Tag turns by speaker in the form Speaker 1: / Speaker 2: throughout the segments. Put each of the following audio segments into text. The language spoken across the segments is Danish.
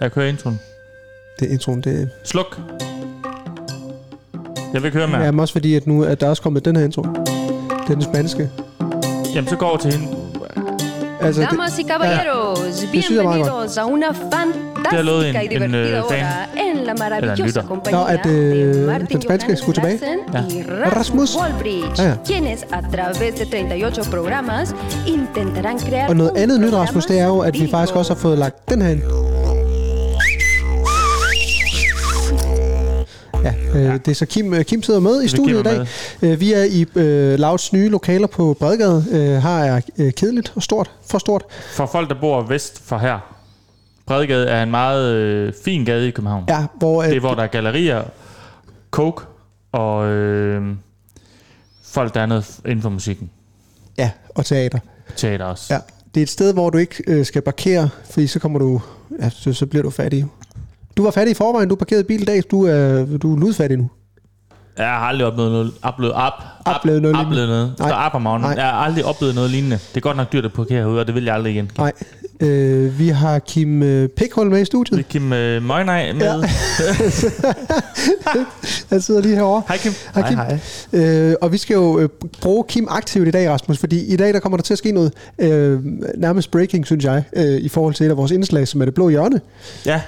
Speaker 1: Jeg kører introen.
Speaker 2: Det er introen, det er...
Speaker 1: Sluk. Jeg vil ikke høre mere.
Speaker 2: Ja, men også fordi, at nu er der også kommet den her intro. Det er den spanske.
Speaker 1: Jamen, så går over til hende.
Speaker 2: Altså, det,
Speaker 3: Damas y caballeros,
Speaker 2: Det synes jeg er meget
Speaker 3: bienvenidos a una
Speaker 1: Det er lavet en-
Speaker 3: fantástica y
Speaker 1: en,
Speaker 3: divertida
Speaker 1: øh, fan.
Speaker 3: hora en la maravillosa
Speaker 1: lytter.
Speaker 3: compañía
Speaker 2: Nå, at, øh,
Speaker 3: de
Speaker 2: den
Speaker 3: Martin
Speaker 2: spanske
Speaker 3: Johannes
Speaker 2: skulle tilbage.
Speaker 3: Larsen y
Speaker 2: Ja.
Speaker 3: Rasmus
Speaker 2: Rasmus.
Speaker 3: Wohlbridge,
Speaker 2: Ja, ja.
Speaker 3: quienes a través de 38 programas intentarán crear
Speaker 2: og noget
Speaker 3: un
Speaker 2: andet nyt,
Speaker 3: programa
Speaker 2: Rasmus, det er jo, at vi
Speaker 3: vivo.
Speaker 2: faktisk også har fået lagt den her ind. Ja, øh, det er så Kim, øh, Kim sidder med i studiet i
Speaker 1: Kim er
Speaker 2: dag. Øh, vi er i øh, Lauts nye lokaler på Bredgade. Øh, her er øh, kedeligt og stort, for stort.
Speaker 1: For folk, der bor vest for her. Bredegade er en meget øh, fin gade i København.
Speaker 2: Ja, hvor, øh,
Speaker 1: Det er, hvor der er gallerier, coke og øh, folk, der er noget inden for musikken.
Speaker 2: ja, og teater.
Speaker 1: Teater også.
Speaker 2: Ja, det er et sted, hvor du ikke øh, skal parkere, fordi så kommer du, ja, så, så bliver du fattig. Du var fattig i forvejen, du parkerede bil i dag, du er, du er ludfattig nu.
Speaker 1: Jeg har aldrig oplevet noget, oplevet, op, op,
Speaker 2: Oplevet noget
Speaker 1: oplevet noget.
Speaker 2: Nej.
Speaker 1: Der er op om morgenen.
Speaker 2: Nej.
Speaker 1: Jeg har aldrig oplevet noget lignende. Det er godt nok dyrt at parkere herude, og det vil jeg aldrig igen.
Speaker 2: Nej, øh, vi har Kim øh, Pikhul med i
Speaker 1: Det er
Speaker 2: studiet.
Speaker 1: Kim øh, Møgnaj med.
Speaker 2: Ja.
Speaker 1: Ja.
Speaker 2: Han sidder lige herovre.
Speaker 1: Hej Kim.
Speaker 2: Hej, Kim.
Speaker 4: Hej,
Speaker 2: Øh, og vi skal jo øh, bruge Kim aktivt i dag, Rasmus, fordi i dag der kommer der til at ske noget øh, nærmest breaking, synes jeg, øh, i forhold til et af vores indslag, som er det blå hjørne.
Speaker 1: Ja.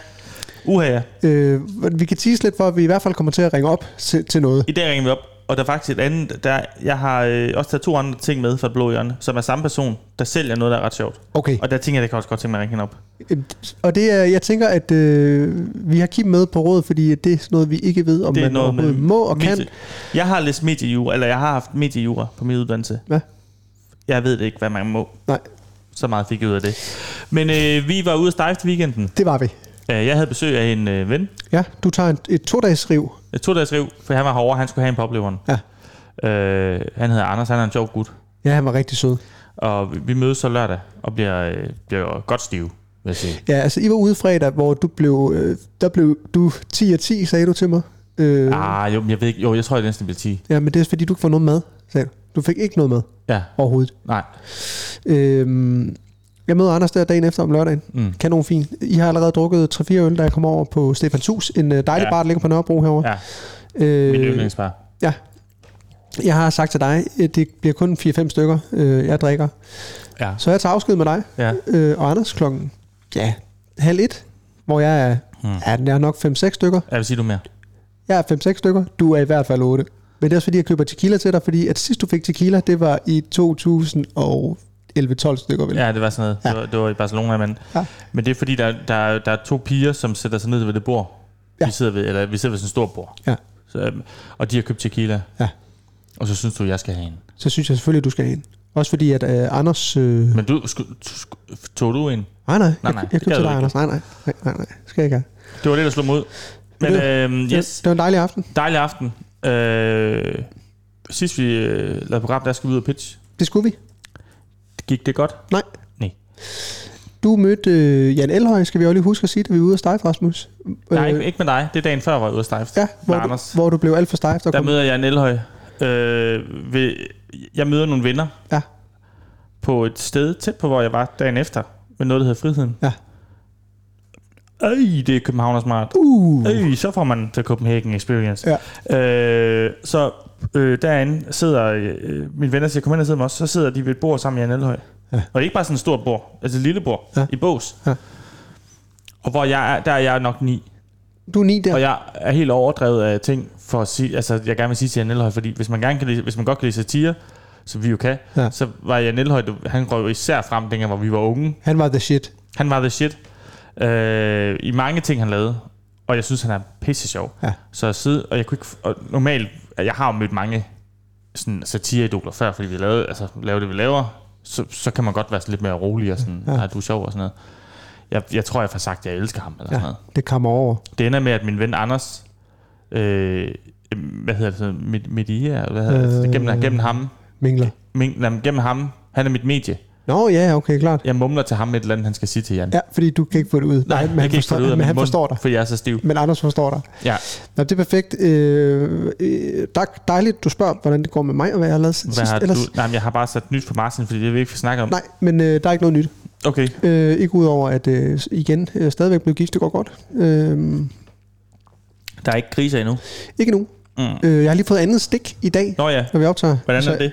Speaker 1: Uha, ja.
Speaker 2: Øh, vi kan tease lidt for, at vi i hvert fald kommer til at ringe op til, til noget.
Speaker 1: I dag ringer vi op, og der er faktisk et andet. Der, jeg har øh, også taget to andre ting med fra det blå hjørne, som er samme person, der sælger noget, der er ret sjovt.
Speaker 2: Okay.
Speaker 1: Og der tænker jeg, det kan også godt tænke mig at ringe hende op.
Speaker 2: Øhm, Og det er, jeg tænker, at øh, vi har Kim med på råd, fordi det er sådan noget, vi ikke ved, om
Speaker 1: Det er
Speaker 2: man
Speaker 1: noget
Speaker 2: overhovedet
Speaker 1: med
Speaker 2: må og kan.
Speaker 1: medie- Jeg har læst mediejura, eller jeg har haft mediejura på min uddannelse.
Speaker 2: Hvad?
Speaker 1: Jeg ved det ikke, hvad man må.
Speaker 2: Nej,
Speaker 1: Så meget fik jeg ud af det. Men øh, vi var ude at stejfe i weekenden.
Speaker 2: det var vi.
Speaker 1: Øh, Jeg havde besøg af en øh, ven.
Speaker 2: Ja, du tager en, et to-dages riv.
Speaker 1: Jeg tog deres riv, for han var herovre, han skulle have en på opleveren.
Speaker 2: Ja.
Speaker 1: Øh, han hedder Anders, han er en sjov gut.
Speaker 2: Ja, han var rigtig sød.
Speaker 1: Og vi- vi mødes så lørdag, og bliver, øh, bliver godt stive, vil jeg sige.
Speaker 2: Ja, altså I var ude fredag, hvor du blev, øh, der blev du 10 af 10, sagde du til mig. Øh,
Speaker 1: Ah, jo, men jeg ved ikke. Jo, jeg tror, jeg næsten bliver 10.
Speaker 2: Ja, men det er fordi, du ikke får noget mad, sagde du. Du fik ikke noget mad
Speaker 1: Ja,
Speaker 2: overhovedet.
Speaker 1: nej.
Speaker 2: Øh, jeg møder Anders der dagen efter om lørdagen.
Speaker 1: Mm.
Speaker 2: Kanon fint. I har allerede drukket 3-4 øl, da jeg kom over på Stefans Hus. En øh, dejlig
Speaker 1: Ja.
Speaker 2: ja. bar, der ligger på Nørrebro herovre.
Speaker 1: Ja,
Speaker 2: Øh,
Speaker 1: mit yndlingspar.
Speaker 2: Ja. Jeg har sagt til dig, at det bliver kun 4-5 stykker, øh, jeg drikker.
Speaker 1: Ja.
Speaker 2: Så jeg tager afsked med dig
Speaker 1: Ja.
Speaker 2: øh, og Anders klokken ja, halv et, hvor jeg er,
Speaker 1: Hmm.
Speaker 2: hmm. ja, den er nok 5-6 stykker.
Speaker 1: Jeg vil sige du mere.
Speaker 2: Jeg er 5-6 stykker, du er i hvert fald 8. Men det er også fordi, jeg køber tequila til dig, fordi at sidst du fik tequila, det var i 2011-12 stykker, vel?
Speaker 1: Ja, det var sådan noget. Ja. Det,
Speaker 2: Ja.
Speaker 1: var, det var i Barcelona, men, ja.
Speaker 2: Ja.
Speaker 1: men det er fordi, der, der, der er to piger, som sætter sig ned ved det bord. Ja.
Speaker 2: Ja.
Speaker 1: Vi, sidder ved, eller, vi sidder ved sådan en stor bord.
Speaker 2: ja.
Speaker 1: Så, øhm, og de har købt tequila.
Speaker 2: Ja.
Speaker 1: Og så synes du, jeg skal have en.
Speaker 2: Så synes jeg selvfølgelig, at du skal have en. Også fordi, at øh, Anders... Øh,
Speaker 1: Men du, sku, sku, tog du en?
Speaker 2: nej, nej,
Speaker 1: nej,
Speaker 2: jeg,
Speaker 1: det
Speaker 2: jeg købte
Speaker 1: gad du
Speaker 2: til dig,
Speaker 1: ikke.
Speaker 2: Anders. Nej, nej, nej, nej, nej, skal jeg ikke have.
Speaker 1: Det var det, der slog mig ud. Men
Speaker 2: Det-
Speaker 1: øhm,
Speaker 2: Det-
Speaker 1: yes,
Speaker 2: Det var en dejlig aften.
Speaker 1: dejlig aften. Øh, sidst vi øh, lavede program, der skulle vi ud og pitch.
Speaker 2: Det skulle vi.
Speaker 1: Gik det godt?
Speaker 2: Nej.
Speaker 1: Nej.
Speaker 2: Du mødte øh, Jan Elhøj, skal vi også lige huske at sige, da vi var ude af stejf, Rasmus.
Speaker 1: Nej, ikke, ikke med dig. Det er dagen før, jeg var ude og stejft.
Speaker 2: Øh. ja, hvor,
Speaker 1: med
Speaker 2: du,
Speaker 1: Anders.
Speaker 2: hvor du blev alt for stejf.
Speaker 1: Der møder jeg en elhøj. Øh, ved, jeg møder nogle venner
Speaker 2: Ja.
Speaker 1: på et sted tæt på, hvor jeg var dagen efter, med noget, der hedder Friheden.
Speaker 2: Ja.
Speaker 1: Øj, det er København smart.
Speaker 2: Uh,
Speaker 1: Øj, så får man til Copenhagen Experience.
Speaker 2: Ja.
Speaker 1: Øh, så øh, derinde sidder øh, mine venner siger, kom hen og sid med os. Så sidder de ved et bord sammen med Jan Elhøj.
Speaker 2: Ja.
Speaker 1: Og ikke bare sådan et stort bord, altså et lille bord
Speaker 2: Ja.
Speaker 1: i bås.
Speaker 2: Ja.
Speaker 1: Og hvor jeg er, der er jeg nok ni.
Speaker 2: du er ni der.
Speaker 1: Og jeg er helt overdrevet af ting, for at sige, altså jeg gerne vil sige til Jan Elhøj, fordi hvis man, gerne kan lide, hvis man godt kan lide satire, som vi jo kan, ja.
Speaker 2: Ja.
Speaker 1: så var Jan Elhøj, du- han røg jo især frem dengang, hvor vi var unge.
Speaker 2: Han var the shit.
Speaker 1: Han var the shit øh, i mange ting, han lavede. Og jeg synes, han er pisse sjov.
Speaker 2: Ja.
Speaker 1: Så jeg sidder, og jeg kunne ikke, og normalt, jeg har jo mødt mange sådan satireidoler før, fordi vi lavede, altså, lavede det, vi laver, så, så kan man godt være sådan lidt mere rolig og sådan, ja. du er sjov og sådan noget. Jeg, jeg tror, jeg får sagt, at jeg elsker ham eller ja. sådan noget.
Speaker 2: Det kommer over.
Speaker 1: Det ender med, at min ven Anders, øh, hvad hedder det, så, mit, mit I er, hvad hedder øh, det,
Speaker 2: Øh.
Speaker 1: gennem, gennem ham,
Speaker 2: Mingler.
Speaker 1: min, nej, men gennem ham, han er mit medie.
Speaker 2: Nå ja, okay, klart.
Speaker 1: Jeg mumler til ham et eller andet, han skal sige til Jan.
Speaker 2: Ja, fordi du kan ikke få det ud.
Speaker 1: Nej,
Speaker 2: men
Speaker 1: jeg
Speaker 2: han,
Speaker 1: kan ikke få
Speaker 2: forstår,
Speaker 1: det ud af
Speaker 2: men
Speaker 1: min
Speaker 2: han
Speaker 1: mund,
Speaker 2: forstår dig.
Speaker 1: for jeg er så stiv.
Speaker 2: Men Anders forstår dig.
Speaker 1: Ja,
Speaker 2: Nå, det er perfekt. Øh, øh, dej- dejligt, du spørger, hvordan det går med mig, og hvad jeg har lavet siden
Speaker 1: hvad
Speaker 2: sidst.
Speaker 1: har
Speaker 2: Ellers,
Speaker 1: du? Nej, men jeg har bare sat nyt på Martin, fordi det vil jeg ikke snakke om.
Speaker 2: Nej, men øh, der er ikke noget nyt.
Speaker 1: Okay.
Speaker 2: Øh, ikke udover at øh, igen øh, stadigvæk blev gift, det går godt. Øh,
Speaker 1: Der er ikke kriser endnu.
Speaker 2: ikke nu.
Speaker 1: Mm.
Speaker 2: Øh, jeg har lige fået andet stik i dag,
Speaker 1: Nå ja,
Speaker 2: når vi optager.
Speaker 1: hvordan er
Speaker 2: Så-
Speaker 1: det?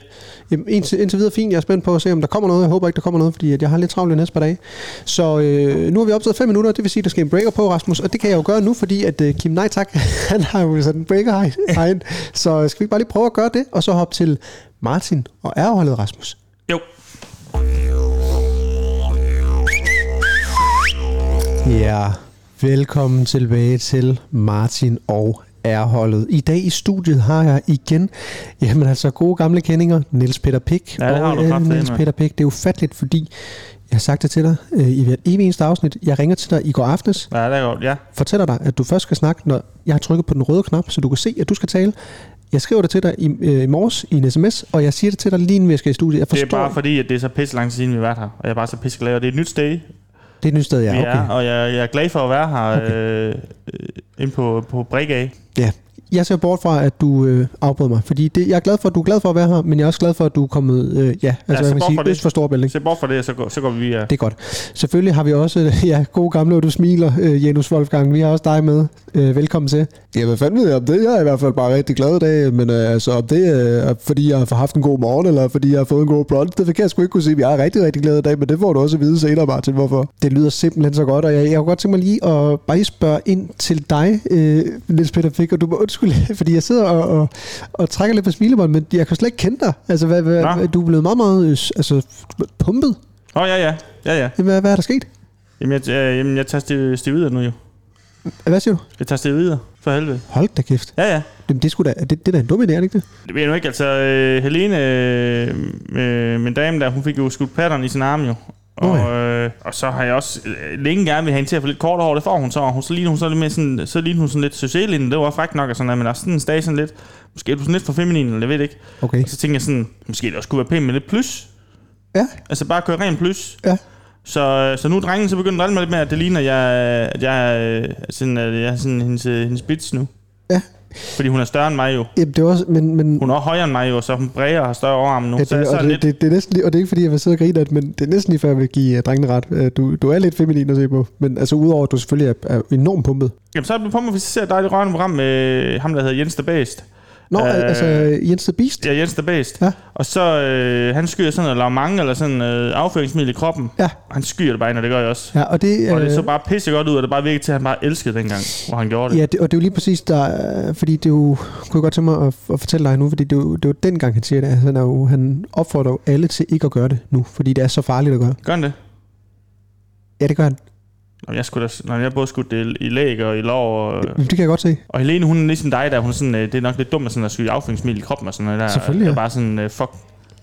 Speaker 2: Jamen, indtil, indtil videre fint. Jeg er spændt på at se, om der kommer noget. Jeg håber ikke, der kommer noget, fordi at jeg har lidt travlt de næste par dage. Så øh, nu har vi optaget 5 minutter, det vil sige, at der skal en breaker på, Rasmus. Og det kan jeg jo gøre nu, fordi at øh, Kim Nejtak, han har jo sådan en breaker herind. Så øh, skal vi ikke bare lige prøve at gøre det, og så hoppe til Martin og ærholdet Rasmus.
Speaker 1: Jo.
Speaker 2: Ja, velkommen tilbage til Martin og Ærholdet. I dag i studiet har jeg igen, jamen altså gode gamle kendinger, Niels Peter Pick.
Speaker 1: Ja, det har
Speaker 2: og,
Speaker 1: du
Speaker 2: øh,
Speaker 1: kraftedeme.
Speaker 2: Niels Peter Pick, det er ufatteligt, fordi jeg har sagt det til dig øh, i hvert evig eneste afsnit. Jeg ringer til dig i går aftes,
Speaker 1: Ja, det er godt. Ja.
Speaker 2: fortæller dig, at du først skal snakke, når jeg har trykket på den røde knap, så du kan se, at du skal tale. Jeg skriver det til dig i, øh, i morges i en sms, og jeg siger det til dig lige inden vi skal i studiet. Jeg
Speaker 1: Det
Speaker 2: forstår,
Speaker 1: er bare fordi, at det er så pisse lang tid siden, vi har været her. Og jeg er bare så pisse glad, og det er et nyt sted,
Speaker 2: det er et nyt sted, ja.
Speaker 1: vi
Speaker 2: Okay.
Speaker 1: er. Og jeg, jeg er glad for at være her okay. øh, øh, inde på, på Brik A.
Speaker 2: Ja, jeg ser bort fra, at du øh, afbrød mig, fordi det, jeg er glad for, at du er glad for at være her, men jeg er også glad for, at du er kommet, øh, ja, altså
Speaker 1: så
Speaker 2: ja, man
Speaker 1: bort
Speaker 2: sige,
Speaker 1: fra det.
Speaker 2: øst for Storebælt, ikke?
Speaker 1: Se bort fra det, og så går, så går vi videre.
Speaker 2: Det er godt. Selvfølgelig har vi også, ja, god gamle, og du smiler, øh, Janus Wolfgang, vi har også dig med. Øh, velkommen til.
Speaker 5: Ja, hvad fanden ved jeg om det? Jeg er i hvert fald bare rigtig glad i dag, men øh, altså om det er, øh, fordi jeg har haft en god morgen, eller fordi jeg har fået en god blond, det kan jeg sgu ikke kunne sige. Jeg er rigtig, rigtig glad i dag, men det får du også at vide senere, Martin, hvorfor.
Speaker 2: Det lyder simpelthen så godt, og jeg, jeg kunne godt tænke mig lige at bare lige spørge ind til dig, øh, Niels Peter Fick, og du må undskylde, fordi jeg sidder og, og, og trækker lidt på smilebånd, men jeg kan slet ikke kende dig. Altså, hvad, hvad,
Speaker 1: Nå.
Speaker 2: hvad, du er blevet meget, meget øh, altså, pumpet.
Speaker 1: Åh, oh, ja, ja. Ja, ja.
Speaker 2: Hvad, hvad er der sket?
Speaker 1: Jamen, jeg, øh, jamen, jeg tager stiv, stiv videre nu jo.
Speaker 2: Hvad siger du?
Speaker 1: Jeg tager stiv videre. For helvede.
Speaker 2: Hold da kæft.
Speaker 1: Ja, ja.
Speaker 2: Jamen, det, skulle da, det, det er da en dum idé, er det ikke det?
Speaker 1: Det ved jeg nu ikke. Altså, øh, Helene, øh, øh, min dame der, hun fik jo skudt pattern i sin arm jo. Og,
Speaker 2: Nå
Speaker 1: øh, og så har jeg også øh, længe gerne vil have hende til at få lidt kort hår, det får hun så, og hun, så ligner hun så lidt mere sådan, så ligner hun sådan lidt socialinde, det var faktisk nok, og sådan noget, men også sådan en stage sådan lidt, måske er du sådan lidt for feminin, eller jeg ved det ikke.
Speaker 2: Okay.
Speaker 1: Og så tænker jeg sådan, måske det også kunne være pænt med lidt plus,
Speaker 2: Ja,
Speaker 1: altså bare køre ren plus.
Speaker 2: ja.
Speaker 1: Så, så nu er drengen så begyndt at drille mig lidt med, at det ligner, at jeg, at jeg, øh, sådan, at jeg er sådan hendes, øh, hendes bitch nu.
Speaker 2: Ja.
Speaker 1: Fordi hun er større end mig jo.
Speaker 2: Jamen, det er også, men, men,
Speaker 1: Hun er også højere end mig jo, så hun bræger og har større overarm nu.
Speaker 2: ja,
Speaker 1: så jeg
Speaker 2: det,
Speaker 1: er
Speaker 2: og,
Speaker 1: sådan
Speaker 2: det,
Speaker 1: lidt,
Speaker 2: det, det, er næsten lige, og det er ikke fordi, jeg vil sidde og grine af det, men det er næsten lige før, jeg vil give uh, drengene ret. Øh, Du, du er lidt feminin at se på, men altså udover, at du selvfølgelig er, er enormt pumpet.
Speaker 1: Jamen, så er det på mig, hvis jeg ser et dejligt rørende program med ham, der hedder Jens the Best.
Speaker 2: Nå, øh,
Speaker 1: Øh,
Speaker 2: altså Jens the Beast.
Speaker 1: Ja, Jens the Best.
Speaker 2: Ja.
Speaker 1: Og så, øh, han skyer sådan noget lavmang eller sådan øh, afføringsmiddel i kroppen.
Speaker 2: Ja.
Speaker 1: Han skyer det bare ind, og det gør jeg også.
Speaker 2: Ja, og det,
Speaker 1: Og det
Speaker 2: øh,
Speaker 1: så bare pisse godt ud, og det bare virkede til, at han bare elskede dengang, hvor han gjorde det.
Speaker 2: Ja, det, og det er jo lige præcis der, øh, fordi det er jo, kunne jeg godt tænke mig at, at fortælle dig nu, fordi det er jo, det er jo dengang, han siger det, altså, han, er jo, han opfordrer jo alle til ikke at gøre det nu, fordi det er så farligt at gøre.
Speaker 1: Gør han det?
Speaker 2: Ja, det gør han.
Speaker 1: Nå, jeg, skulle da, når jeg har både skudt det i læg og i lår. Og,
Speaker 2: Øh. Det kan jeg godt se.
Speaker 1: og Helene, hun er ligesom dig der. Hun er sådan, øh, det er nok lidt dumt at, sådan, at skyde afføringsmiddel i kroppen og sådan noget. Der.
Speaker 2: Selvfølgelig,
Speaker 1: Jeg
Speaker 2: ja.
Speaker 1: er bare sådan, øh, fuck,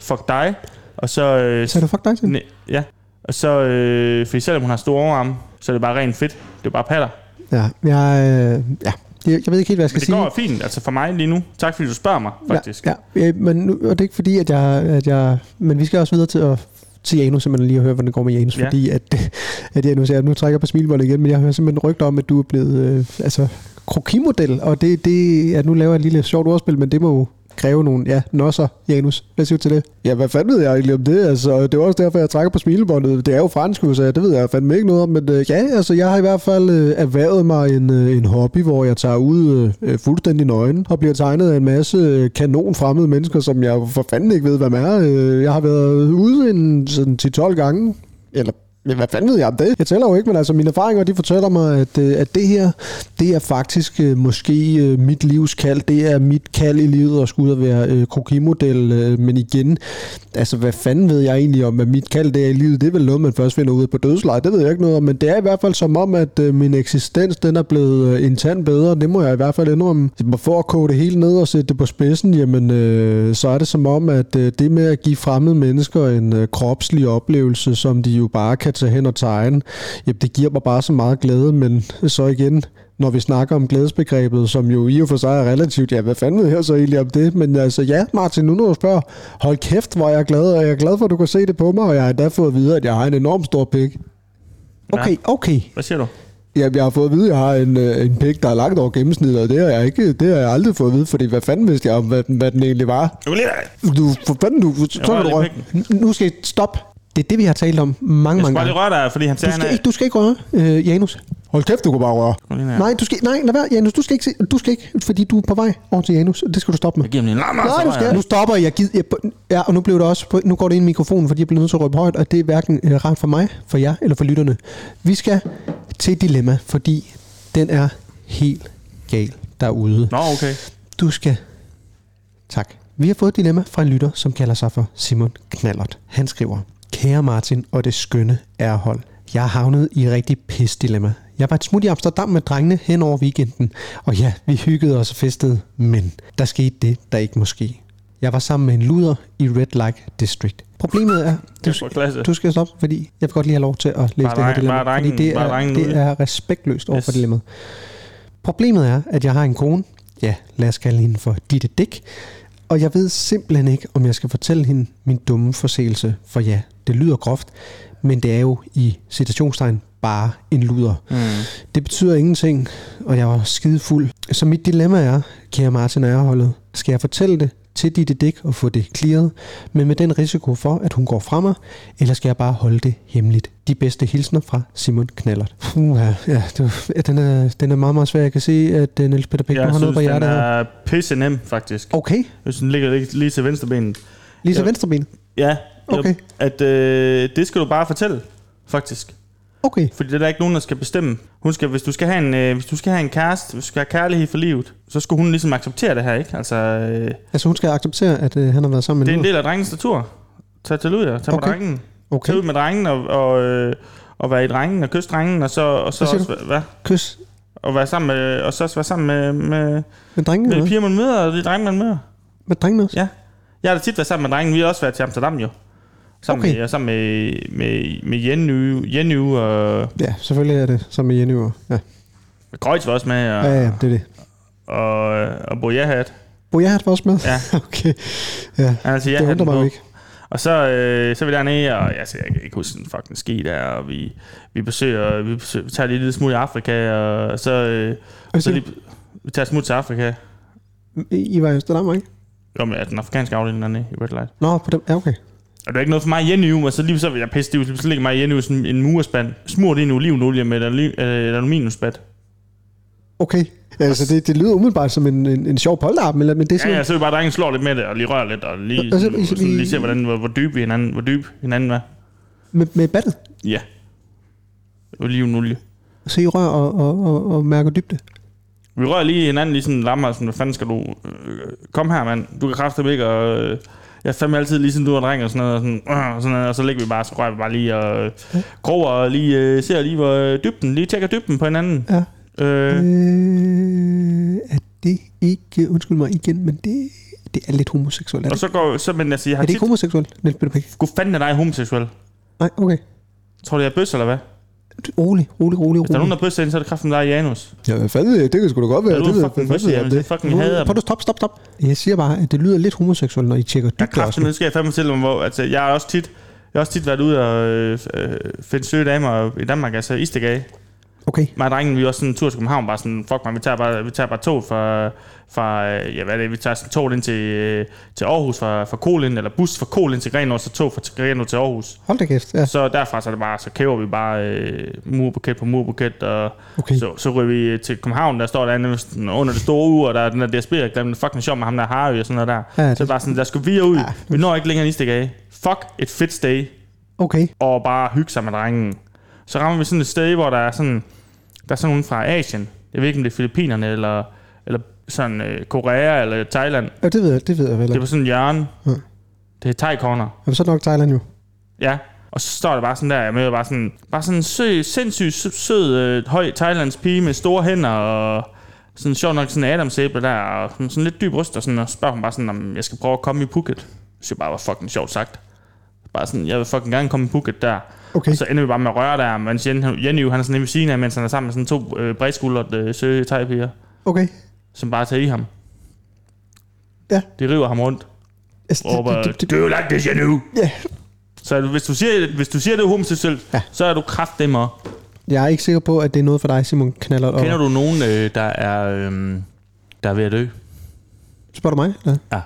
Speaker 1: fuck dig. Og så, øh,
Speaker 2: Så er det fuck dig til.
Speaker 1: Ne- ja. Og så, øh, fordi selvom hun har store overarme, så er det bare rent fedt. Det er bare patter.
Speaker 2: Ja, jeg, øh, ja. Jeg, jeg ved ikke helt, hvad jeg
Speaker 1: Men
Speaker 2: skal
Speaker 1: det
Speaker 2: sige.
Speaker 1: går fint, altså for mig lige nu. Tak fordi du spørger mig, faktisk.
Speaker 2: Ja, ja, ja men nu, og det er ikke fordi, at jeg, at jeg... Men vi skal også videre til, at, til Janus, simpelthen lige at høre, hvordan det går med Janus.
Speaker 1: Ja.
Speaker 2: Ja. Fordi at, at Janus, jeg nu trækker jeg på smilbåndet igen, men jeg hører simpelthen rygter om, at du er blevet øh, altså, krokimodel. Og det, det at nu laver jeg et lille sjovt ordspil, men det må jo kræve nogle, ja, nosser, Janus. Hvad siger du til det?
Speaker 5: Ja, hvad fanden ved jeg egentlig om det? Altså, det var også derfor, jeg trækker på smilebåndet. Det er jo fransk, så det ved jeg fandme ikke noget om, men øh, ja, altså, jeg har i hvert fald øh, erhvervet mig en, øh, en hobby, hvor jeg tager ud øh, øh, fuldstændig nøgen og bliver tegnet af en masse øh, kanon fremmede mennesker, som jeg for fanden ikke ved, hvad man er. Øh, jeg har været ude en sådan 10-12 gange, eller men hvad fanden ved jeg om det? Jeg tæller jo ikke, men altså mine erfaringer, de fortæller mig, at, øh, at det her, det er faktisk øh, måske øh, mit livs kald. Det er mit kald i livet at skulle ud og være øh, krokimodel. Øh, men igen, altså hvad fanden ved jeg egentlig om, at mit kald det er i livet? Det er vel noget, man først finder ud af på dødsleje. Det ved jeg ikke noget om, men det er i hvert fald som om, at øh, min eksistens, den er blevet øh, en tand bedre. Det må jeg i hvert fald indrømme. For at koge det hele ned og sætte det på spidsen, jamen øh, så er det som om, at øh, det med at give fremmede mennesker en øh, kropslig oplevelse, som de jo bare kan tage hen og tegne, jamen det giver mig bare så meget glæde, men så igen, når vi snakker om glædesbegrebet, som jo i og for sig er relativt, ja, hvad fanden ved jeg så egentlig om det? Men altså, ja, Martin, nu når du spørger, hold kæft, hvor jeg er glad, og jeg er glad for, at du kan se det på mig, og jeg har endda fået at vide, at jeg har en enorm stor pik.
Speaker 2: Okay, okay.
Speaker 1: Hvad siger du?
Speaker 5: Jamen, jeg har fået at vide, at jeg har en, øh, en pik, der er langt over gennemsnittet, og det har jeg, ikke, det har jeg aldrig fået at vide, fordi hvad fanden vidste jeg om, hvad, den- hvad den egentlig var?
Speaker 1: Du kan lige
Speaker 5: Du, for fanden, du, så,
Speaker 1: rører
Speaker 5: kan du
Speaker 1: lidt
Speaker 5: rø-
Speaker 1: i
Speaker 2: Nu skal I stoppe.
Speaker 6: Det er det, vi har talt om mange,
Speaker 1: Jeg
Speaker 6: mange
Speaker 1: skal bare
Speaker 6: gange.
Speaker 1: lige røre dig, fordi han
Speaker 6: Du
Speaker 1: sagde,
Speaker 6: skal,
Speaker 1: han
Speaker 6: ikke, du skal ikke røre, øh, Janus.
Speaker 2: Hold kæft, du kan bare røre.
Speaker 1: er...
Speaker 6: Nej, du skal, nej, lad være, Janus. Du skal ikke, se, du skal ikke fordi du er på vej over til Janus. Det skal du stoppe med.
Speaker 1: Jeg giver ham lige en lammer,
Speaker 2: Altså,
Speaker 6: Nej,
Speaker 1: så
Speaker 6: du
Speaker 1: rører
Speaker 6: skal.
Speaker 1: jeg.
Speaker 6: Nu stopper jeg. Gid, jeg ja, og nu, blev det også på, nu går det ind i mikrofonen, fordi jeg bliver nødt til at råbe højt, og det er hverken øh, rart for mig, for jer eller for lytterne. Vi skal til Dilemma, fordi den er helt gal derude.
Speaker 1: Nå, okay.
Speaker 6: Du skal... Tak. Vi har fået et dilemma fra en lytter, som kalder sig for Simon Knallert. Han skriver, Kære Martin og det skønne ærhold. Jeg har havnet i et rigtig pis dilemma. Jeg var et smut i Amsterdam med drengene hen over weekenden, og ja, vi hyggede os og festede, men der skete det, der ikke må ske. Jeg var sammen med en luder i Red Lake District. Problemet er,
Speaker 1: Det er for klasse.
Speaker 6: du skal stoppe, fordi jeg vil godt lige have lov til at læse
Speaker 1: Bare
Speaker 6: det her
Speaker 1: dreng-
Speaker 6: dilemma.
Speaker 1: bare drengen-
Speaker 6: fordi det
Speaker 1: bare
Speaker 6: er,
Speaker 1: drengen
Speaker 6: det
Speaker 1: ude.
Speaker 6: er respektløst over yes. for
Speaker 1: Yes.
Speaker 6: dilemmaet. Problemet er, at jeg har en kone. Ja, lad os kalde hende for Ditte Dick. Og jeg ved simpelthen ikke, om jeg skal fortælle hende min dumme forseelse. For ja, det lyder groft, men det er jo i citationstegn bare en luder. Mm. Det betyder ingenting, og jeg var skide fuld. Så mit dilemma er, kære Martin og holdet, skal jeg fortælle det til Ditte Dick og få det clearet, men med den risiko for, at hun går fra mig, eller skal jeg bare holde det hemmeligt? De bedste hilsner fra Simon Knallert. Puh, ja, ja, det var, ja, den, er, den er meget, meget svær. Jeg kan se, at uh, Niels Peter Pick, du
Speaker 1: Jeg
Speaker 6: har noget
Speaker 1: synes,
Speaker 6: på
Speaker 1: den
Speaker 6: hjertet her.
Speaker 1: er pisse nem, faktisk.
Speaker 6: Okay,
Speaker 1: Jeg synes, den ligger lige- lige til venstrebenet.
Speaker 6: lige til
Speaker 1: Ja.
Speaker 6: venstre ben.
Speaker 1: Ja, jeg-
Speaker 6: Okay.
Speaker 1: at øh, det skal du bare fortælle, faktisk.
Speaker 6: Okay,
Speaker 1: Fordi det er der ikke nogen, der skal bestemme. Hun skal, hvis, du skal have en, øh, hvis du skal have en kæreste, hvis du skal have kærlighed for livet, så skulle hun ligesom acceptere det her, ikke? Altså, øh,
Speaker 6: altså hun skal acceptere, at uh, han har været sammen
Speaker 1: det
Speaker 6: med
Speaker 1: er en
Speaker 6: en
Speaker 1: del af drengens natur. Tag til ud, ja. Tag
Speaker 6: Okay.
Speaker 1: med drengen.
Speaker 6: Okay,
Speaker 1: Tag ud med drengen og, og, øh, og være i drengen og kysse drengen, og så, og så
Speaker 6: Hvad siger
Speaker 1: også, væ- hvad?
Speaker 6: kys
Speaker 1: Og være sammen med, og så også være sammen med, med,
Speaker 6: med drengene.
Speaker 1: med
Speaker 6: eller
Speaker 1: de
Speaker 6: hvad?
Speaker 1: piger, man møder, og de drenge, man møder.
Speaker 6: Med drengene også?
Speaker 1: Ja. Jeg har da tit været sammen med drengen. Vi har også været til Amsterdam, jo. Sammen
Speaker 6: Okay.
Speaker 1: med, og sammen med, med, med Jenny, Jenny og
Speaker 6: Ja, selvfølgelig er det som med Jenny. og- Ja.
Speaker 1: Grøjts var også med, og,
Speaker 6: Ja, ja, det er det.
Speaker 1: og, og Bojahat.
Speaker 6: Bo, jeg har det også med.
Speaker 1: Ja.
Speaker 6: okay. Ja.
Speaker 1: Han altså, jeg
Speaker 6: det
Speaker 1: havde
Speaker 6: undrer
Speaker 1: den
Speaker 6: mig
Speaker 1: på.
Speaker 6: jo ikke.
Speaker 1: Og så, øh, så er vi dernede, og altså, jeg kan ikke huske den fucking ski der, og vi, vi besøger, vi, besøger, vi tager lige en lille smule i Afrika, og så, øh,
Speaker 6: Hvad
Speaker 1: så
Speaker 6: siger
Speaker 1: lige, vi tager et smut til Afrika.
Speaker 6: du? I I var i Amsterdam, ikke?
Speaker 1: Jo, men ja, den afrikanske afdeling dernede i Red Light.
Speaker 6: Nå, på dem. Ja, okay.
Speaker 1: Og det er ikke noget for mig i Jenny, og så lige så vil jeg pisse det ud, lige så ligger mig i Jenny sådan en murspand, smurt i en olivenolie med et ali- øh, et aluminiumsbat.
Speaker 6: Okay. Altså, det, det lyder umiddelbart som en, en, en sjov polterappen, eller, men det er
Speaker 1: Ja,
Speaker 6: sådan...
Speaker 1: ja, så vil bare drengen slår lidt med det, og lige rører lidt, og lige,
Speaker 6: Og så-
Speaker 1: sådan,
Speaker 6: så-
Speaker 1: sådan, lige ser, hvordan, hvor, hvor dyb vi hinanden, hvor dyb hinanden er.
Speaker 6: Med, med battet.
Speaker 1: Ja. Olivenolie.
Speaker 6: Så I rør og, og, og, og mærker dybde.
Speaker 1: Vi rører lige hinanden lige sådan en lammer, sådan, hvad fanden skal du... Øh, kom her, mand. Du kan kræfte ikke, og... Øh, jeg er fandme altid lige sådan, du er en dreng og sådan noget, og sådan, øh, og sådan noget, og så ligger vi bare, så rører vi bare lige og øh, grover og lige øh, ser lige, hvor øh, dybden, lige tjekker dybden på hinanden.
Speaker 6: Ja.
Speaker 1: Øh,
Speaker 6: Øh, er det ikke... Undskyld mig igen, men det, det er lidt homoseksuelt. Er
Speaker 1: og
Speaker 6: det,
Speaker 1: så går, så, men altså, jeg
Speaker 6: er
Speaker 1: har
Speaker 6: det
Speaker 1: tit,
Speaker 6: ikke homoseksuelt, Niels Peter Pick?
Speaker 1: kunne fanden er dig homoseksuel.
Speaker 6: Nej, okay.
Speaker 1: Tror du, jeg er bøs, eller hvad?
Speaker 2: Uh-huh.
Speaker 6: Du- Rolig, rolig, rolig,
Speaker 1: Hvis der er nogen,
Speaker 6: rolig.
Speaker 1: der er bøs, derinde, så er det kraften, der er Janus.
Speaker 2: Ja, hvad fanden, det kan sgu da godt være.
Speaker 1: Ja, du
Speaker 2: det
Speaker 1: er
Speaker 2: ved jeg
Speaker 1: fucking
Speaker 2: fandme
Speaker 1: pussy,
Speaker 2: ikke, om
Speaker 1: Janus. Jeg fucking hader
Speaker 6: Prøv
Speaker 1: dem.
Speaker 6: at stop, stop, stop. Jeg siger bare, at det lyder lidt homoseksuelt, når I tjekker
Speaker 1: Jeg er
Speaker 6: dybde også.
Speaker 1: kraften, men skal jeg fandme fortælle dem, hvor... Altså, jeg har også tit... Jeg har også tit været ude og øh, øh, finde søde damer i Danmark, altså Istegage.
Speaker 6: Okay.
Speaker 1: mig og drengen, vi var også sådan en tur til København, bare sådan, fuck man, vi tager bare, vi tager bare tog fra, fra øh, ja, hvad er det, vi tager sådan tog ind til, øh, til Aarhus fra, fra Kolind, eller bus fra Kolind til Grenaa, og så tog fra Grenaa til Aarhus.
Speaker 6: Hold da kæft. Ja.
Speaker 1: Så derfra så er det bare, så kæver vi bare øh, murbuket på murbuket, og
Speaker 6: Okay.
Speaker 1: så, så ryger vi øh, til København, der står der andet sådan under det store uge, og der er den der DSB, der er fucking sjov med ham der Harry og sådan noget der.
Speaker 6: Ja,
Speaker 1: Ja,
Speaker 6: det-
Speaker 1: det... Så det er bare sådan, der skulle vi ud. Ja. Vi når ikke længere end istik af. Fuck et fedt sted
Speaker 6: Okay.
Speaker 1: og bare hygge sig med drengen. Så rammer vi sådan et sted, hvor der er sådan, der er sådan nogen fra Asien. Jeg ved ikke, om det er Filippinerne, eller, eller sådan øh, Korea, eller Thailand.
Speaker 6: Ja, det ved jeg, det ved jeg vel.
Speaker 1: Det var sådan en hjørne.
Speaker 6: Ja.
Speaker 1: Det er Thai Corner.
Speaker 6: Jamen, så er det nok Thailand jo.
Speaker 1: Ja. Og så står der bare sådan der, jeg møder bare sådan, bare sådan en sø, sindssygt sø, sød, øh, høj thailandsk pige med store hænder og sådan sjov nok sådan en adamsæble der, og sådan, sådan lidt dyb ryst og sådan, og så spørger hun bare sådan, om jeg skal prøve at komme i Phuket. Så synes jeg bare, var fucking sjovt sagt. Bare sådan, jeg vil fucking gerne komme i Phuket der.
Speaker 6: Okay.
Speaker 1: Og så ender vi bare med at røre der, mens Jen, Jenny, han er sådan inde ved siden af, mens han er sammen med sådan to øh, bredskuldrede øh, søge tegpiger,
Speaker 6: Okay.
Speaker 1: som bare tager i ham.
Speaker 6: Ja.
Speaker 1: De river ham rundt.
Speaker 6: Altså,
Speaker 1: Og bare, do you like this, Jenny?
Speaker 6: ja.
Speaker 1: Så hvis du siger, hvis du siger det er homoseksuelt,
Speaker 6: Ja.
Speaker 1: ja. så er du kraftdemmer.
Speaker 6: Jeg er ikke sikker på, at det er noget for dig, Simon Knaller. Og...
Speaker 1: Kender du nogen, øh, øhm, der er øh, der er ved at dø?
Speaker 6: Spørger du mig? Ja.
Speaker 1: Ja.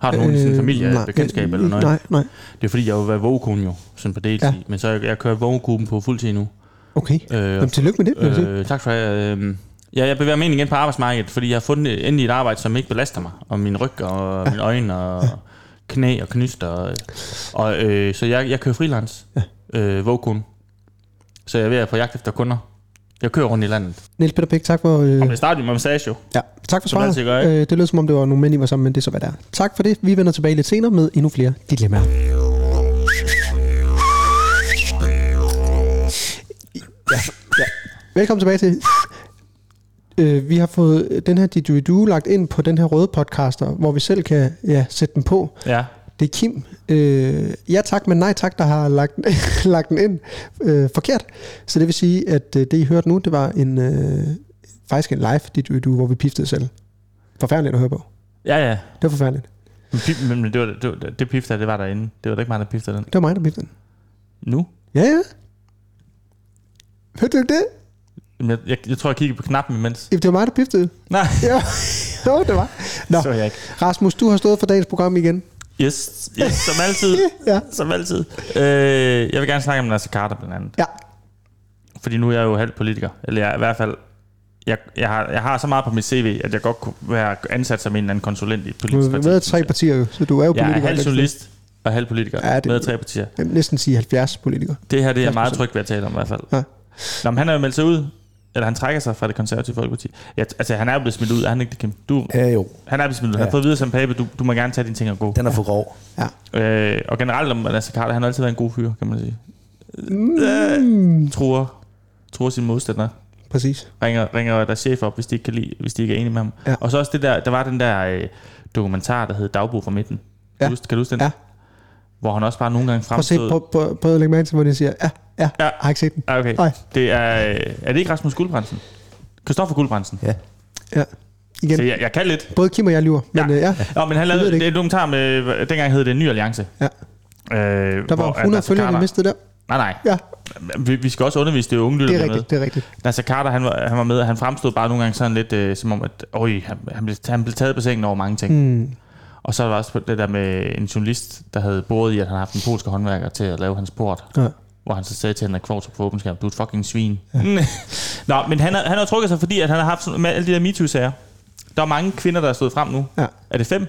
Speaker 1: Har du nogen i sin familie, øh, bekendtskab eller noget?
Speaker 6: Nej, nej.
Speaker 1: Det er fordi, jeg har jo været vågekone jo, sådan på deltid.
Speaker 6: Ja.
Speaker 1: Ja. Men så jeg, jeg kører vågegruppen på fuld tid nu.
Speaker 6: Okay.
Speaker 1: Øh,
Speaker 6: Jamen, tillykke med det. vil jeg sige.
Speaker 1: øh, tak for det. Øh, ja, jeg bevæger mig ind igen på arbejdsmarkedet, fordi jeg har fundet endelig et arbejde, som ikke belaster mig. Og min ryg og mine øjne og knæ og knyster. Og, og, øh, så jeg, jeg kører freelance. Øh, vågekone. Så jeg er ved at være på jagt efter kunder. Jeg kører rundt i landet.
Speaker 6: Niels Peter Bæk, tak for... Øh,
Speaker 1: Og det starter jo med massage jo.
Speaker 6: Ja, tak for
Speaker 1: Som
Speaker 6: svaret.
Speaker 1: altid gør, ikke?
Speaker 6: øh, det lød som om, det var nogle mænd, I var sammen, men det er så, hvad det er. Tak for det. Vi vender tilbage lidt senere med endnu flere dilemmaer. Ja, ja. Velkommen tilbage til... Øh, vi har fået den her didgeridoo lagt ind på den her røde podcaster, hvor vi selv kan ja, sætte den på.
Speaker 1: Ja.
Speaker 6: Det er Kim. Øh, ja tak, men nej tak, der har lagt, lagt den ind øh, forkert. Så det vil sige, at øh, det I hørte nu, det var en øh, faktisk en live didgeridoo, hvor vi piftede selv. Forfærdeligt at høre på.
Speaker 1: Ja, ja.
Speaker 6: Det var forfærdeligt.
Speaker 1: Men, pip, men det, var, det, var, det pifter, det var derinde. Det var da ikke mig, der pifter den.
Speaker 6: Det var mig, der piftede den.
Speaker 1: Nu?
Speaker 6: Ja, ja. Hørte du ikke det?
Speaker 1: Jamen, Jeg, jeg, jeg tror, jeg kiggede på knappen imens.
Speaker 6: Jamen, Det var mig, der piftede.
Speaker 1: Nej,
Speaker 6: Ja, jo, det var. Nå,
Speaker 1: så jeg ikke.
Speaker 6: Rasmus, du har stået for dagens program igen.
Speaker 1: Yes, yes som altid.
Speaker 6: Ja.
Speaker 1: Som altid. Øh, jeg vil gerne snakke om Nasser Carter blandt andet.
Speaker 6: Ja.
Speaker 1: Fordi nu er jeg jo halv politiker. Eller jeg, er i hvert fald... Jeg, jeg, har, jeg har så meget på mit CV, at jeg godt kunne være ansat som en eller anden konsulent i et
Speaker 6: Du
Speaker 1: politisk
Speaker 6: har
Speaker 1: parti.
Speaker 6: været tre partier jo, så du er jo
Speaker 1: Jeg er
Speaker 6: politiker.
Speaker 1: halv journalist og halv politiker.
Speaker 6: Ja,
Speaker 1: Ja,
Speaker 6: det-
Speaker 1: det, med tre partier.
Speaker 6: Jeg vil næsten sige 70 politikere.
Speaker 1: Det her det er jeg meget
Speaker 6: 70%.
Speaker 1: tryg ved at tale om i hvert fald.
Speaker 6: Ja.
Speaker 1: Ja. Nå, men han er jo meldt sig ud. Eller han trækker sig fra det konservative folkeparti. Ja, t- altså, han er jo blevet smidt ud. Er han ikke det, Kim? Du,
Speaker 7: Ja, jo.
Speaker 1: han er blevet smidt ud. Han har
Speaker 7: Ja.
Speaker 1: fået videre som pape. Du, du må gerne tage dine ting og gå.
Speaker 7: Den er for grov.
Speaker 1: Øh, og generelt om Nasser Carter, han har altid været en god fyr, kan man sige. Mm. Tror, tror sine modstandere.
Speaker 6: Præcis.
Speaker 1: Ringer, ringer der chef op, hvis de ikke, kan lide, hvis de ikke er enige med ham.
Speaker 6: Ja.
Speaker 1: Ja. Og så også det der, der var den der øh, dokumentar, der hed Dagbog fra midten.
Speaker 6: Ja.
Speaker 1: Ja. Kan, du huske, kan du huske den?
Speaker 6: Ja.
Speaker 1: Hvor han også bare nogle gange
Speaker 6: Prøv at se,
Speaker 1: fremstod...
Speaker 6: prøv, prøv, prøv at lægge mærke til, hvor de siger, ja, ja, ja,
Speaker 1: Ja.
Speaker 6: har ikke set den.
Speaker 1: Ah, okay.
Speaker 6: Nej.
Speaker 1: Det er, øh, er det ikke Rasmus Guldbrandsen? Kristoffer Guldbrandsen.
Speaker 7: Ja.
Speaker 6: Ja. Igen.
Speaker 1: Så jeg, Altså, jeg kan lidt.
Speaker 6: Både Kim og jeg lyver, men ja. Øh, ja.
Speaker 1: Nå, men han
Speaker 6: ved
Speaker 1: lavede
Speaker 6: det
Speaker 1: det
Speaker 6: ikke.
Speaker 1: er en dokumentar med... hvad- Dengang hed det Ny Alliance.
Speaker 6: Ja.
Speaker 1: Øh,
Speaker 6: Der var
Speaker 1: hvor at
Speaker 6: 100
Speaker 1: Nasser
Speaker 6: følgere, vi
Speaker 1: Carter-
Speaker 6: mistede der.
Speaker 1: Nej, nej.
Speaker 6: Ja,
Speaker 1: Vi, vi skal også undervise det unge
Speaker 6: det
Speaker 1: lytter
Speaker 6: er
Speaker 1: med.
Speaker 6: rigtigt, det er rigtigt.
Speaker 1: Nasser Carter, han var, han var med, og han fremstod bare nogle gange sådan lidt øh, som om, at øj, han, han, blev, han blev taget på sengen over mange ting. Mm.
Speaker 6: Mm.
Speaker 1: Og så var der også det der med en journalist, der havde boet i, at han havde haft en polsk håndværker til at lave hans port.
Speaker 6: Ja.
Speaker 1: Hvor han så sagde til Henrik Kvartrup på åbenskærm, du er et fucking svin. Ja. Nå, men han har, han har trukket sig, fordi at han har haft sådan, med alle de der MeToo-sager. Der er mange kvinder, der er stået frem nu.
Speaker 6: Ja.
Speaker 1: Er det fem?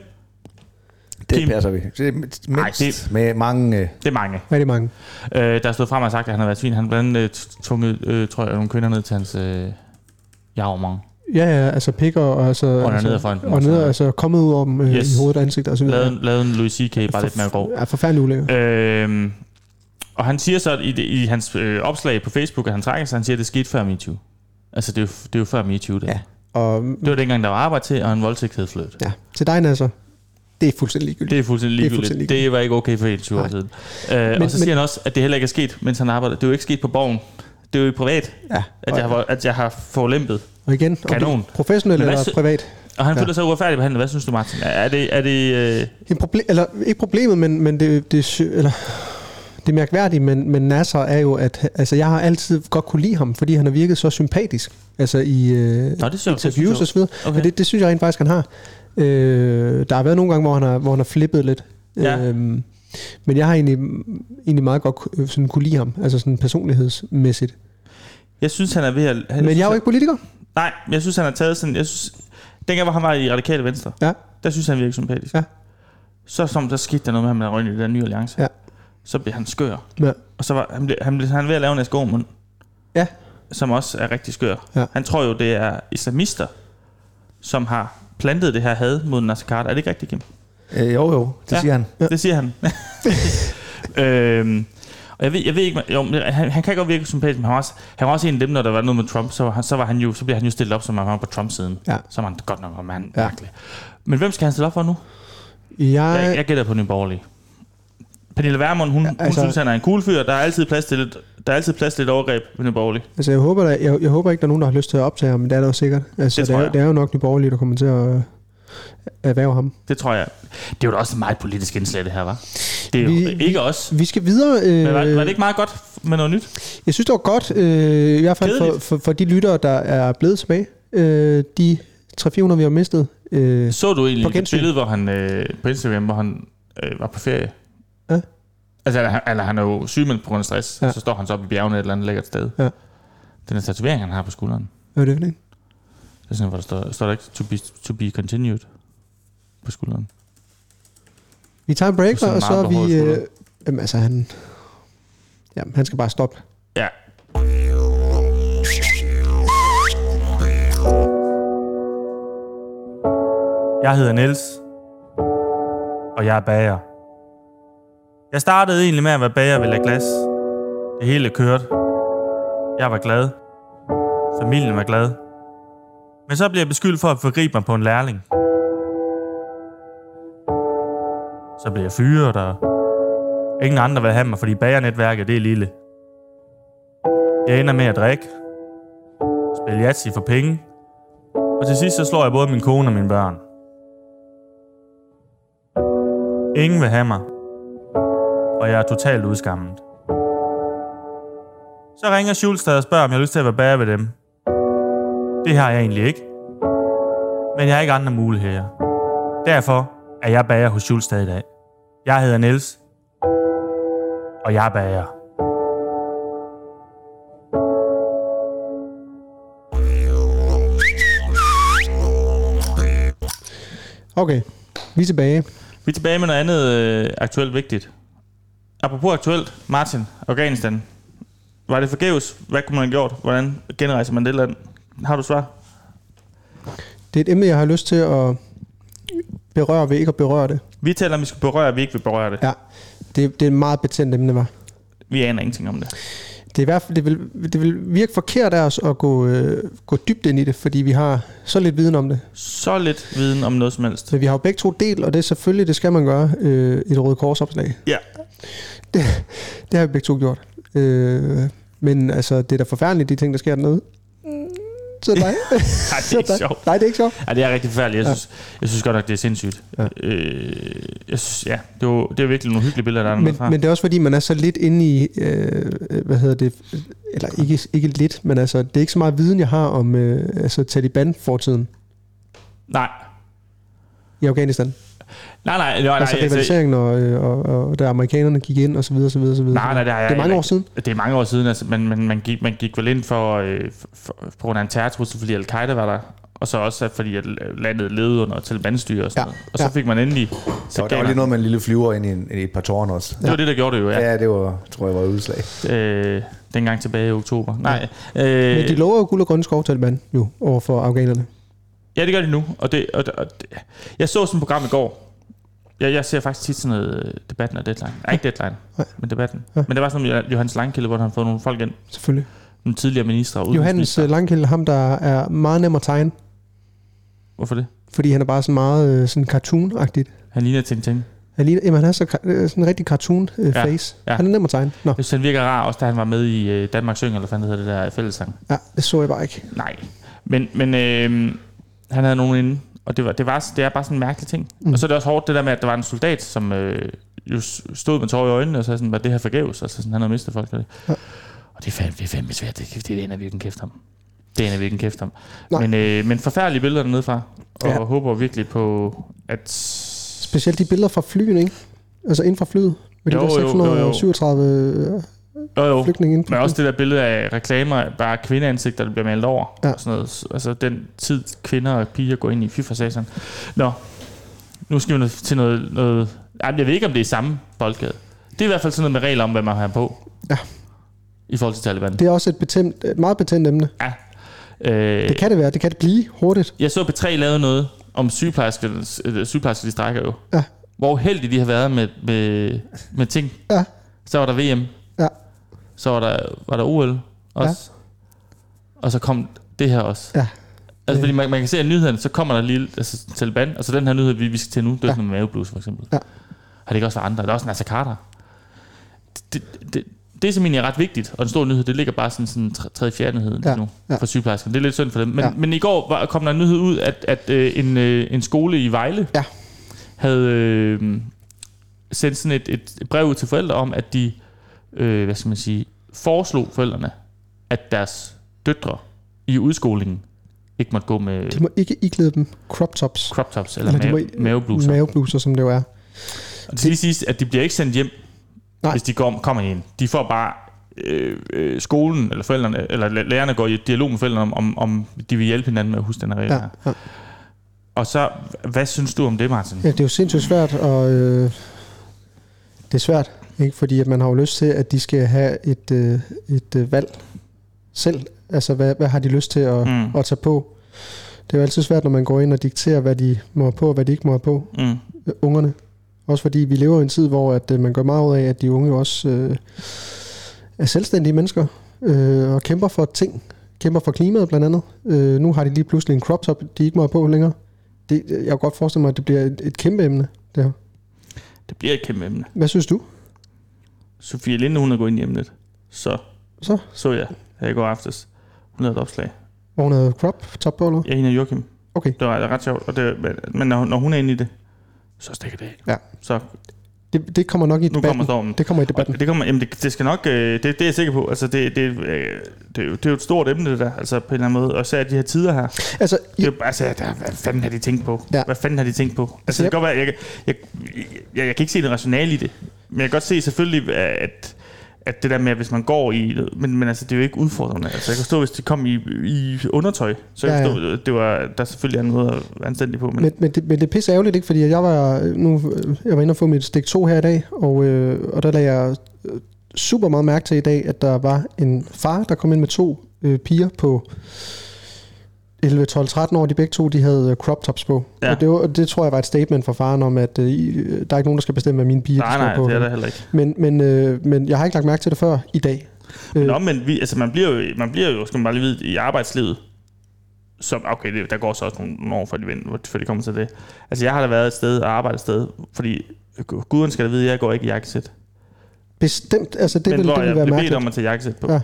Speaker 7: Det
Speaker 1: Kim.
Speaker 7: passer vi. Det er mindst
Speaker 1: Nej,
Speaker 7: det... med mange... Øh,
Speaker 1: Det er mange.
Speaker 6: Rigtig mange.
Speaker 1: Øh, der er stået frem og sagt, at han har været svin. Han har blandt andet øh, t- tvunget, øh, tror jeg, nogle kvinder ned til hans øh, javremang.
Speaker 6: Ja, ja, altså pikker og altså...
Speaker 1: Under
Speaker 6: altså,
Speaker 1: nederfronten.
Speaker 6: Og ned, altså kommet ud over dem øh, yes.
Speaker 1: Yes.
Speaker 6: i hovedet og ansigtet og så videre.
Speaker 1: Lavet, lavet en Louis C.K. bare lidt mere grov.
Speaker 6: Ja, forfærdelig ulækker.
Speaker 1: Øhm, og han siger så at i, det- i hans øh, opslag på Facebook, at han trækker sig, han siger, at det skete før MeToo. Altså, det er jo, det er jo før MeToo, det. Ja.
Speaker 6: Og
Speaker 1: Det var dengang, der var arbejde til, og en voldtægt hed flødt.
Speaker 6: ja, til dig, Nasser, det er fuldstændig ligegyldigt.
Speaker 1: Det er fuldstændig
Speaker 6: Det er
Speaker 1: ligegyldigt. Det,
Speaker 6: fuldstændig
Speaker 1: det var ikke okay for 21 år
Speaker 6: Nej.
Speaker 1: siden. Øh,
Speaker 6: Men-
Speaker 1: og så siger
Speaker 6: men-
Speaker 1: han også, at det heller ikke er sket, mens han arbejdede. Det er jo ikke sket på borgen. Det er jo i privat,
Speaker 6: Ja,
Speaker 1: at jeg, har, at jeg har forlæmpet.
Speaker 6: og igen, om
Speaker 1: Kanon.
Speaker 6: det er professionelt
Speaker 1: Men hvad
Speaker 6: eller
Speaker 1: sy-
Speaker 6: privat.
Speaker 1: Og han
Speaker 6: Ja.
Speaker 1: ja. føler sig uretfærdigt behandlet. Hvad synes du, Martin? Er- Er det... Er det øh,
Speaker 6: En proble- eller, ikke problemet, men, men det, det, er sy- eller, det er mærkværdigt, men, men Nasser er jo, at altså, jeg har altid godt kunne lide ham, fordi han har virket så sympatisk. Altså i øh,
Speaker 1: Nå, det synes jeg- det
Speaker 6: interviews
Speaker 1: synes jeg-
Speaker 6: og så videre. Okay.
Speaker 1: okay.
Speaker 6: Og det, det synes jeg rent faktisk, han har. Øh, der har været nogle gange, hvor han har, hvor han har flippet lidt.
Speaker 1: Ja.
Speaker 6: Øhm, men jeg har egentlig, egentlig meget godt ku- øh, sådan, kunne lide ham, altså sådan personlighedsmæssigt.
Speaker 1: jeg synes, han er ved at... Han,
Speaker 6: Men jeg er jo ikke politiker.
Speaker 1: Nej, men jeg synes, han har taget sådan... Jeg synes, dengang, hvor han var i Radikale Venstre,
Speaker 6: Ja.
Speaker 1: der synes han virkede sympatisk.
Speaker 6: Ja.
Speaker 1: Så som der skete der noget med ham, der røg ind i den nye alliance.
Speaker 6: Ja.
Speaker 1: Så blev han skør.
Speaker 6: Ja.
Speaker 1: Og så var han, blev, han, blev, han er ved at lave en Askårmund.
Speaker 6: Ja.
Speaker 1: Som også er rigtig skør.
Speaker 6: Ja.
Speaker 1: Han tror jo, det er islamister, som har plantet det her had mod Nasser Carter. Er det ikke rigtigt, Kim?
Speaker 7: øh, jo, jo. Det
Speaker 1: Ja.
Speaker 7: ja. siger han.
Speaker 1: Ja. Det siger han. øhm, og jeg ved, jeg ved ikke, man- jo, men han, han kan godt virke sympatisk, men han var, også, han var også en af dem, når der var noget med Trump, så, var han- så, var han jo, så blev han jo stillet op, som om han var på Trump-siden.
Speaker 6: Ja.
Speaker 1: Så var han godt nok var mand,
Speaker 6: Ja.
Speaker 1: ja. mærkelig. Men hvem skal han stille op for nu?
Speaker 6: Jeg,
Speaker 1: Jeg, jeg gætter på Nye Borgerlige. Pernille Vermund, hun, altså, hun
Speaker 6: altså-
Speaker 1: synes, han er en cool fyr. Der er altid plads til lidt, der er altid plads til lidt overgreb ved Nye Borgerlige.
Speaker 6: Altså, jeg håber, der, jeg, jeg håber ikke, der er nogen, der har lyst til at optage ham, men det er der jo sikkert. Altså,
Speaker 1: Det
Speaker 6: det, det,
Speaker 1: tror
Speaker 6: er,
Speaker 1: jeg.
Speaker 6: det er jo nok de borgerlige, der kommer til at øh, erhverve ham.
Speaker 1: Det tror jeg. Det var da også et meget politisk indslag, det her, var. Det er jo
Speaker 6: Vi-
Speaker 1: vi, ikke os.
Speaker 6: Vi skal videre. Øh,
Speaker 1: Men var, var det ikke meget godt med noget nyt?
Speaker 6: Jeg synes, det var godt, øh, i hvert fald for,
Speaker 1: Kedeligt.
Speaker 6: for, for de lyttere, der er blevet tilbage. Øh, de 300-400, vi har mistet. Øh,
Speaker 1: Så du
Speaker 6: På
Speaker 1: egentlig det
Speaker 6: gensyn.
Speaker 1: billede, hvor han øh, på Instagram, hvor han øh, var på ferie?
Speaker 6: Ja.
Speaker 1: Altså, eller, han- eller han er jo sygemeldt på grund af stress,
Speaker 6: Ja.
Speaker 1: ja. så står han så oppe i bjergene et eller andet lækkert sted.
Speaker 6: Ja.
Speaker 1: Den her tatovering, han har på skulderen,
Speaker 6: hvad er det for en?
Speaker 1: det er sådan, hvor der står, står der ikke to be, to be continued på skulderen.
Speaker 6: Vi tager en break,
Speaker 1: Det er sådan
Speaker 6: og så er
Speaker 1: meget behåret
Speaker 6: vi... Øh,
Speaker 1: skulder.
Speaker 6: jamen, altså, han... Jamen, han skal bare stoppe.
Speaker 1: Ja,
Speaker 8: Jeg hedder Niels og jeg er bager. Jeg startede egentlig med at være bager ved La Glace. Det hele kørte. Jeg var glad. Familien var glad. Men så blev jeg beskyldt for at forgribe mig på en lærling. Så blev jeg fyret, og ingen andre vil have mig, fordi bagernetværket det er lille. Jeg ender med at drikke, spille jatsi for penge, og til sidst så slår jeg både min kone og mine børn. Ingen vil have mig. Og jeg er totalt udskammet. Så ringer Schulstad og spørger, om jeg har lyst til at være bager ved dem. Det har jeg egentlig ikke. Men jeg har ikke andre muligheder. Derfor er jeg bager hos Schulstad i dag. Jeg hedder Niels. Og jeg er bager.
Speaker 6: Okay, vi er tilbage.
Speaker 1: vi er tilbage med noget andet øh, aktuelt vigtigt. Apropos aktuelt, Martin, Afghanistan. Var det forgæves? Hvad kunne man have gjort? Hvordan genrejser man det land? Har du et svar?
Speaker 6: Det er et emne, jeg har lyst til at berøre ved ikke at berøre det.
Speaker 1: Vi taler om, at vi skal berøre, at vi ikke vil berøre det.
Speaker 6: Ja, det, det er et meget betændt emne, var.
Speaker 1: Vi aner ingenting om det.
Speaker 6: Det, er i hvert fald, det, vil, det vil virke forkert af os at gå, øh, gå dybt ind i det, fordi vi har så lidt viden om det.
Speaker 1: Så lidt viden om noget som helst.
Speaker 6: Så vi har jo begge to del, og det er selvfølgelig, det skal man gøre, øh, et Røde Kors opslag.
Speaker 1: Ja.
Speaker 6: Det, det har vi begge to gjort. Øh, men altså, det er da forfærdeligt, de ting, der sker dernede. Så nej.
Speaker 1: Ej, det
Speaker 6: Så
Speaker 1: er ikke
Speaker 6: dig.
Speaker 1: sjovt.
Speaker 6: Nej, det er ikke sjovt.
Speaker 1: Ja, det er rigtig forfærdeligt. Jeg synes, ja. jeg synes godt nok, det er sindssygt.
Speaker 6: Ja.
Speaker 1: Ja. Øh, jeg synes, ja, det var, det var virkelig nogle hyggelige billeder, der er
Speaker 6: Men,
Speaker 1: dernede fra.
Speaker 6: men det er også fordi, man er så lidt inde i, øh, hvad hedder det, eller ikke, ikke lidt, men altså, det er ikke så meget viden, jeg har om øh, altså, Taliban-fortiden
Speaker 1: Nej.
Speaker 6: i Afghanistan.
Speaker 1: Nej, nej, nej, nej,
Speaker 6: altså
Speaker 1: altså,
Speaker 6: rivaliseringen, og, øh, og, og, da amerikanerne gik ind, og så videre, så videre, så videre.
Speaker 1: nej, nej, det har jeg
Speaker 6: det er mange
Speaker 1: ikke.
Speaker 6: år siden.
Speaker 1: det er mange år siden, altså, men, men man, gik, man gik vel ind for, øh, for, for, på grund af en terrortrussel, fordi Al-Qaida var der, og så også at fordi at landet levede under Taliban-styre og sådan
Speaker 6: Ja,
Speaker 1: ja. noget. Og så
Speaker 6: ja.
Speaker 1: fik man endelig...
Speaker 7: Der
Speaker 1: Så
Speaker 7: var, der var lige noget med en lille flyver ind i, en, i et par tårn også.
Speaker 1: det var det, der gjorde det jo, ja.
Speaker 7: Ja, det var, tror jeg var et udslag.
Speaker 1: ja. Øh, dengang tilbage i oktober. Nej, øh,
Speaker 6: Men de lover jo guld og grønne skov, Taliban, jo, over for afghanerne.
Speaker 1: Ja, det gør de nu. Og det, og, og det, jeg så sådan et program i går. Jeg, jeg ser faktisk tit sådan noget øh, debatten og deadline. Nej, ikke deadline,
Speaker 6: Nej.
Speaker 1: men debatten.
Speaker 6: Ja.
Speaker 1: Men der var sådan noget med Johannes Langkilde, hvor han havde fået nogle folk ind.
Speaker 6: Selvfølgelig.
Speaker 1: Nogle tidligere ministre og
Speaker 6: Johannes
Speaker 1: udenrigsministre.
Speaker 6: øh, Langkilde, ham der er meget nem at tegne,
Speaker 1: Hvorfor det?
Speaker 6: fordi han er bare sådan meget øh, sådan cartoon-agtigt.
Speaker 1: Han ligner Ting Ting.
Speaker 6: Han ligner, jamen, han har så, ka- øh, sådan en rigtig
Speaker 1: Ja,
Speaker 6: cartoon-face.
Speaker 1: ja.
Speaker 6: Han er nem at tegne. Nå,
Speaker 1: Jeg synes, han virker rar, også da han var med i øh, Danmark Synger, eller hvad fanden hedder det der fællesang.
Speaker 6: ja, det så jeg bare ikke.
Speaker 1: Nej. Men, men øh, han havde nogen inde, og det, var, det, var, det er bare sådan en mærkelig ting. Mm. Og så er det også hårdt det der med, at der var en soldat, som øh, jo s- stod med tårer i øjnene, og så sådan, var det her forgæves, altså sådan, han havde mistet folk. Og det, ja. og det, er fandme, det er fandme svært, det, det aner vi ikke en kæft om. Det aner vi ikke en kæft om.
Speaker 6: Nej.
Speaker 1: Men, øh, men forfærdelige billeder dernede fra, og
Speaker 6: Ja.
Speaker 1: ja. håber virkelig på, at...
Speaker 6: Specielt de billeder fra flyene, ikke? Altså inden fra flyet. Med de
Speaker 1: Jo,
Speaker 6: der
Speaker 1: jo, jo, jo.
Speaker 6: 637
Speaker 1: Jo, jo,
Speaker 6: øh, flygtninge inden
Speaker 1: Men også det der billede af reklamer, bare kvindeansigter, der bliver malet over.
Speaker 6: Ja.
Speaker 1: Ja. Og sådan noget. Altså den tid, kvinder og piger går ind i. Fy for satan. Nå, nu skal vi nå- til noget... noget Ej, men jeg ved ikke, om det er samme boldgade. Det er i hvert fald sådan noget med regler om, hvad man har på.
Speaker 6: Ja.
Speaker 1: I forhold til Taliban.
Speaker 6: Det er også et, betæmt, et meget betændt emne.
Speaker 1: Ja. Øh,
Speaker 6: Det kan det være. Det kan det blive hurtigt.
Speaker 1: jeg så P3 lavede noget om sygeplejersker, øh, sygeplejersker de strækker jo.
Speaker 6: Ja.
Speaker 1: Hvor heldige de har været med, med, med ting.
Speaker 6: Ja.
Speaker 1: Så var der VM.
Speaker 6: Ja.
Speaker 1: Så var der, var der OL også. Ja. Og så kom det her også.
Speaker 6: Ja.
Speaker 1: Altså, fordi man, man kan se, at nyhederne, så kommer der lige altså, Taliban, og så den her nyhed, vi, vi skal til nu, det er ja. med maveblus, for eksempel.
Speaker 6: Ja.
Speaker 1: Har det ikke også været andre? Der er også Nasser Carter. Det, det, det, det som egentlig er ret vigtigt, og en stor nyhed, det ligger bare sådan, sådan tre- tredje, fjerde nyhed
Speaker 6: Ja,
Speaker 1: ja. nu
Speaker 6: ja.
Speaker 1: for sygeplejerskerne. Det er lidt synd for dem. Men,
Speaker 6: Ja.
Speaker 1: ja. men i går var, kom der en nyhed ud, at, at øh, en, øh, en skole i Vejle
Speaker 6: Ja.
Speaker 1: havde øh, sendt sådan et, et brev ud til forældre om, at de øh, hvad skal man sige, foreslog forældrene, at deres døtre i udskolingen ikke måtte gå med
Speaker 6: De må ikke iklæde dem crop tops.
Speaker 1: crop tops eller,
Speaker 6: Eller de
Speaker 1: eller
Speaker 6: må
Speaker 1: mave,
Speaker 6: i-
Speaker 1: mavebluser.
Speaker 6: Mavebluser, som det jo er.
Speaker 1: Og det skal lige siges, at de bliver ikke sendt hjem,
Speaker 6: Nej.
Speaker 1: Nej. hvis de går, kommer i en. De får bare øh, øh, skolen, eller forældrene, eller læ- lærerne går i dialog med forældrene om, om, om de vil hjælpe hinanden med at huske den her regel.
Speaker 6: Ja,
Speaker 1: her.
Speaker 6: ja.
Speaker 1: Og så, hvad synes du om det, Martin?
Speaker 6: Ja, det er jo sindssygt svært, og øh, det er svært, ikke? fordi at man har jo lyst til, at de skal have et, øh, et øh, valg selv. Altså, hvad, hvad har de lyst til at, mm.
Speaker 1: Mm.
Speaker 6: at tage på? Det er jo altid svært, når man går ind og dikterer, hvad de må have på, og hvad de ikke må have på,
Speaker 1: Mm.
Speaker 6: øh, ungerne. Også fordi vi lever i en tid, hvor at, øh, man gør meget ud af, at de unge jo også øh, er selvstændige mennesker øh, og kæmper for ting. Kæmper for klimaet blandt andet. Øh, nu har de lige pludselig en crop top, de ikke må have på længere. Det, øh, jeg kan godt forestille mig, at det bliver et, et kæmpe emne. Det her.
Speaker 1: Det bliver et kæmpe emne.
Speaker 6: Hvad synes du?
Speaker 1: Sofie Linde, hun er gået ind i emnet. Så
Speaker 6: Så?
Speaker 1: så jeg her i går aftes. Hun lavede et opslag.
Speaker 6: Hvor hun havde crop top på eller hvad?
Speaker 1: Jeg hende og Joachim.
Speaker 6: Okay.
Speaker 1: Det var ret sjovt. Og det, men når, når hun er inde i det, så stikker det af.
Speaker 6: Ja.
Speaker 1: Så
Speaker 6: det, det kommer nok
Speaker 1: nu
Speaker 6: i debatten.
Speaker 1: kommer stormen.
Speaker 6: Det kommer i debatten.
Speaker 1: Og Det, kommer, jamen det, det skal nok, øh, det, det er jeg sikker på. Altså det, det, øh, det, er jo, det er jo et stort emne, det der, altså på en eller anden måde. Og især de her tider her. Det
Speaker 6: Altså,
Speaker 1: er jo, altså, der, hvad fanden har de tænkt på?
Speaker 6: Ja.
Speaker 1: Ja. Hvad fanden har de tænkt på? Altså, det kan godt være, jeg, jeg, jeg, jeg, jeg kan ikke se det rationale i det. Men jeg kan godt se selvfølgelig, at, at det der med, at hvis man går i... Men, men altså, det er jo ikke udfordrende. Altså, jeg kan forstå, hvis det kom i, i undertøj, så jeg
Speaker 6: Ja,
Speaker 1: ja,
Speaker 6: ja.
Speaker 1: ja. forstå, det var, der selvfølgelig er noget at være anstændig på. Men,
Speaker 6: Men, men, det, men det er pisse ærgerligt, ikke? Fordi jeg var, nu, jeg var inde og få mit stik 2 her i dag, og, øh, og der lagde jeg øh, super meget mærke til i dag, at der var en far, der kom ind med to øh, piger på 11, 12, 13 år. De begge to, de havde øh, crop tops på.
Speaker 1: Ja.
Speaker 6: Og det, var, og det tror jeg var et statement fra faren om, at øh, I- øh, der er ikke nogen, der skal bestemme, hvad mine piger de
Speaker 1: nej,
Speaker 6: skal
Speaker 1: nej,
Speaker 6: på.
Speaker 1: det er der heller ikke.
Speaker 6: men, men, øh, men jeg har ikke lagt mærke til det før i dag.
Speaker 1: Men omvendt, vi, altså man bliver jo, man bliver jo skal man bare lige vide, i arbejdslivet, som, okay, det, der går så også nogle, nogle år, før de, vender, før de kommer til det. Altså jeg har da været et sted og arbejdet et sted, fordi guden skal da vide, at jeg går ikke i jakkesæt.
Speaker 6: Bestemt, altså det
Speaker 1: Men
Speaker 6: ville
Speaker 1: hvor
Speaker 6: det
Speaker 1: jeg
Speaker 6: ville være
Speaker 1: blev bedt
Speaker 6: mærkeligt.
Speaker 1: om at tage jakkesæt på.
Speaker 6: Ja.
Speaker 1: Ja.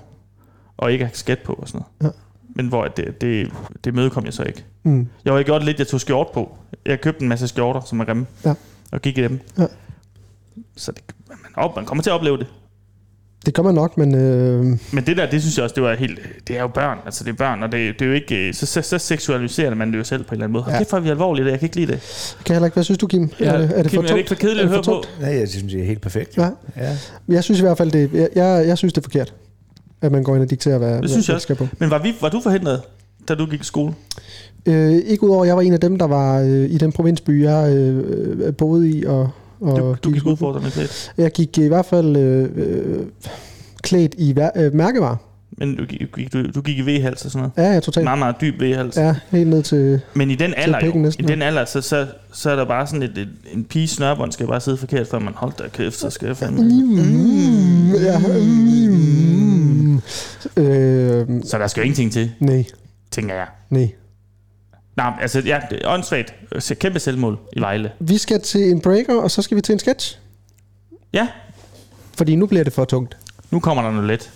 Speaker 1: Og ikke have skat på og sådan noget.
Speaker 6: Ja.
Speaker 1: Ja. Men hvor det, det, det mødekom jeg så ikke.
Speaker 6: Mm.
Speaker 1: Jo, jeg gjorde det lidt, jeg tog skjort på. Jeg købte en masse skjorter, som er grimme,
Speaker 6: Ja.
Speaker 1: og gik i dem.
Speaker 6: Ja.
Speaker 1: Så det, man, op, man kommer til at opleve det.
Speaker 6: Det gør man nok, men... Øh,
Speaker 1: Men det der, det synes jeg også, det var helt... Det er jo børn, altså det er børn, og det, det er jo ikke... øh, Så, så, så seksualiserer man det jo selv på en eller anden måde.
Speaker 6: Ja.
Speaker 1: Ja. Kæft, hvor er vi alvorlige i det, jeg kan ikke lide det.
Speaker 6: kan jeg heller ikke, hvad synes du, Kim?
Speaker 1: Ja,
Speaker 6: er det, er det
Speaker 1: Kim,
Speaker 6: for
Speaker 1: er det ikke for kedeligt at
Speaker 6: Er
Speaker 1: høre
Speaker 6: det for
Speaker 1: på?
Speaker 6: tungt?
Speaker 7: Ja, jeg synes, det er helt perfekt.
Speaker 6: Ja.
Speaker 7: Ja.
Speaker 6: Jeg synes i hvert fald, det, jeg, jeg, jeg synes, det er forkert, at man går ind og dikterer, hvad, hvad
Speaker 1: synes jeg
Speaker 6: hvad skal på.
Speaker 1: Men var, vi, var du forhindret, da du gik i skole?
Speaker 6: Øh, ikke udover, at jeg var en af dem, der var øh, i den provinsby, jeg øh, øh, boede i. Og, og
Speaker 1: Du, du gik
Speaker 6: i-
Speaker 1: udfordrende lidt.
Speaker 6: Jeg gik i hvert fald øh, øh, klædt i vær, øh, mærkevarer.
Speaker 1: Men du, gik- gik, du, du gik i V-hals og sådan noget.
Speaker 6: Ja, ja, totalt.
Speaker 1: Meget, meget dyb V-hals. Ja.
Speaker 6: Ja, helt ned til...
Speaker 1: Men i den alder, jo,
Speaker 6: pikken næsten,
Speaker 1: i den alder så, så, så er der bare sådan et, et en pige snørbånd, skal bare sidde forkert, før man holdt der kæft, så skal jeg fandme...
Speaker 6: Mm, ja, mm, øh,
Speaker 1: Så der skal jo ingenting til,
Speaker 6: nej,
Speaker 1: tænker jeg.
Speaker 6: nej.
Speaker 1: Nej, altså, ja, det er åndssvagt. Så Kæmpe selvmål i Vejle.
Speaker 6: Vi skal til en breaker, og så skal vi til en sketch.
Speaker 1: Ja,
Speaker 6: Fordi nu bliver det for tungt.
Speaker 1: nu kommer der noget let.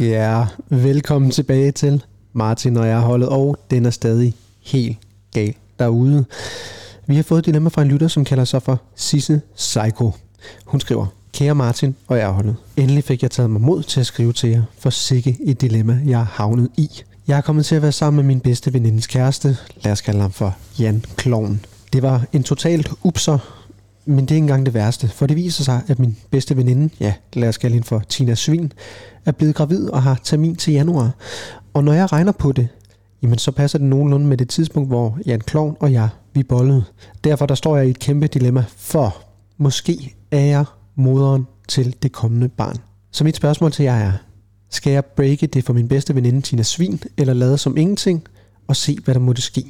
Speaker 6: Ja, velkommen tilbage til Martin og jeg holdet, og den er stadig helt gal derude. Vi har fået et dilemma fra en lytter, som kalder sig for Sisse Psycho. Hun skriver, Kære Martin og jeg holdet, endelig fik jeg taget mig mod til at skrive til jer, for sikke et dilemma, jeg har havnet i. Jeg er kommet til at være sammen med min bedste venindes kæreste, lad os kalde ham for Jan Kloven. Det var en totalt upser, men det er ikke engang det værste, for det viser sig, at min bedste veninde, ja, lad os kalde hende for Tina Svin, er blevet gravid og har termin til januar. Og når jeg regner på det, jamen så passer det nogenlunde med det tidspunkt, hvor Jan Kloven og jeg, vi bollede. Derfor der står jeg i et kæmpe dilemma, for måske er jeg moderen til det kommende barn. Så mit spørgsmål til jer er, skal jeg breake det for min bedste veninde Tina Svin, eller lade som ingenting, og se hvad der måtte ske?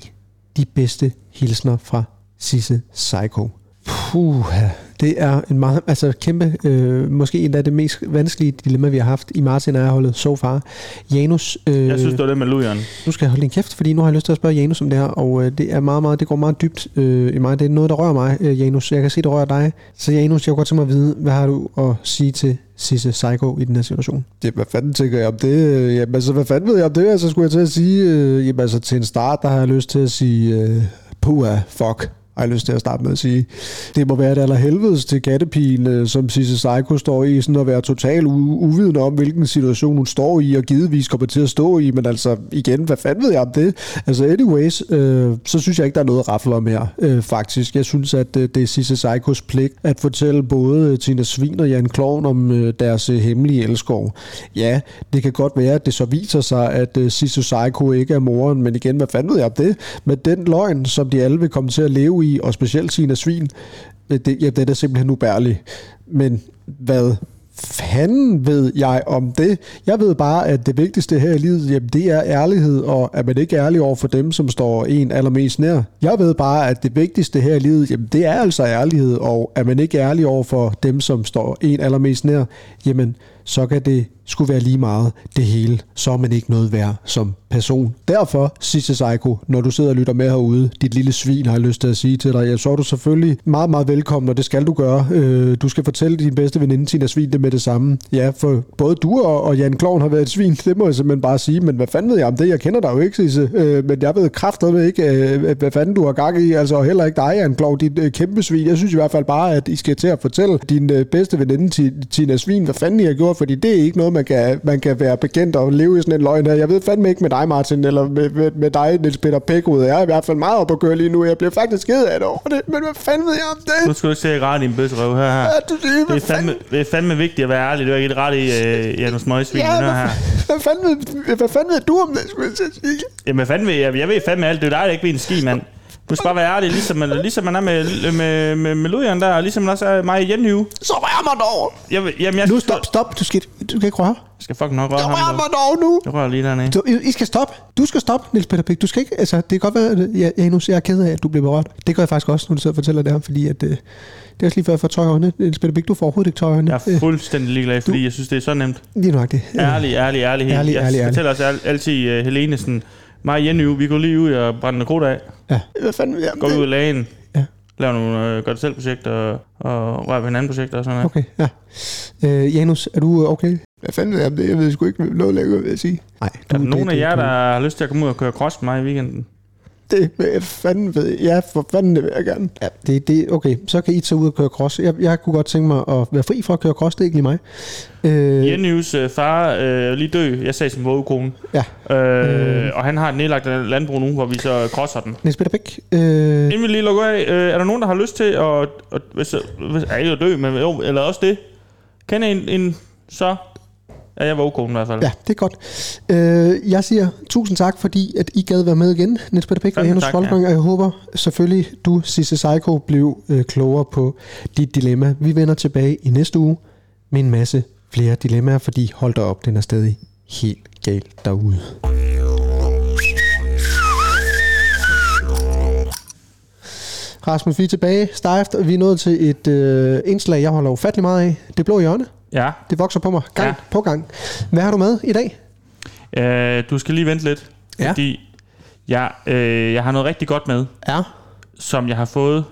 Speaker 6: De bedste hilsner fra Sisse Psycho. Puh, det er en meget, altså kæmpe, øh, måske endda det mest vanskelige dilemma, vi har haft i Martin og jeg holdet so far. Janus, øh,
Speaker 1: Jeg synes, det var det med lujeren.
Speaker 6: nu skal jeg holde din kæft, fordi nu har jeg lyst til at spørge Janus om det her, og øh, det er meget, meget, det går meget dybt øh, i mig. Det er noget, der rører mig, øh, Janus. Jeg kan se, det rører dig. Så Janus, jeg kunne godt tænke mig at vide, hvad har du at sige til Sisse Psycho i den her situation?
Speaker 2: Ja, hvad fanden tænker jeg om det? Jamen, altså, hvad fanden ved jeg om det? Altså, skulle jeg til at sige... Øh, jamen, altså, til en start, der har jeg lyst til at sige... Øh, Pua, fuck. har jeg lyst til at starte med at sige. Det må være det allerhelvedes til kattepigen, øh, som Sisse Seiko står i, sådan at være totalt u- uvidende om, hvilken situation hun står i, og givetvis kommer til at stå i, men altså igen, hvad fanden ved jeg om det? Altså anyways, øh, så synes jeg ikke, der er noget at rafle om her, øh, faktisk. Jeg synes, at øh, det er Sisse Seikos pligt at fortælle både øh, Tina Svin og Jan Kloven om øh, deres øh, hemmelige elskov. Ja, det kan godt være, at det så viser sig, at øh, Sisse Seiko ikke er moren, men igen, hvad fanden ved jeg om det? Men den løgn, som de alle vil komme til at leve i, og specielt Tina Svin, øh, det, ja, den er simpelthen ubærlig. Men hvad fanden ved jeg om det? Jeg ved bare, at det vigtigste her i livet, jamen, det er ærlighed, og at man ikke er ærlig over for dem, som står en allermest nær. Jeg ved bare, at det vigtigste her i livet, jamen, det er altså ærlighed, og at man ikke er ærlig over for dem, som står en allermest nær, jamen, så kan det skulle være lige meget det hele. Så er man ikke noget værd som person. Derfor, Sisse Seiko, når du sidder og lytter med herude, dit lille svin har jeg lyst til at sige til dig, ja, så er du selvfølgelig meget, meget velkommen, og det skal du gøre. Øh, du skal fortælle din bedste veninde, Tina Svin, det med det samme. Ja, for både du og, og Jan Kloven har været et svin, det må jeg simpelthen bare sige, men hvad fanden ved jeg om det? Jeg kender dig jo ikke, Sisse, øh, men jeg ved kraftedeme ikke, øh, hvad fanden du har gang i, altså og heller ikke dig, Jan Kloven, dit øh, kæmpe svin. Jeg synes i hvert fald bare, at I skal til at fortælle din øh, bedste veninde, Ti- Tina Svin, hvad fanden I har gjort, fordi det er ikke noget, man kan, man kan være bekendt og leve i sådan en løgn her. Jeg ved fandme ikke med dig, Martin, eller med, med, med dig, Niels Peter Pækkud. Jeg er i hvert fald meget op at køre lige nu. Jeg bliver faktisk ked af det over det, men hvad fanden ved jeg om
Speaker 1: Nu
Speaker 2: det?
Speaker 1: skal du ikke se, at jeg retter din bøsserøv her. her.
Speaker 2: Ja, du, det,
Speaker 1: Det
Speaker 2: hvad
Speaker 1: er, fandme, det er fandme vigtigt at være ærlig. Det er ikke et ret i øh, Janus Møgsvin.
Speaker 2: Ja,
Speaker 1: Ja,
Speaker 2: hvad,
Speaker 1: her.
Speaker 2: hvad, fanden ved, hvad fanden ved du om det, skulle jeg til at sige?
Speaker 1: Jamen, fandme, ved jeg, jeg ved fandme alt. Det er dig, der ikke ved en ski, mand. Du skal bare være ærlig, ligesom man, ligesom man er med, med, med, med Lujan der, og ligesom man også er mig i Jenhive.
Speaker 2: Så rør mig dog!
Speaker 1: Jeg, jamen, jeg
Speaker 6: Nu stop, stop. Du skal, du kan ikke røre.
Speaker 1: Jeg skal fucking nok røre
Speaker 2: Så rør
Speaker 1: ham.
Speaker 2: mig
Speaker 1: dog.
Speaker 2: dog nu!
Speaker 1: Jeg rører lige dernede.
Speaker 6: Du, I, I skal stoppe. Du skal stoppe, Niels Peter Pick. Du skal ikke, altså, det kan godt være, at jeg, jeg, nu, jeg er ked af, at du bliver berørt. Det gør jeg faktisk også, når du sidder og fortæller det her, fordi at, øh, det er også lige før, jeg får tøj i øjnene. Niels Peter Pick, du får overhovedet ikke tøj i øjnene.
Speaker 1: Jeg er fuldstændig ligeglad, fordi jeg synes, det er så nemt.
Speaker 6: Lige nok det.
Speaker 1: Ærlig, ærlig, ærlig. helt.
Speaker 6: Øh. Ærlig,
Speaker 1: jeg
Speaker 6: ærlig, ærlig.
Speaker 1: fortæller også al- altid uh, Helene sådan, mig og Jenny, vi går lige ud og brænder noget krudt af.
Speaker 2: Hvad fanden ved jeg om
Speaker 1: Går ud
Speaker 2: det?
Speaker 1: i lagen.
Speaker 6: Ja.
Speaker 1: Laver nogle øh, gør-det-selv-projekter og, og rører ved hinanden projekter og sådan noget.
Speaker 6: Okay, ja. Øh, Janus, er du øh, okay?
Speaker 2: Hvad fanden ved jeg om det? Jeg ved sgu ikke noget længere, vil jeg sige.
Speaker 6: Nej,
Speaker 1: Er der nogen af jer, der har lyst til at komme ud og køre cross med mig i weekenden?
Speaker 2: Det hvad fanden ved jeg. Ja, for fanden det vil jeg gerne.
Speaker 6: Ja, det, det, okay, så kan I tage ud og køre cross. Jeg, jeg kunne godt tænke mig at være fri fra at køre cross, det er ikke lige mig. Øh,
Speaker 1: Øh. Jennys øh, far øh, er lige død. Jeg sagde som vågekone.
Speaker 6: Ja.
Speaker 1: Øh, Og han har et nedlagt landbrug nu, hvor vi så crosser den.
Speaker 6: Niels Peter Bæk, øh,
Speaker 1: Inden vi lige lukker af, øh, er der nogen, der har lyst til at... at hvis, hvis, er ikke at dø, men jo, eller også det. Kender en, en så... Er jeg vågekone i hvert fald.
Speaker 6: ja, det er godt. Øh, jeg siger tusind tak, fordi at I gad være med igen, Niels Peter Bæk og
Speaker 1: Fandme
Speaker 6: Janus
Speaker 1: tak,
Speaker 6: Folkvang,
Speaker 1: ja.
Speaker 6: og jeg håber selvfølgelig, du, Sisse Seiko, blev øh, klogere på dit dilemma. Vi vender tilbage i næste uge med en masse flere dilemmaer, fordi hold da op, den er stadig helt galt derude. Rasmus, vi er tilbage stejft, og vi er nået til et øh, indslag, jeg holder ufattelig meget af. Det blå hjørne,
Speaker 1: Ja.
Speaker 6: det vokser på mig gang ja.
Speaker 1: Ja.
Speaker 6: på gang. Hvad har du med i dag?
Speaker 1: Øh, du skal lige vente lidt.
Speaker 6: Ja.
Speaker 1: Fordi jeg, øh, jeg har noget rigtig godt med,
Speaker 6: Ja.
Speaker 1: som jeg har fået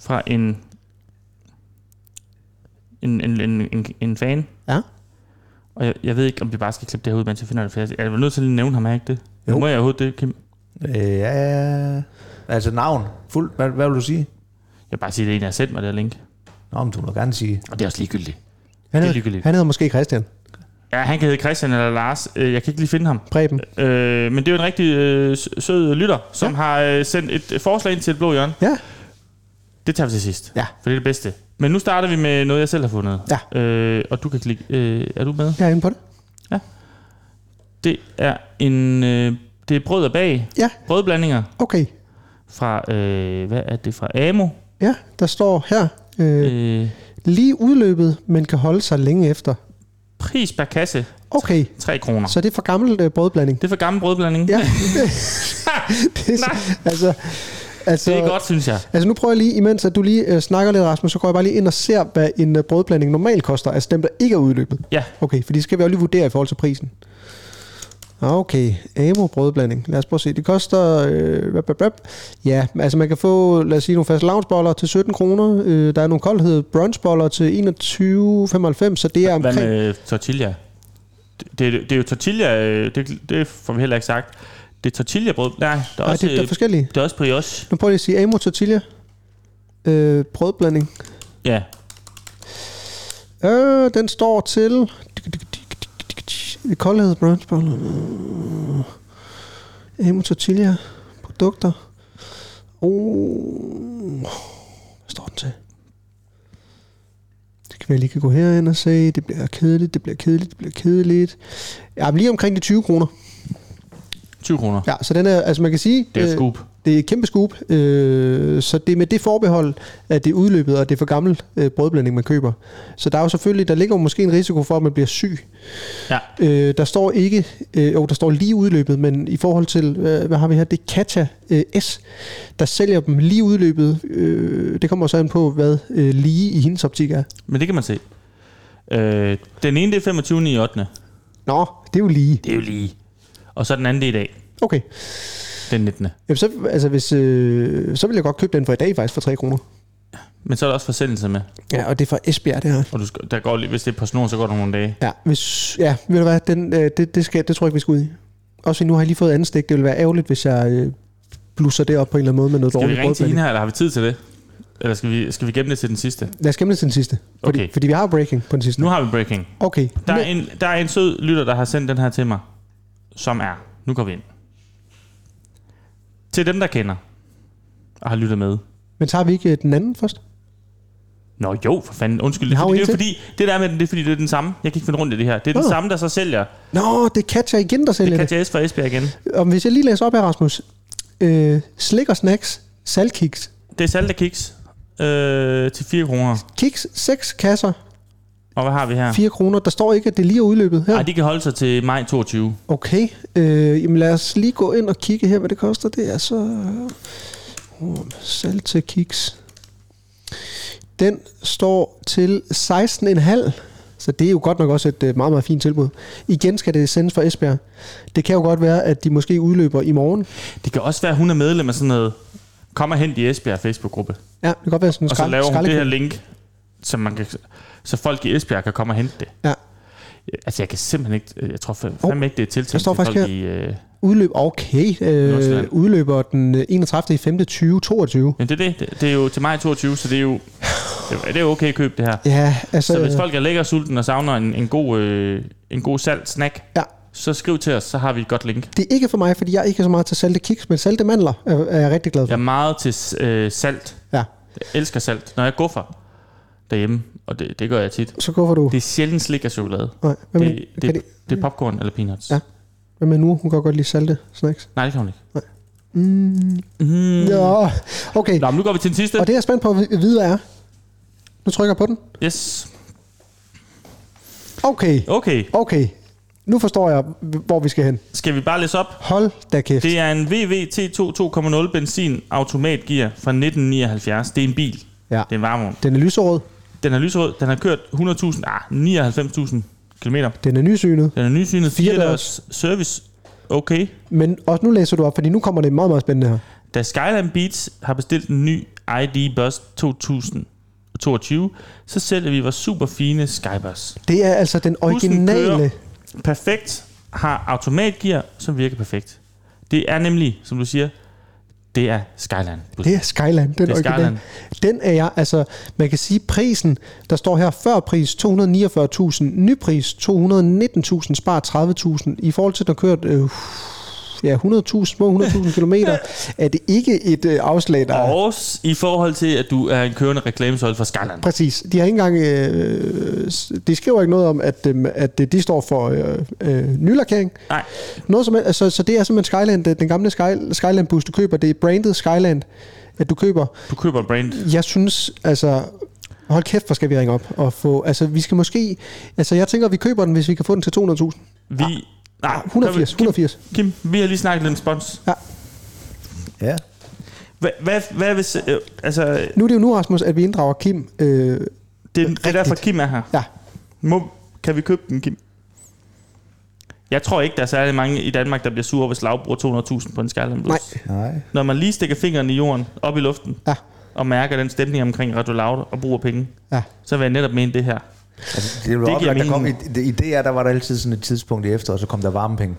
Speaker 1: fra en... En, en, en, en, en fan.
Speaker 6: Ja.
Speaker 1: Og jeg, jeg ved ikke, om vi bare skal klippe det her ud, mens jeg finder det færdigt. Jeg er vel nødt til lige at nævne ham, er jeg ikke det? Jo. Må jeg overhovedet det, Kim?
Speaker 7: Øh, ja, altså navn. Fuld. Hvad, hvad vil du sige?
Speaker 1: Jeg vil bare sige, at det er en, der har sendt mig det her link.
Speaker 7: Nå, men du må gerne sige.
Speaker 1: Og det er også ligegyldigt.
Speaker 6: Han
Speaker 1: Det er
Speaker 6: hedder,
Speaker 1: ligegyldigt.
Speaker 6: han hedder måske Christian.
Speaker 1: Ja, han kan hedde Christian eller Lars. Øh, Jeg kan ikke lige finde ham.
Speaker 6: Preben.
Speaker 1: Øh, men det er jo en rigtig øh, s- sød lytter, som ja. har øh, sendt et øh, forslag ind til et blå hjørne.
Speaker 6: Ja.
Speaker 1: Det tager vi til sidst.
Speaker 6: Ja.
Speaker 1: For det er det bedste. Men nu starter vi med noget, jeg selv har fundet.
Speaker 6: Ja.
Speaker 1: Øh, og du kan klikke. Øh, er du med?
Speaker 6: Jeg er inde på det.
Speaker 1: Det er en... Øh, det er brød og bag.
Speaker 6: Ja.
Speaker 1: Brødblandinger
Speaker 6: Okay.
Speaker 1: fra... Øh, hvad er det? Fra Amo.
Speaker 6: Ja, der står her. Øh, øh.
Speaker 1: Øh,
Speaker 6: Lige udløbet, men kan holde sig længe efter.
Speaker 1: pris per kasse.
Speaker 6: Okay,
Speaker 1: 3 kroner.
Speaker 6: så det er for gammel øh, brødblanding.
Speaker 1: Det er for gammel brødblanding.
Speaker 6: Ja. det er, så- altså, altså,
Speaker 1: Det er godt, synes jeg.
Speaker 6: Altså nu prøver jeg lige, imens at du lige øh, snakker lidt, Rasmus, så går jeg bare lige ind og ser, hvad en øh, brødblanding normalt koster. Altså dem, der ikke er udløbet.
Speaker 1: Ja.
Speaker 6: Okay, for det skal vi jo lige vurdere i forhold til prisen. Okay, Amo brødblanding. Lad os prøve at se. Det koster... Øh, bap, bap, bap. Ja, altså man kan få, lad os sige, nogle faste loungeboller til 17 kroner. Øh, der er nogle koldhed brunchboller til 21,95, så det er
Speaker 1: Hvad
Speaker 6: omkring...
Speaker 1: med øh, tortilla? Det, det, det er jo tortilla, øh, det, det får vi heller ikke sagt. Det er tortillabrød. Nej, der er
Speaker 6: Nej,
Speaker 1: også,
Speaker 6: det, der er
Speaker 1: øh,
Speaker 6: forskellige.
Speaker 1: det er også brioche.
Speaker 6: Nu prøver jeg lige at sige Amo tortilla. øh, brødblanding.
Speaker 1: Ja.
Speaker 6: Øh, den står til... Koldhed, brunchbolle. Emo tortilla. Produkter. Oh. Hvad står den til? Det kan være, jeg lige kan gå herind og se. Det bliver kedeligt, det bliver kedeligt, det bliver kedeligt. Ja, men lige omkring de 20 kroner.
Speaker 1: 20 kroner. Ja.
Speaker 6: Ja, så den er, altså man kan sige...
Speaker 1: Det er et
Speaker 6: øh,
Speaker 1: scoop.
Speaker 6: det er et kæmpe scoop, øh, så det er med det forbehold, at det er udløbet, og det er for gammel øh, brødblanding, man køber. Så der er jo selvfølgelig, der ligger jo måske en risiko for, at man bliver syg.
Speaker 1: Ja.
Speaker 6: Øh, der står ikke, øh, jo, der står lige udløbet, men i forhold til, øh, hvad har vi her, det er Katja øh, S, der sælger dem lige udløbet. Øh, det kommer så an på, hvad øh, lige i hendes optik er.
Speaker 1: Men det kan man se. Øh, den ene, det er 25. i 8.
Speaker 6: Nå, det er jo lige.
Speaker 1: Det er jo lige. Og så den anden, det er i dag.
Speaker 6: Okay.
Speaker 1: Den 19.
Speaker 6: Jamen, så, altså, hvis, øh, så vil jeg godt købe den for i dag faktisk for 3 kroner.
Speaker 1: Men så er der også forsendelse med.
Speaker 6: Ja, og det er fra Esbjerg, det her.
Speaker 1: Og du skal, der går lige, hvis det er på snor, så går der nogle dage.
Speaker 6: Ja, hvis, ja ved du hvad, den, øh, det, det, skal, det tror jeg ikke, vi skal ud i. Også nu har jeg lige fået andet stik. Det ville være ærgerligt, hvis jeg øh, blusser det op på en eller anden måde med noget
Speaker 1: Skal vi
Speaker 6: dårligt
Speaker 1: ringe til
Speaker 6: brødblanding.
Speaker 1: hende her, eller har vi tid til det? Eller skal vi, skal vi gemme det til den sidste?
Speaker 6: Lad os gemme det til den sidste. Fordi,
Speaker 1: Okay.
Speaker 6: fordi vi har jo breaking på den sidste.
Speaker 1: Nu har vi breaking.
Speaker 6: Okay.
Speaker 1: Der er,
Speaker 6: Men-
Speaker 1: en, der er en sød lytter, der har sendt den her til mig, som er, nu går vi ind. Til dem, der kender og har lyttet med.
Speaker 6: Men tager vi ikke øh, den anden først?
Speaker 1: Nå jo, for fanden, undskyld. Det,
Speaker 6: Har
Speaker 1: er
Speaker 6: vi
Speaker 1: fordi- det er
Speaker 6: en
Speaker 1: fordi, det der med den, det er fordi, det er den samme. Jeg kan ikke finde rundt i det her. Det er den
Speaker 6: Nå.
Speaker 1: samme, der så sælger.
Speaker 6: Nå, det er Katja igen, der sælger det.
Speaker 1: Katja S. fra Esbjerg igen.
Speaker 6: det. Og hvis jeg lige læser op her, Rasmus. Øh, slik og snacks, saltkiks.
Speaker 1: Det er salte kiks øh, til 4 kroner.
Speaker 6: Kiks, 6 kasser,
Speaker 1: Og hvad har vi her?
Speaker 6: 4 kroner. Der står ikke, at det lige er udløbet her.
Speaker 1: Nej, de kan holde sig til maj 22.
Speaker 6: Okay, øh, jamen lad os lige gå ind og kigge her, hvad det koster. Det er så... Uh, salg til kiks. Den står til 16,5. Så det er jo godt nok også et øh, meget, meget fint tilbud. Igen skal det sendes fra Esbjerg. Det kan jo godt være, at de måske udløber i morgen.
Speaker 1: Det kan også være, at hun er medlem af sådan noget Kom og hent i Esbjerg Facebook-gruppe.
Speaker 6: Ja, det kan godt være sådan en
Speaker 1: Og så
Speaker 6: skrald,
Speaker 1: laver hun det her
Speaker 6: skraldekæde.
Speaker 1: link, så, man kan, så folk i Esbjerg kan komme og hente det.
Speaker 6: Ja.
Speaker 1: Altså, jeg kan simpelthen ikke... Jeg tror fa- fandme ikke, det er tiltænkt
Speaker 6: der står
Speaker 1: til
Speaker 6: faktisk
Speaker 1: folk i... Øh,
Speaker 6: Udløb, okay. Øh,
Speaker 1: Nordsjælland.
Speaker 6: udløber den øh, 31. i 5. 2022.
Speaker 1: men det er det. det. Det er jo til maj 22, så det er jo... Det er jo okay køb, det her.
Speaker 6: Ja, altså...
Speaker 1: Så hvis folk er lækker sulten og savner en, en god, øh, en god salt snack,
Speaker 6: Ja.
Speaker 1: så skriv til os, så har vi et godt link.
Speaker 6: Det er ikke for mig, fordi jeg ikke er så meget til salte kiks, men salte mandler er, er jeg rigtig glad for.
Speaker 1: Jeg er meget til øh, salt.
Speaker 6: Ja.
Speaker 1: Jeg elsker salt. Når jeg guffer derhjemme, og det, det gør jeg tit,
Speaker 6: Så går for du.
Speaker 1: det er sjældent slik og chokolade.
Speaker 6: Nej, hvad med,
Speaker 1: Det, det,
Speaker 6: det, kan
Speaker 1: det,
Speaker 6: det,
Speaker 1: det er popcorn eller peanuts.
Speaker 6: Ja. hvad med nu? Hun kan godt lide salte snacks.
Speaker 1: Nej, det kan hun ikke.
Speaker 6: Mm.
Speaker 1: Mm.
Speaker 6: Ja, okay.
Speaker 1: Nå, men nu går vi til den sidste.
Speaker 6: Og det jeg er spændt på at vide er... Nu trykker jeg på den.
Speaker 1: Yes.
Speaker 6: Okay,
Speaker 1: Okay,
Speaker 6: okay. Nu forstår jeg, hvor vi skal hen.
Speaker 1: skal vi bare læse op?
Speaker 6: Hold da kæft.
Speaker 1: Det er en VVT 2.2.0 benzin automatgear fra 1979. Det er en bil.
Speaker 6: Ja.
Speaker 1: Det er en varmvogn.
Speaker 6: Den er lyserød.
Speaker 1: Den er lyserød. Den har kørt 100.000, ah, 99.000 km.
Speaker 6: Den er nysynet.
Speaker 1: Den er nysynet.
Speaker 6: Fire
Speaker 1: 4 dørs service. Okay.
Speaker 6: Men også nu læser du op, fordi nu kommer det meget, meget spændende her.
Speaker 1: Da Skyline Beats har bestilt en ny ID Bus 2022, så sælger vi vores super fine Skybus.
Speaker 6: Det er altså den
Speaker 1: Bussen
Speaker 6: originale...
Speaker 1: kører perfekt, har automatgear, som virker perfekt. Det er nemlig, som du siger, det er Skyland.
Speaker 6: Det er Skyland, den
Speaker 1: Det er
Speaker 6: originale.
Speaker 1: Skyland.
Speaker 6: Den er jeg, altså, man kan sige, prisen, der står her, før pris 249.000, ny pris 219.000, spar 30.000. I forhold til, at der har kørt øh, ja, 100.000, små 100.000 kilometer, er det ikke et øh, afslag, der er.
Speaker 1: Og også i forhold til, at du er en kørende reklamesøjle for Skyland.
Speaker 6: Præcis. De har ikke engang, øh, s- de skriver ikke noget om, at, øh, at øh, de står for øh, øh, nylakering.
Speaker 1: Nej,
Speaker 6: Noget som, helst. altså, så det er simpelthen Skyland, øh, den gamle Sky, Skyland bus, du køber. Det er branded Skyland, at du køber.
Speaker 1: du køber en brand.
Speaker 6: Jeg synes, altså... Hold kæft, hvor skal vi ringe op og få... Altså, vi skal måske... Altså, jeg tænker, vi køber den, hvis vi kan få den til 200.000.
Speaker 1: Vi, nej,
Speaker 6: 180,
Speaker 1: Kim,
Speaker 6: 180.
Speaker 1: Kim, vi har lige snakket lidt om spons.
Speaker 7: Ja.
Speaker 1: Hvad, hvad, hvad hvis... Øh, altså,
Speaker 6: Nu er det jo nu, Rasmus, at vi inddrager Kim. Øh,
Speaker 1: det, det er derfor,
Speaker 6: Rigtigt.
Speaker 1: Kim er her.
Speaker 6: ja,
Speaker 1: Må, kan vi købe den, Kim? Jeg tror ikke, der er særlig mange i Danmark, der bliver sure, hvis Lav bruger 200.000 på en Skyland Blues.
Speaker 6: Nej.
Speaker 7: Nej.
Speaker 1: Når man lige stikker fingeren i jorden, op i luften,
Speaker 6: Ja.
Speaker 1: og mærker den stemning omkring Radio Loud og bruger penge,
Speaker 6: Ja.
Speaker 1: så vil jeg netop mene det her.
Speaker 7: Altså, det var
Speaker 1: giver
Speaker 7: oplagt, der kom, i,
Speaker 1: mening.
Speaker 7: i DR, der var der altid sådan et tidspunkt i efter, og så kom der varme penge.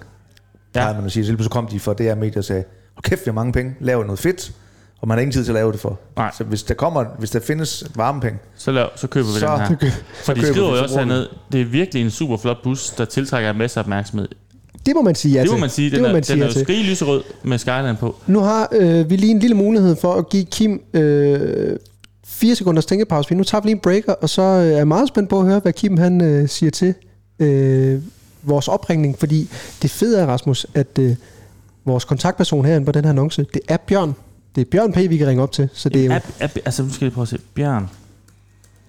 Speaker 1: Ja.
Speaker 7: Ja. Man at sige. Så lige pludselig kom de fra DR Media og sagde, "Hold kæft, det er mange penge, lav noget fedt. Og man har ingen tid til at lave det for.
Speaker 1: Nej.
Speaker 7: Så hvis der, kommer, hvis der findes varmepenge,
Speaker 1: Så, lav, så køber vi
Speaker 7: Så
Speaker 1: den her. For de
Speaker 7: køber
Speaker 1: skriver
Speaker 7: vi,
Speaker 1: jo
Speaker 7: så
Speaker 1: også
Speaker 7: bruger vi
Speaker 1: hernede, det er virkelig en super flot bus, der tiltrækker en masse opmærksomhed.
Speaker 6: Det må man sige ja
Speaker 1: Det
Speaker 6: til.
Speaker 1: må man sige,
Speaker 6: Altså,
Speaker 1: den,
Speaker 6: det må
Speaker 1: er,
Speaker 6: man
Speaker 1: den
Speaker 6: sige
Speaker 1: er
Speaker 6: ja
Speaker 1: jo
Speaker 6: til.
Speaker 1: skrige lyserød med skyline på.
Speaker 6: Nu har øh, vi lige en lille mulighed for at give Kim øh, fire sekunders tænkepause. fordi Nu tager vi lige en breaker, og så øh, er jeg meget spændt på at høre, hvad Kim han øh, siger til øh, vores opringning. Fordi det fede er, Rasmus, at øh, vores kontaktperson herinde på den her annonce, det er Bjørn. Det er Bjørn P., vi kan ringe op til. Så det er jo,
Speaker 1: Ab, ab, altså, nu skal jeg prøve at se. Bjørn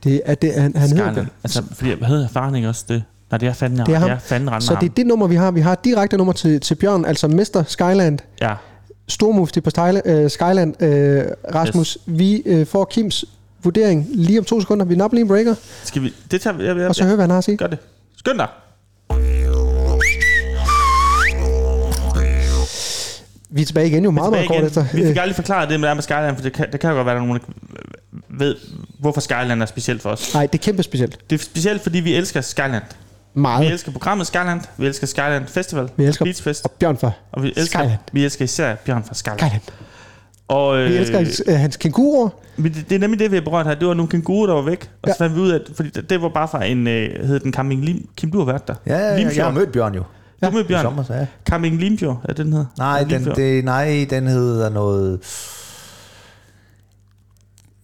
Speaker 6: det er, det, er- han, han hedder
Speaker 1: Skyline. Altså, fordi hvad hedder faren ikke også det? Nej, det er fanden,
Speaker 6: Det er ham.
Speaker 1: Jeg fanden rende
Speaker 6: Så det er det nummer, vi har. Vi har et direkte nummer til, til Bjørn, altså Mester Skyland.
Speaker 1: Ja,
Speaker 6: Stormufti på Style, øh, Skyland, øh, Rasmus. Yes. Vi øh, får Kims vurdering lige om to sekunder. Vi napper lige en breaker,
Speaker 1: skal vi... Det tager vi... Jeg, jeg,
Speaker 6: og så hører vi, hvad han har at sige.
Speaker 1: Gør det. Skynd dig.
Speaker 6: Vi er tilbage igen jo meget,
Speaker 1: Tilbage
Speaker 6: meget kort
Speaker 1: igen.
Speaker 6: efter.
Speaker 1: Vi
Speaker 6: Øh,
Speaker 1: fik aldrig forklaret det med, der med Skyland, for det kan, det kan jo godt være, at der er nogen, der ved, hvorfor Skyland er specielt for os.
Speaker 6: Nej, det er kæmpe specielt.
Speaker 1: Det er specielt, fordi vi elsker Skyland. Vi
Speaker 6: Meget.
Speaker 1: elsker programmet Skyland, vi elsker Skyland Festival,
Speaker 6: Vi elsker-
Speaker 1: Beach Fest,
Speaker 6: Og Bjørn for
Speaker 1: og vi elsker,
Speaker 6: Skyland.
Speaker 1: vi elsker især Bjørn fra Skyland.
Speaker 6: Skyland.
Speaker 1: Og, øh,
Speaker 6: Vi elsker hans, øh, hans kænguruer.
Speaker 1: Men det, det er nemlig det, vi har berørt her. Det var nogle kænguruer, der var væk. Og ja. så fandt vi ud af, at- fordi det, det var bare fra en, øh, hed den Camping Lim... Kim, du har været der.
Speaker 7: ja, ja, ja, jeg har
Speaker 1: Limfjord.
Speaker 7: mødt Bjørn jo.
Speaker 1: Du med
Speaker 7: I
Speaker 1: Bjørn.
Speaker 7: sommer, så ja.
Speaker 1: Camping Limfjord, er det, den hedder?
Speaker 7: Nej, den,
Speaker 1: Limfjord.
Speaker 7: det, nej, den hedder noget...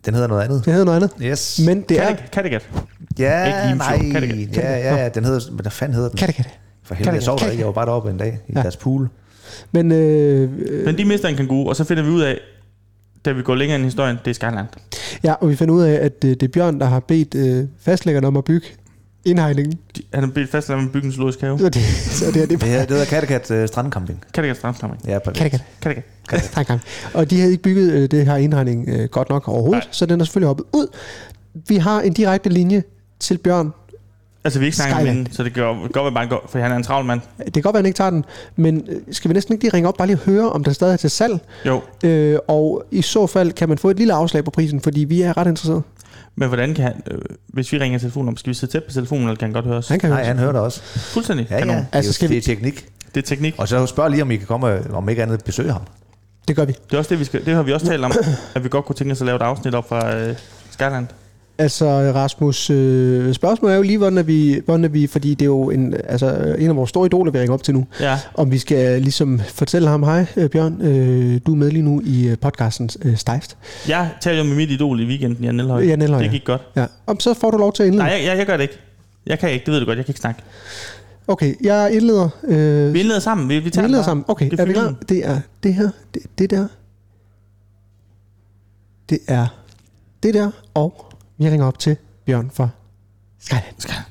Speaker 7: Den hedder noget andet.
Speaker 6: Det hedder noget andet.
Speaker 7: Yes.
Speaker 6: Men det er...
Speaker 1: Kattegat. Kattegat. ikke
Speaker 7: ja, nej.
Speaker 1: Limfjord, Kattegat.
Speaker 7: Ja, ja, ja, den hedder... Hvad fanden hedder den?
Speaker 6: Kan det, kan det.
Speaker 7: For helvede, jeg sov der
Speaker 6: Kattegat.
Speaker 7: ikke. Jeg var bare deroppe en dag i
Speaker 6: Ja.
Speaker 7: deres pool.
Speaker 6: Men øh, øh,
Speaker 1: Men de mister en kanguru, og så finder vi ud af, da vi går længere ind i historien, det er Skyland.
Speaker 6: ja, og vi finder ud af, at øh, det er Bjørn, der har bedt øh, fastlæggerne om at bygge indhegningen.
Speaker 1: De, han er blevet fastlagt med byggens zoologisk have.
Speaker 6: Så det, så det er det.
Speaker 7: Det, her, det hedder Kattegat øh, Strandcamping.
Speaker 1: Kattegat Strandsamling.
Speaker 7: Ja, perfekt.
Speaker 6: Kan det, kan det.
Speaker 1: Kattegat.
Speaker 6: Tak, tak. Og de havde ikke bygget øh, det her indhegning øh, godt nok overhovedet, Nej.
Speaker 1: Nej.
Speaker 6: så den er selvfølgelig hoppet ud. Vi har en direkte linje til Bjørn.
Speaker 1: Altså, vi er ikke snakket
Speaker 6: Skyland.
Speaker 1: om hende, så det gør godt, at bare går, for han er en travl mand.
Speaker 6: Det kan godt være, han ikke tager den, men øh, skal vi næsten ikke lige ringe op, bare lige høre, om den stadig er til salg?
Speaker 1: Jo,
Speaker 6: Øh, og i så fald kan man få et lille afslag på prisen, fordi vi er ret interesserede.
Speaker 1: men hvordan kan han, øh, hvis vi ringer telefonen om, skal vi sidde tæt på telefonen, eller kan han godt høre os?
Speaker 6: Han kan
Speaker 7: Nej,
Speaker 6: høre
Speaker 7: han hører det også.
Speaker 1: Fuldstændig.
Speaker 7: Ja, ja.
Speaker 1: Kanon.
Speaker 7: Altså,
Speaker 6: skal
Speaker 7: skal
Speaker 6: vi-
Speaker 7: det er teknik.
Speaker 1: Det er teknik.
Speaker 7: Og så spørg lige, om I kan komme, øh, om ikke andet, besøge ham.
Speaker 6: os. Det gør vi.
Speaker 1: Det er også det, vi skal, det har vi også talt om, at vi godt kunne tænke os at lave et afsnit op fra øh, Skyland.
Speaker 6: Altså Rasmus, øh, spørgsmålet er jo lige, hvordan er vi, hvordan er vi fordi det er jo en, altså, en af vores store idoler, vi ringer op til nu.
Speaker 1: Ja.
Speaker 6: Om vi skal ligesom fortælle ham, hej øh, Bjørn, øh, du er med lige nu i øh, podcasten øh, Stejft.
Speaker 1: Jeg talte jo med mit idol i weekenden, Jan Nelhøj.
Speaker 6: Jan Elhøj,
Speaker 1: Det
Speaker 6: ja.
Speaker 1: gik godt.
Speaker 6: Ja, og så får du lov til at indlede.
Speaker 1: Nej, jeg, jeg, jeg gør det ikke. Jeg kan ikke, det ved du godt, jeg kan ikke snakke.
Speaker 6: Okay, jeg indleder. Øh,
Speaker 1: Vi
Speaker 6: vi
Speaker 1: indleder sammen, vi, vi tager den
Speaker 6: indleder
Speaker 1: bare.
Speaker 6: sammen. Okay,
Speaker 1: Det
Speaker 6: er vi
Speaker 1: fylder
Speaker 6: klar?
Speaker 1: den.
Speaker 6: Det er det her, det, det der. Det er det der, og vi ringer op til Bjørn fra Skyland.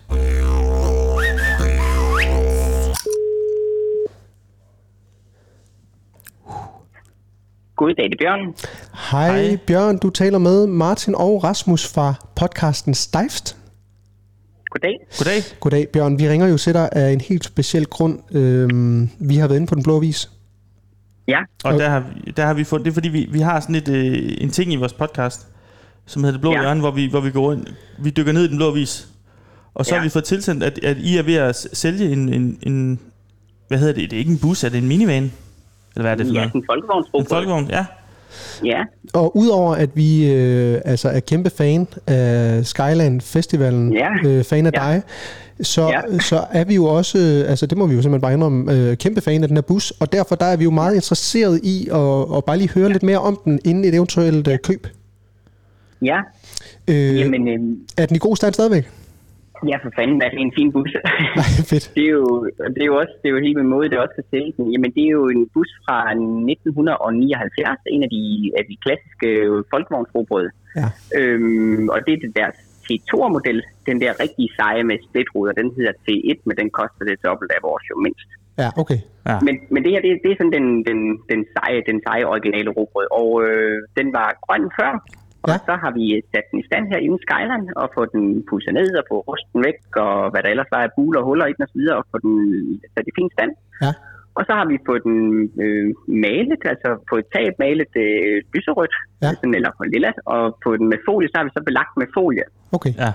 Speaker 9: Goddag, det er Bjørn.
Speaker 6: Hej, Hej
Speaker 1: Hej.
Speaker 6: Bjørn, du taler med Martin og Rasmus fra podcasten Stejft.
Speaker 9: Goddag.
Speaker 1: Goddag.
Speaker 6: Goddag Bjørn, vi ringer jo til dig af en helt speciel grund. Øhm, vi har været inde på den blå vis.
Speaker 9: Ja,
Speaker 1: Og der har, vi- der har vi fundet, det er fordi, vi, vi har sådan et, øh, en ting i vores podcast, som hedder Det Blå ja.
Speaker 9: Ja.
Speaker 1: Hjørne, hvor vi, hvor vi går ind, vi dykker ned i Den Blå Vis. Og så ja.
Speaker 9: Ja.
Speaker 1: har vi fået tilsendt, at, at I er ved at s- sælge en, en, en, hvad hedder det, det er ikke en bus, er det en minivan? Eller hvad er det for
Speaker 9: ja
Speaker 1: noget?
Speaker 9: en folkevognsbrug.
Speaker 1: En folkevogn, ja.
Speaker 9: Ja,
Speaker 6: Og udover at vi øh, altså er kæmpe fan af Skyland Festivalen,
Speaker 9: Ja.
Speaker 6: øh, fan af ja.
Speaker 9: Ja.
Speaker 6: dig, så, ja.
Speaker 9: Ja.
Speaker 6: så er vi jo også, øh, altså det må vi jo simpelthen bare indrømme, øh, kæmpe fan af den her bus, og derfor der er vi jo meget interesseret i at, at bare lige høre ja. lidt mere om den, inden et eventuelt øh, køb.
Speaker 9: ja.
Speaker 6: Øh,
Speaker 9: Jamen, øh,
Speaker 6: Er den i god stand stadigvæk?
Speaker 9: ja for fanden, hvad er det en fin bus?
Speaker 6: Fedt.
Speaker 9: det, er jo, det er jo også det er jo helt med måde, det også kan sælge den. Jamen, det er jo en bus fra 1979, en af de, af de klassiske folkevognsrobrød.
Speaker 6: Ja.
Speaker 9: Øhm, og det er det der T2-model, den der rigtig seje med splitruder, den hedder T1, men den koster det dobbelt af vores jo mindst.
Speaker 6: Ja, okay.
Speaker 9: Men, men det her, det, det er sådan den, den, den, seje, den seje originale robrød. Og øh, den var grøn før, og
Speaker 6: Ja.
Speaker 9: ja. så har vi øh, sat den i stand her inden Skyland, og få den pusset ned og få rusten væk, og hvad der ellers var af buler og huller i den og så videre, og få den øh, sat i fin stand.
Speaker 6: Ja.
Speaker 9: Og så har vi fået den øh, malet, altså fået tag malet øh, lyserødt,
Speaker 6: Ja.
Speaker 9: ja. sådan, eller på lilla, og på den med folie, så har vi så belagt med folie
Speaker 6: Okay.
Speaker 1: Ja.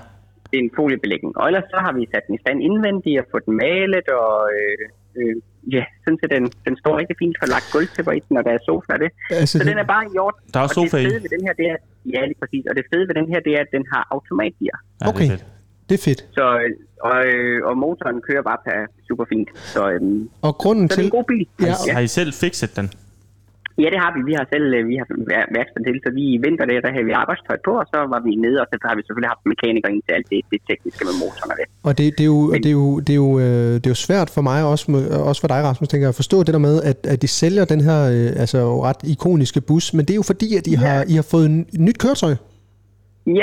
Speaker 9: det er en foliebelægning. Og ellers så har vi sat den i stand indvendigt og fået den malet og øh, øh, ja, sådan så den, den står rigtig fint for lagt gulvtæpper i den, og der er sofa og det.
Speaker 6: Altså,
Speaker 9: Så den er bare i orden.
Speaker 1: Der er
Speaker 9: og
Speaker 1: også sofa
Speaker 9: det
Speaker 1: i.
Speaker 9: fede ved den her, det er, ja, lige præcis. Og det fede ved den her, det er, at den har automatgear.
Speaker 1: Ja, det
Speaker 6: Okay.
Speaker 1: er fedt.
Speaker 6: det er fedt.
Speaker 9: Så, øh, og, øh, og motoren kører bare per super fint. Så, øhm,
Speaker 6: Og grunden
Speaker 9: så det er
Speaker 6: til...
Speaker 9: en god bil.
Speaker 6: Ja.
Speaker 1: Ja. Har I selv fikset den?
Speaker 9: ja, det har vi. Vi har selv øh, vi har vær- værksted til, så vi i vinter der, der havde vi arbejdstøj på, og så var vi nede, og så har vi selvfølgelig haft mekanikere ind til alt det, det tekniske med motoren og det.
Speaker 6: Og det, det, er jo, og det, er jo, det, er jo, øh, det er jo svært for mig, og også, med- og også for dig, Rasmus, tænker jeg, at forstå det der med, at, at de sælger den her øh, altså, jo ret ikoniske bus, men det er jo fordi, at I, har, I har fået en, nyt køretøj.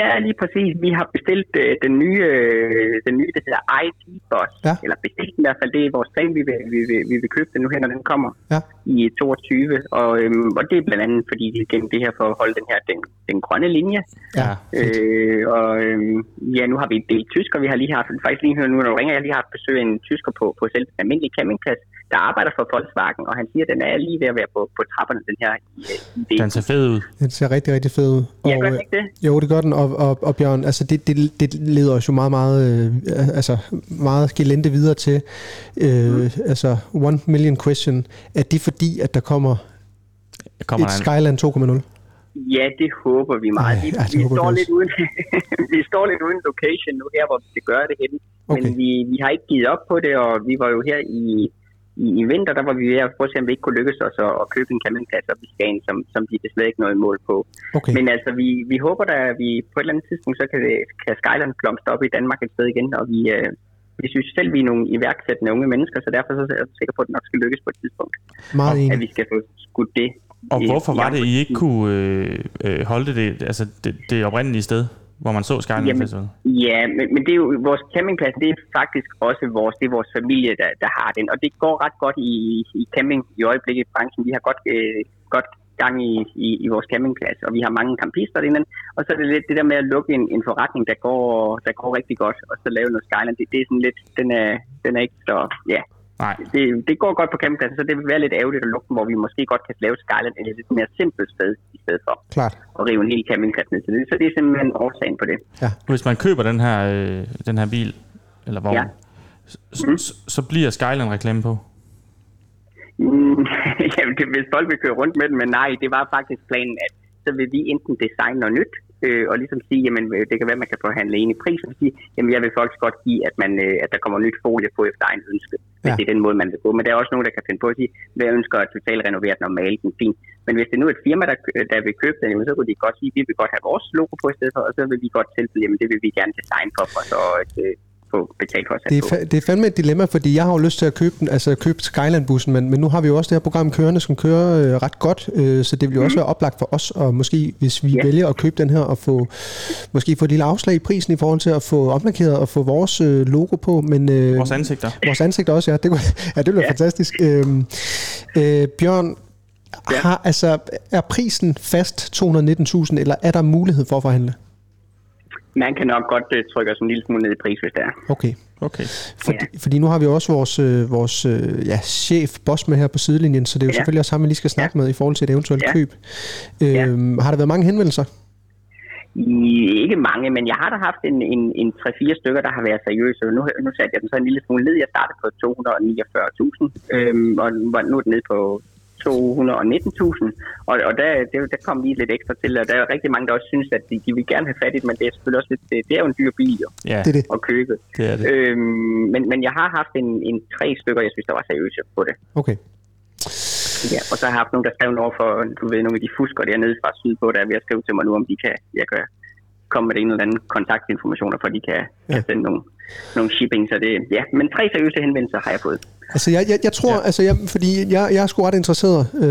Speaker 9: Ja, lige præcis. Vi har bestilt øh, den nye, øh, den nye, der hedder ID Bus.
Speaker 6: Ja.
Speaker 9: Eller bestilt den i hvert fald. Det er vores plan, vi vil, vi, vil, vi vil købe den nu her, når den kommer
Speaker 6: Ja.
Speaker 9: i 22. Og, øhm, og det er blandt andet, fordi vi gennem det her for at holde den her, den, den grønne linje.
Speaker 6: Ja.
Speaker 9: Øh, og øhm, ja, nu har vi en del tysker. Vi har lige haft, faktisk lige hørt nu, når du ringer, jeg har lige haft besøg af en tysker på, på selv en almindelig campingplads, der arbejder for Volkswagen, og han siger, at den er lige ved at være på, på trapperne, den her øh, idé.
Speaker 1: Den ser fed ud.
Speaker 6: Den ser rigtig, rigtig fed ud. Og,
Speaker 9: Jeg gør
Speaker 6: øh,
Speaker 9: den ikke det.
Speaker 6: Jo, det gør den, og, og, og Bjørn, altså det, det, det leder os jo meget, meget, øh, altså meget gelente videre til, øh, mm. altså one million question, er det fordi, at der kommer
Speaker 1: Kommer
Speaker 6: et
Speaker 1: der en,
Speaker 6: Skyland 2.0?
Speaker 9: Ja, det håber vi meget.
Speaker 6: Ej,
Speaker 9: vi,
Speaker 6: ja, det
Speaker 9: vi,
Speaker 6: håber
Speaker 9: står
Speaker 6: vi
Speaker 9: lidt uden, vi står lidt uden location nu her, hvor vi skal gøre det henne. Men
Speaker 6: Okay.
Speaker 9: vi, vi har ikke givet op på det, og vi var jo her i, i, i vinter, der var vi ved at prøve at se, om vi ikke kunne lykkes os at, at købe en campingplads op i Skagen, som, som de desværre ikke nåede i mål på.
Speaker 6: Okay.
Speaker 9: Men altså, vi, vi håber da, at vi på et eller andet tidspunkt, så kan, det- kan Skyland blomstre op i Danmark et sted igen, og vi, øh, vi synes selv, vi er nogle iværksættende unge mennesker, så derfor så er jeg sikker på, at det nok skal lykkes på et tidspunkt,
Speaker 6: Meget
Speaker 9: at
Speaker 6: enig.
Speaker 9: vi skal få skudt det.
Speaker 1: og
Speaker 9: i-
Speaker 1: hvorfor
Speaker 9: i
Speaker 1: var det,
Speaker 9: gang.
Speaker 1: I ikke kunne øh, øh, holde det, altså det, det oprindelige sted, hvor man så Skyline
Speaker 9: Jamen,
Speaker 1: Festival?
Speaker 9: Ja, men, men det er jo, vores campingplads, det er faktisk også vores, det er vores familie, der, der har den. Og det går ret godt i, i camping i øjeblikket i branchen. Vi har godt, øh, godt gang i, i, i vores campingplads, og vi har mange campister derinde. Og så er det lidt det der med at lukke en, en forretning, der går, der går rigtig godt, og så lave noget skyland. Det, det er sådan lidt, den er, den er ikke så, ja.
Speaker 1: Nej.
Speaker 9: Det, det går godt på campingpladsen, så det vil være lidt ærgerligt at lukke den, hvor vi måske godt kan lave skyland et lidt mere simpelt sted i stedet for
Speaker 6: Klart.
Speaker 9: at rive en hel campingplads ned til det. Så det er simpelthen årsagen på det.
Speaker 1: Hvis man køber den her, øh, den her bil, eller vogn, ja.
Speaker 9: Ja. Mhm.
Speaker 1: så, så, så bliver Skyland reklame på.
Speaker 9: Mm, jamen, det, hvis folk vil køre rundt med den, men nej, det var faktisk planen, at så vil vi enten designe noget nyt, øh, og ligesom sige, jamen, øh, det kan være, at man kan forhandle en i pris, og sige, jamen, jeg vil faktisk godt give, at, man, øh, at der kommer nyt folie på efter egen ønske, hvis
Speaker 6: Ja.
Speaker 9: ja. det er den måde, man vil gå. Men der er også nogen, der kan finde på at sige, hvad jeg ønsker at totalt renovere den og male den fint. Men hvis det nu er et firma, der, kø- der vil købe den, jamen, så kunne de godt sige, vi vil godt have vores logo på i stedet for, og så vil vi godt tilbyde, jamen, det vil vi gerne designe for, for så at øh, få betalt for at
Speaker 6: Det
Speaker 9: sætte
Speaker 6: er,
Speaker 9: på.
Speaker 6: fa- det er fandme et dilemma, fordi jeg har jo lyst til at købe den, altså købe Skyland-bussen, men, men nu har vi jo også det her program kørende, som kører øh, ret godt, øh, så det vil jo
Speaker 2: Mm.
Speaker 6: også være oplagt for os, og måske hvis vi
Speaker 9: Ja.
Speaker 6: vælger at købe den her, og få måske få et lille afslag i prisen i forhold til at få omlakeret og få vores øh, logo på, men... Øh,
Speaker 1: Vores ansigter.
Speaker 6: vores ansigt også, ja. Det, kunne, ja, det ville være fantastisk. Øhm, øh, Bjørn, har, altså, er prisen fast 219.000, eller er der mulighed for at forhandle?
Speaker 9: Man kan nok godt øh, trykke os en lille smule ned i pris, hvis det er.
Speaker 6: Okay.
Speaker 1: Okay.
Speaker 6: Fordi, ja. fordi nu har vi jo også vores, øh, vores øh, ja, chef, boss med her på sidelinjen, så det er jo ja.
Speaker 9: Ja.
Speaker 6: selvfølgelig også ham, vi lige skal snakke ja. med i forhold til et eventuelt ja.
Speaker 9: Ja.
Speaker 6: køb. Øhm, ja. Har der været mange henvendelser?
Speaker 9: I- Ikke mange, men jeg har da haft en, en, en 3-4 stykker, der har været seriøse. Nu, nu satte jeg den så en lille smule ned. Jeg startede på 249.000, øhm, og nu var- nu er den nede på 219.000. Og, og der, det, der kom lige lidt ekstra til, og der er rigtig mange, der også synes, at de, de vil gerne have fat i den, men det er selvfølgelig også lidt, det, det er jo en dyr bil jo,
Speaker 1: Ja,
Speaker 6: Det er det.
Speaker 9: at købe.
Speaker 1: det er det.
Speaker 9: Øhm, men, men jeg har haft en, en tre stykker, jeg synes, der var seriøse på det.
Speaker 6: Okay.
Speaker 9: Ja, og så har jeg haft nogen, der skrev over for, du ved, nogle af de fusker dernede fra Sydpå, der er ved at skrive til mig nu, om de kan, jeg kan komme med en eller anden kontaktinformationer, for de kan, ja. kan sende nogle, nogle shipping. Så det, ja, men tre seriøse henvendelser har jeg fået.
Speaker 6: Altså, jeg, jeg, jeg tror, ja. altså, jeg, fordi jeg, jeg er sgu ret interesseret. Øhm,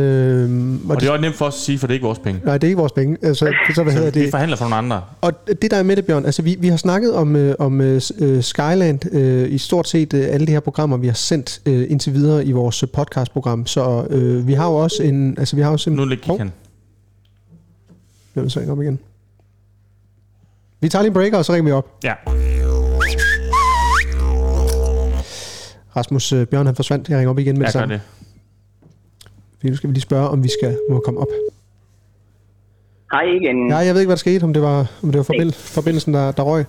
Speaker 6: og
Speaker 1: Og det er også nemt for os at sige, for det er ikke vores penge.
Speaker 6: Nej, det er ikke vores penge. Altså, så, hvad hedder
Speaker 1: Vi
Speaker 6: det?
Speaker 1: forhandler for nogle andre.
Speaker 6: Og det der er med det, Bjørn, altså vi, vi har snakket om, øh, om øh, s- øh, Skyland øh, i stort set øh, alle de her programmer, vi har sendt øh, indtil videre i vores øh, podcastprogram. Så øh, vi har jo også en... Altså, vi har jo
Speaker 1: Nu
Speaker 6: simpelthen...
Speaker 1: gik han.
Speaker 6: Nu er så ikke op igen. Vi tager lige en breaker, og så ringer vi op.
Speaker 1: Ja.
Speaker 6: Rasmus øh, Bjørn, han forsvandt. Jeg ringer op igen med
Speaker 1: Jeg
Speaker 6: det
Speaker 1: gør
Speaker 6: samme.
Speaker 1: det.
Speaker 6: Fordi nu skal vi lige spørge, om vi skal må komme op.
Speaker 9: Har I ikke en...
Speaker 2: Nej, jeg ved ikke, hvad der skete, om det var, om det var forbind, forbindelsen, der, der røg.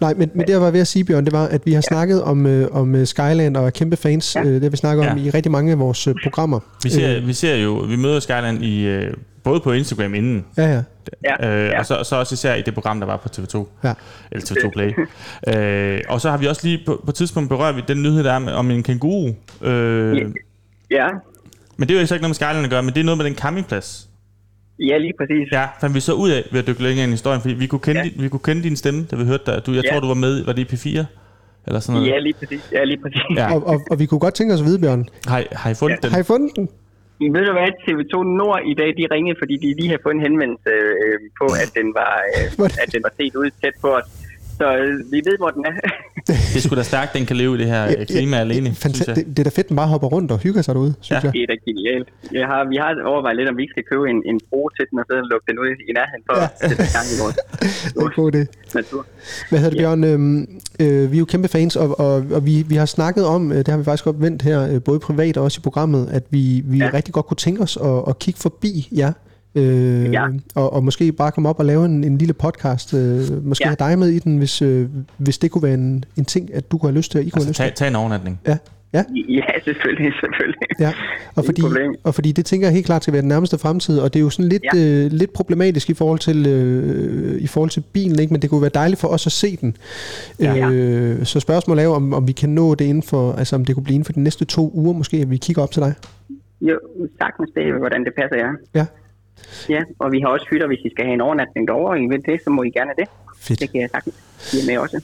Speaker 2: Nej, men, men det, jeg var ved at sige, Bjørn, det var, at vi har snakket om, øh, om øh, Skyland og er kæmpe fans. Ja. Øh, det har vi snakket ja. om
Speaker 1: Ja.
Speaker 2: i rigtig mange af vores øh, programmer.
Speaker 1: Vi ser, vi ser jo, vi møder Skyland i, øh, både på Instagram inden,
Speaker 2: Ja, ja.
Speaker 9: Ja,
Speaker 1: Øh,
Speaker 9: ja.
Speaker 1: og så, så også især i det program, der var på TV2.
Speaker 2: Ja.
Speaker 1: Eller TV2 Play. øh, og så har vi også lige på, på et tidspunkt berørt vi den nyhed, der er med, om en kænguru. Øh,
Speaker 9: Ja. ja,
Speaker 1: Men det er jo så ikke noget med Skyland at gøre, men det er noget med den campingplads.
Speaker 9: ja, lige præcis.
Speaker 1: Ja, fandt vi så ud af ved at dykke længere ind i historien, fordi vi kunne kende,
Speaker 9: Ja.
Speaker 1: ja. vi kunne kende din stemme, da vi hørte dig. Du, jeg
Speaker 9: Ja.
Speaker 1: tror, du var med, var det i P4? Eller sådan noget.
Speaker 9: Ja, lige præcis. Ja, lige præcis.
Speaker 1: Ja.
Speaker 2: Og, og, og vi kunne godt tænke os at vide, Bjørn,
Speaker 1: Har, I- har I fundet ja. den?
Speaker 2: har I fundet den?
Speaker 9: Ved du hvad, TV2 Nord i dag, de ringede, fordi de lige havde fået en henvendelse øh, på, at den var, øh, at den var set ud tæt på os. Så øh, vi ved, hvor den er.
Speaker 1: Det er sgu da stærkt, den kan leve i det her øh, klima ja, alene, synes
Speaker 2: Fanta-
Speaker 1: jeg.
Speaker 2: det, det er da fedt, den bare hopper rundt og hygger sig derude, synes
Speaker 1: Ja.
Speaker 2: jeg.
Speaker 9: det er da genialt. Jeg har, vi har overvejet lidt, om vi ikke skal købe en, en bro til den, og så lukke den ud i nærheden for ja. at sætte gang i vores
Speaker 2: Det er en god idé.
Speaker 9: natur.
Speaker 2: Hvad hedder det, Bjørn? Øhm, øh, vi er jo kæmpe fans, og, og, og vi, vi har snakket om, øh, det har vi faktisk godt vendt her, øh, både privat og også i programmet, at vi, vi ja.
Speaker 9: Ja.
Speaker 2: rigtig godt kunne tænke os at, at kigge forbi jer, øh,
Speaker 9: Ja.
Speaker 2: og, og måske bare komme op og lave en, en lille podcast, øh, måske ja.
Speaker 9: Ja.
Speaker 2: have dig med i den, hvis, øh, hvis det kunne være en, en ting, at du kunne have lyst til, og I kunne
Speaker 1: Altså,
Speaker 2: have
Speaker 1: tag, tag en overnatning.
Speaker 2: lyst til. Ja, ja.
Speaker 9: Ja, selvfølgelig, selvfølgelig.
Speaker 2: Ja, og
Speaker 9: Ingen
Speaker 2: fordi,
Speaker 9: problem.
Speaker 2: og fordi det tænker jeg helt klart skal være den nærmeste fremtid, og det er jo sådan lidt, ja.
Speaker 9: Ja.
Speaker 2: øh, lidt problematisk i forhold til, øh, i forhold til bilen, ikke? men det kunne være dejligt for os at se den. Ja.
Speaker 9: Ja.
Speaker 2: Øh, så spørgsmålet er jo, om, om vi kan nå det inden for, altså om det kunne blive inden for de næste to uger måske, at vi kigger op til dig.
Speaker 9: Jo, sagtens det, hvordan det passer jer.
Speaker 2: Ja,
Speaker 9: Ja, og vi har også hytter, hvis I skal have en overnatning derovre, og I vil det, så må I gerne det.
Speaker 2: fedt.
Speaker 9: Det kan jeg sagtens give med også.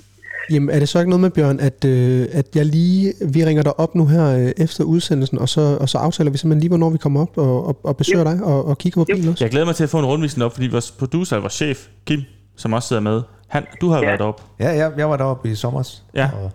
Speaker 2: Jamen er det så ikke noget med, Bjørn, at, øh, at jeg lige, vi ringer dig op nu her øh, efter udsendelsen, og så, og så aftaler vi simpelthen lige, hvornår vi kommer op og, og, og besøger dig og, og kigger på bilen også?
Speaker 1: Jeg glæder mig til at få en rundvisning op, fordi vores producer, vores chef, Kim, som også sidder med, han, du har jo ja.
Speaker 9: Ja.
Speaker 1: været op.
Speaker 7: Ja, ja, jeg var deroppe i sommer
Speaker 1: Ja.
Speaker 7: og,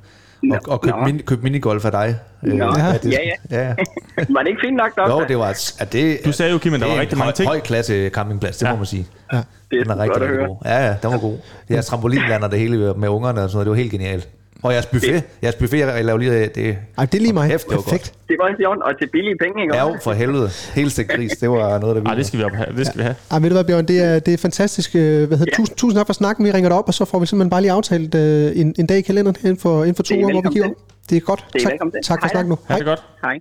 Speaker 7: og, og købte
Speaker 9: Nå.
Speaker 7: mini, køb minigolf af dig. Øh,
Speaker 9: Nå.
Speaker 7: er det-
Speaker 9: Ja, ja.
Speaker 7: ja.
Speaker 9: Var det ikke fint nok,
Speaker 7: Jo,
Speaker 9: doktor?
Speaker 7: det var... Er det,
Speaker 1: Du sagde jo, Kim, at der
Speaker 7: det er
Speaker 1: var
Speaker 7: en
Speaker 1: rigtig mange
Speaker 7: høj,
Speaker 1: ting.
Speaker 7: Høj klasse campingplads, det
Speaker 1: Ja.
Speaker 7: ja. må man sige.
Speaker 9: Det er
Speaker 7: Den er
Speaker 9: sgu
Speaker 7: rigtig,
Speaker 9: godt at
Speaker 7: rigtig
Speaker 9: høre.
Speaker 7: god. Ja, ja, den var god. Jeres trampolinlander det hele med ungerne og sådan noget, det var helt genialt. Og jeres buffet, jeres buffet, jeg laver lige det.
Speaker 2: Ej, det er lige mig.
Speaker 7: Kæft, det var
Speaker 2: Perfekt.
Speaker 7: godt.
Speaker 9: Det var en sjovt, og til billige penge, ikke?
Speaker 7: Ja, jo, for helvede. Helt stegt gris, det var noget, der
Speaker 1: Ej, det
Speaker 7: ville.
Speaker 1: skal vi op have. Det skal vi have.
Speaker 2: Ej, ved du hvad, Bjørn, det er, det er fantastisk. øh, Hvad hedder, ja. tusind, tusind tak for snakken, vi ringer dig op, og så får vi simpelthen bare lige aftalt øh, en, en dag i kalenderen her inden for, inden for to
Speaker 9: Det er
Speaker 2: uger, hvor vi
Speaker 9: velkommen
Speaker 2: kigger.
Speaker 9: til.
Speaker 2: Det er godt.
Speaker 9: Det er
Speaker 2: tak,
Speaker 9: velkommen til.
Speaker 2: tak for
Speaker 9: Hej da.
Speaker 2: snakken nu.
Speaker 1: Ha' det godt.
Speaker 9: Hej.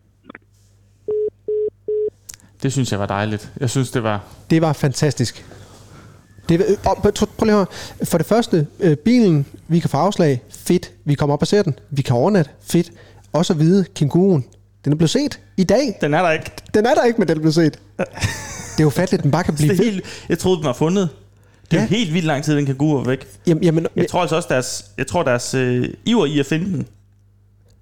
Speaker 1: Det synes jeg var dejligt. Jeg synes, det var...
Speaker 2: Det var fantastisk. Det, øh, og, prøv prøv lige at høre. For det første, øh, bilen, vi kan få afslag. Fedt. Vi kommer op og ser den. Vi kan overnatte. Fedt. Også at vide, kænguruen, den er blevet set i dag.
Speaker 1: Den er der ikke.
Speaker 2: Den er der ikke, men den er blevet set. Det er jo fatligt, at den bare kan blive
Speaker 1: Det er
Speaker 2: ved.
Speaker 1: helt, jeg troede, den var fundet. Det er
Speaker 2: Ja.
Speaker 1: ja. helt vildt lang tid, den kan gå væk.
Speaker 2: Jamen, jamen,
Speaker 1: Jeg tror altså også, deres, jeg tror, deres øh, iver i at finde den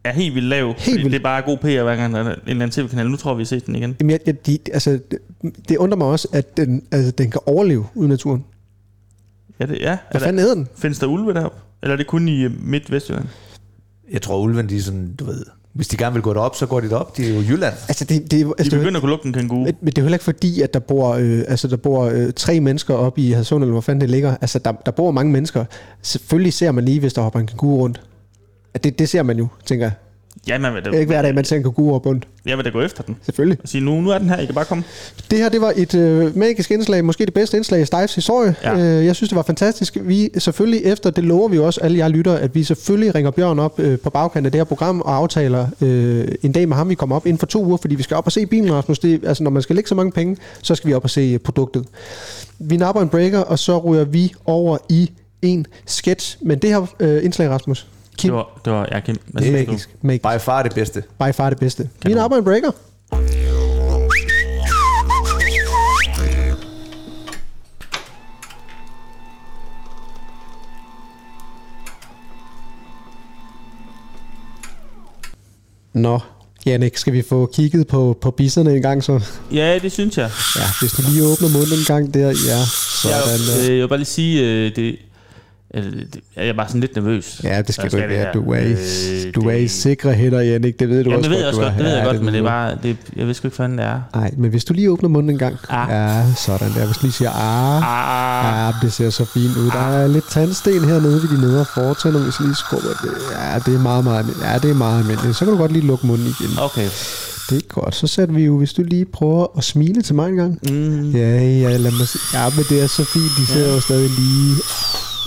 Speaker 1: er helt vildt lav. Helt
Speaker 2: vildt.
Speaker 1: Det er bare god PR, hver gang der er en eller anden tv-kanal. Nu tror vi, vi har set den igen.
Speaker 2: Jamen, jeg, jeg, de, altså, det- det undrer mig også, at den, altså, den kan overleve uden naturen.
Speaker 1: Ja, det, ja. Er
Speaker 2: Hvad
Speaker 1: der,
Speaker 2: fanden hedder den?
Speaker 1: findes der ulve deroppe? Eller er det kun i øh, Midt-Vestjylland?
Speaker 2: Altså,
Speaker 7: Jeg tror, ulven, de er sådan, du ved... Hvis de gerne vil gå derop, så går de derop. De er jo i Jylland.
Speaker 2: Altså, det, det, er jo-
Speaker 1: De
Speaker 2: altså, det, er jo-
Speaker 1: begynder at kunne lugte en kænguru.
Speaker 2: men men det er jo heller ikke fordi, at der bor, øh, altså, der bor øh, tre mennesker oppe i Hadsund, eller hvor fanden det ligger. Altså, der, der bor mange mennesker. Selvfølgelig ser man lige, hvis der hopper en kænguru rundt. At Det, det ser man jo, tænker jeg.
Speaker 1: Ja, man vil
Speaker 2: Det er
Speaker 1: da,
Speaker 2: ikke hver dag, man ser en kænguru hoppe rundt.
Speaker 1: jeg vil da gå efter den.
Speaker 2: Selvfølgelig.
Speaker 1: Og sige, nu, nu er den her, I kan bare komme.
Speaker 2: Det her, det var et øh, magisk indslag, måske det bedste indslag i Stives historie. Ja.
Speaker 1: Ja.
Speaker 2: Øh, jeg synes, det var fantastisk. Vi selvfølgelig efter, det lover vi jo også alle jer lytter, at vi selvfølgelig ringer Bjørn op øh, på bagkanten af det her program og aftaler øh, en dag med ham, vi kommer op inden for to uger, fordi vi skal op og se bilen, Rasmus. Det, altså, når man skal lægge så mange penge, så skal vi op og se øh, produktet. Vi napper en breaker, og så ryger vi over i en sketch. Men det her øh, indslag, Rasmus, Kim,
Speaker 1: Det var, det var ja, Kim. Hvad
Speaker 7: Det
Speaker 1: synes
Speaker 7: er
Speaker 1: du?
Speaker 7: magisk.
Speaker 2: magisk.
Speaker 7: By far det bedste.
Speaker 2: by far det bedste. Vi napper en breaker. Nå, Jannik, skal vi få kigget på, på bisserne en gang så?
Speaker 1: Ja, det synes jeg.
Speaker 2: Ja, hvis du lige åbner munden en gang der, ja, sådan
Speaker 1: Jeg,
Speaker 2: der.
Speaker 1: øh, jeg vil bare lige sige, øh, det, eller, det, jeg er bare sådan lidt nervøs.
Speaker 2: Ja, det skal
Speaker 1: Jeg
Speaker 2: du ikke
Speaker 1: det
Speaker 2: være.
Speaker 1: her.
Speaker 2: Du er i,
Speaker 1: Øh,
Speaker 2: du er i
Speaker 1: det-
Speaker 2: sikre hænder, Jannik, det ved du
Speaker 1: Jamen,
Speaker 2: også
Speaker 1: det ved jeg også
Speaker 2: du
Speaker 1: godt,
Speaker 2: er.
Speaker 1: det ved jeg
Speaker 2: Ja,
Speaker 1: godt, men
Speaker 2: ved
Speaker 1: det er
Speaker 2: du.
Speaker 1: bare, det, jeg ved sgu ikke, hvordan det er.
Speaker 2: Nej, men hvis du lige åbner munden en gang.
Speaker 1: Ah.
Speaker 2: Ja, sådan der. Hvis du lige siger, ah,
Speaker 1: Ah,
Speaker 2: Ja, det ser så fint ud. Der er lidt tandsten hernede ved de nedre fortænder, hvis jeg lige skubber det. Ja, det er meget, meget almindeligt. Ja, det er meget almindeligt. Så kan du godt lige lukke munden igen.
Speaker 1: okay.
Speaker 2: Det er godt. Så satte vi jo, hvis du lige prøver at smile til mig en gang. Mm. Ja, ja, lad mig se. Ja, men det er så fint. De sidder ja. jo stadig lige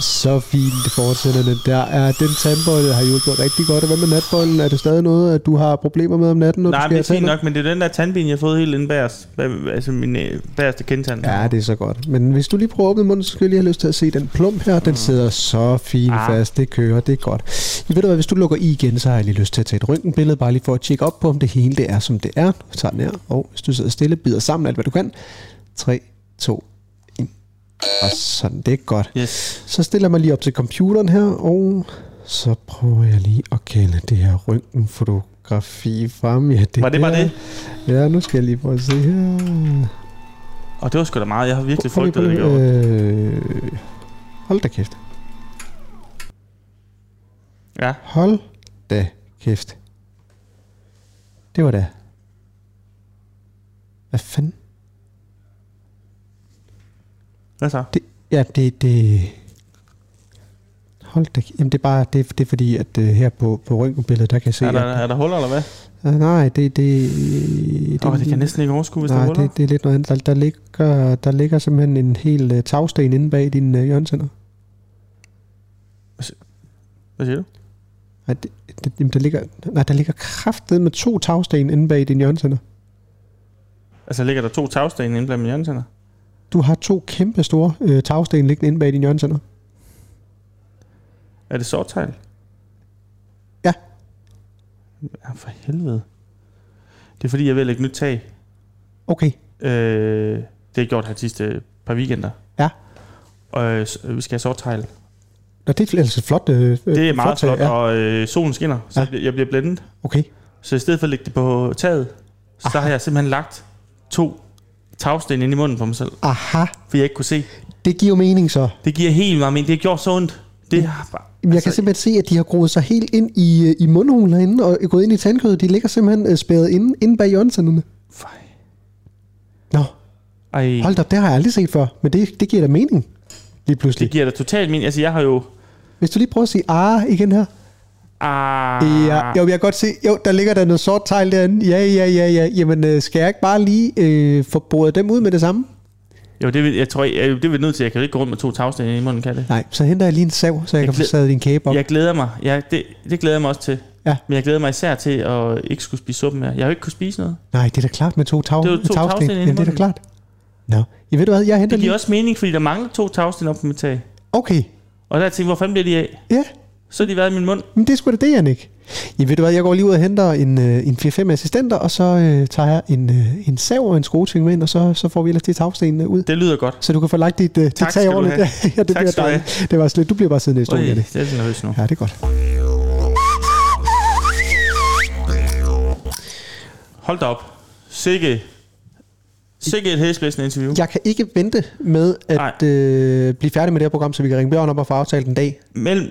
Speaker 2: så fint det fortsætter det. Der er den tandbolle har hjulpet rigtig godt. Og hvad med natbollen? Er det stadig noget, at du har problemer med om natten, når
Speaker 1: Nej,
Speaker 2: du
Speaker 1: men det
Speaker 2: skal
Speaker 1: er fint
Speaker 2: tænder?
Speaker 1: nok, men det er den der tandbin, jeg har fået helt inde bagerst. Bag- Altså min øh, bagerste kindtand.
Speaker 2: Ja, det er så godt. Men hvis du lige prøver at åbne munden, så skal jeg lige have lyst til at se den plump her. Den sidder så fint ah.
Speaker 1: Mm. Ah.
Speaker 2: fast. Det kører, det er godt. I ved du hvad, hvis du lukker i igen, så har jeg lige lyst til at tage et røntgenbillede, bare lige for at tjekke op på, om det hele det er, som det er. Så tager den her, og hvis du sidder stille, bider sammen alt, hvad du kan. 3, 2, 1. Og sådan, det er godt.
Speaker 1: Yes.
Speaker 2: Så stiller jeg mig lige op til computeren her, og så prøver jeg lige at kalde det her røntgenfotografi frem. Ja, det
Speaker 1: Var det bare
Speaker 2: der.
Speaker 1: det?
Speaker 2: Ja, nu skal jeg lige prøve at se her.
Speaker 1: Og det var sgu da meget. Jeg har virkelig
Speaker 2: Prøv lige-
Speaker 1: frygtet, at det
Speaker 2: prøv
Speaker 1: gjorde.
Speaker 2: lige- øh, Hold da kæft.
Speaker 1: Ja.
Speaker 2: Hold da kæft. Det var da. Hvad fanden?
Speaker 1: Hvad så?
Speaker 2: Det, ja, det, det... Hold da kæft. Jamen, det er bare, det, det er fordi, at uh, her på, på røntgenbilledet, der kan jeg se,
Speaker 1: Er der,
Speaker 2: at
Speaker 1: er der huller, eller hvad?
Speaker 2: Uh, nej, det... det,
Speaker 1: Åh, oh, det kan jeg næsten ikke overskue, hvis der er
Speaker 2: Nej,
Speaker 1: huller.
Speaker 2: det, det er lidt noget andet. Der, der, ligger, der ligger simpelthen en hel uh, tagsten inde bag din uh, hjørnetænder.
Speaker 1: Hvad siger du?
Speaker 2: Nej, det, det, jamen, der ligger, nej, der ligger kraftet med to tagsten inde bag din hjørnetænder.
Speaker 1: Altså, ligger der to tagsten inde blandt mine hjørnetænder?
Speaker 2: Du har to kæmpe store øh, tagsten liggende inde bag din hjørnetænder.
Speaker 1: Er det sårtegl?
Speaker 2: Ja.
Speaker 1: Ja, for helvede. Det er fordi, jeg vil lægge nyt tag.
Speaker 2: Okay.
Speaker 1: Øh, det har jeg gjort her de sidste par weekender.
Speaker 2: Ja.
Speaker 1: Og øh, s- øh, vi skal have sårtegl.
Speaker 2: Nå, det er altså flot. Øh,
Speaker 1: Det er meget flot,
Speaker 2: Ja.
Speaker 1: og øh, solen skinner, så
Speaker 2: Ja.
Speaker 1: ja. jeg bliver blændet.
Speaker 2: Okay.
Speaker 1: Så i stedet for at lægge det på taget, så har jeg simpelthen lagt to tagsten ind i munden på mig selv,
Speaker 2: Aha.
Speaker 1: fordi jeg ikke kunne se.
Speaker 2: Det giver jo mening så.
Speaker 1: Det giver helt meget mening. Det har gjort så ondt. Det har bare...
Speaker 2: Jamen, jeg altså, kan simpelthen se, at de har groet sig helt ind i, øh, i mundhulen herinde og er gået ind i tandkødet. De ligger simpelthen øh, spærret inde, inde bag hjørnetænderne.
Speaker 1: Fej.
Speaker 2: Nå,
Speaker 1: Ej.
Speaker 2: hold da op, det har jeg aldrig set før. Men det, det giver da mening lige pludselig.
Speaker 1: Det giver da totalt mening. Altså, jeg har jo...
Speaker 2: Hvis du lige prøver at sige ah igen her.
Speaker 1: Ah,
Speaker 2: Ja, jo, jeg kan godt se, jo, der ligger der noget sort tegl derinde. Ja, ja, ja, ja. Jamen, øh, skal jeg ikke bare lige øh, få boret dem ud med det samme?
Speaker 1: Jo, det vil, jeg tror, jeg, jo, det vil nødt til. Jeg kan jo ikke gå rundt med to tagsten i munden, kan jeg det?
Speaker 2: Nej, så henter jeg lige en sav, så jeg, jeg
Speaker 1: Jeg
Speaker 2: kan få
Speaker 1: glæd-
Speaker 2: savet din kæbe op.
Speaker 1: Jeg glæder mig. Jeg, det, det glæder jeg mig også til.
Speaker 2: Ja.
Speaker 1: Men jeg glæder mig især til at ikke skulle spise suppen mere. Jeg har jo ikke kunnet spise noget.
Speaker 2: Nej, det er da klart med to, tag,
Speaker 1: Det er jo to
Speaker 2: tagsten.
Speaker 1: tagsten inde i
Speaker 2: Jamen, det er da
Speaker 1: munden.
Speaker 2: klart. Nå, jeg ved du hvad, jeg henter
Speaker 1: Det giver
Speaker 2: lige...
Speaker 1: også mening, fordi der mangler to tagsten op på mit tag.
Speaker 2: Okay,
Speaker 1: Og der har jeg tænkt, hvor fanden bliver de af?
Speaker 2: ja,
Speaker 1: Så har de været i min mund.
Speaker 2: men det er sgu da det, Jannik. Jeg ved du hvad, jeg går lige ud og henter en, øh, en 4-5 assistenter, og så øh, tager jeg en, øh, en sav og en skruetving med ind, og så, så får vi ellers de tagsten øh, ud.
Speaker 1: Det lyder godt.
Speaker 2: Så du kan få lagt dit, øh, dit
Speaker 1: Tak
Speaker 2: tag
Speaker 1: skal du
Speaker 2: ordentligt.
Speaker 1: have.
Speaker 2: ja, det
Speaker 1: Tak
Speaker 2: bliver
Speaker 1: skal du have.
Speaker 2: dejligt. Det var slet, du bliver bare siddende i
Speaker 1: Øj,
Speaker 2: stolen, Jannik.
Speaker 1: jeg er så nervøs nu.
Speaker 2: Ja, det er godt.
Speaker 1: Hold da op. Sikke, sikke et hæsblæsende interview. Ja.
Speaker 2: Jeg kan ikke vente med at
Speaker 1: Nej.
Speaker 2: øh, blive færdig med det her program, så vi kan ringe Bjørn op og få aftalt en dag.
Speaker 1: Mellem,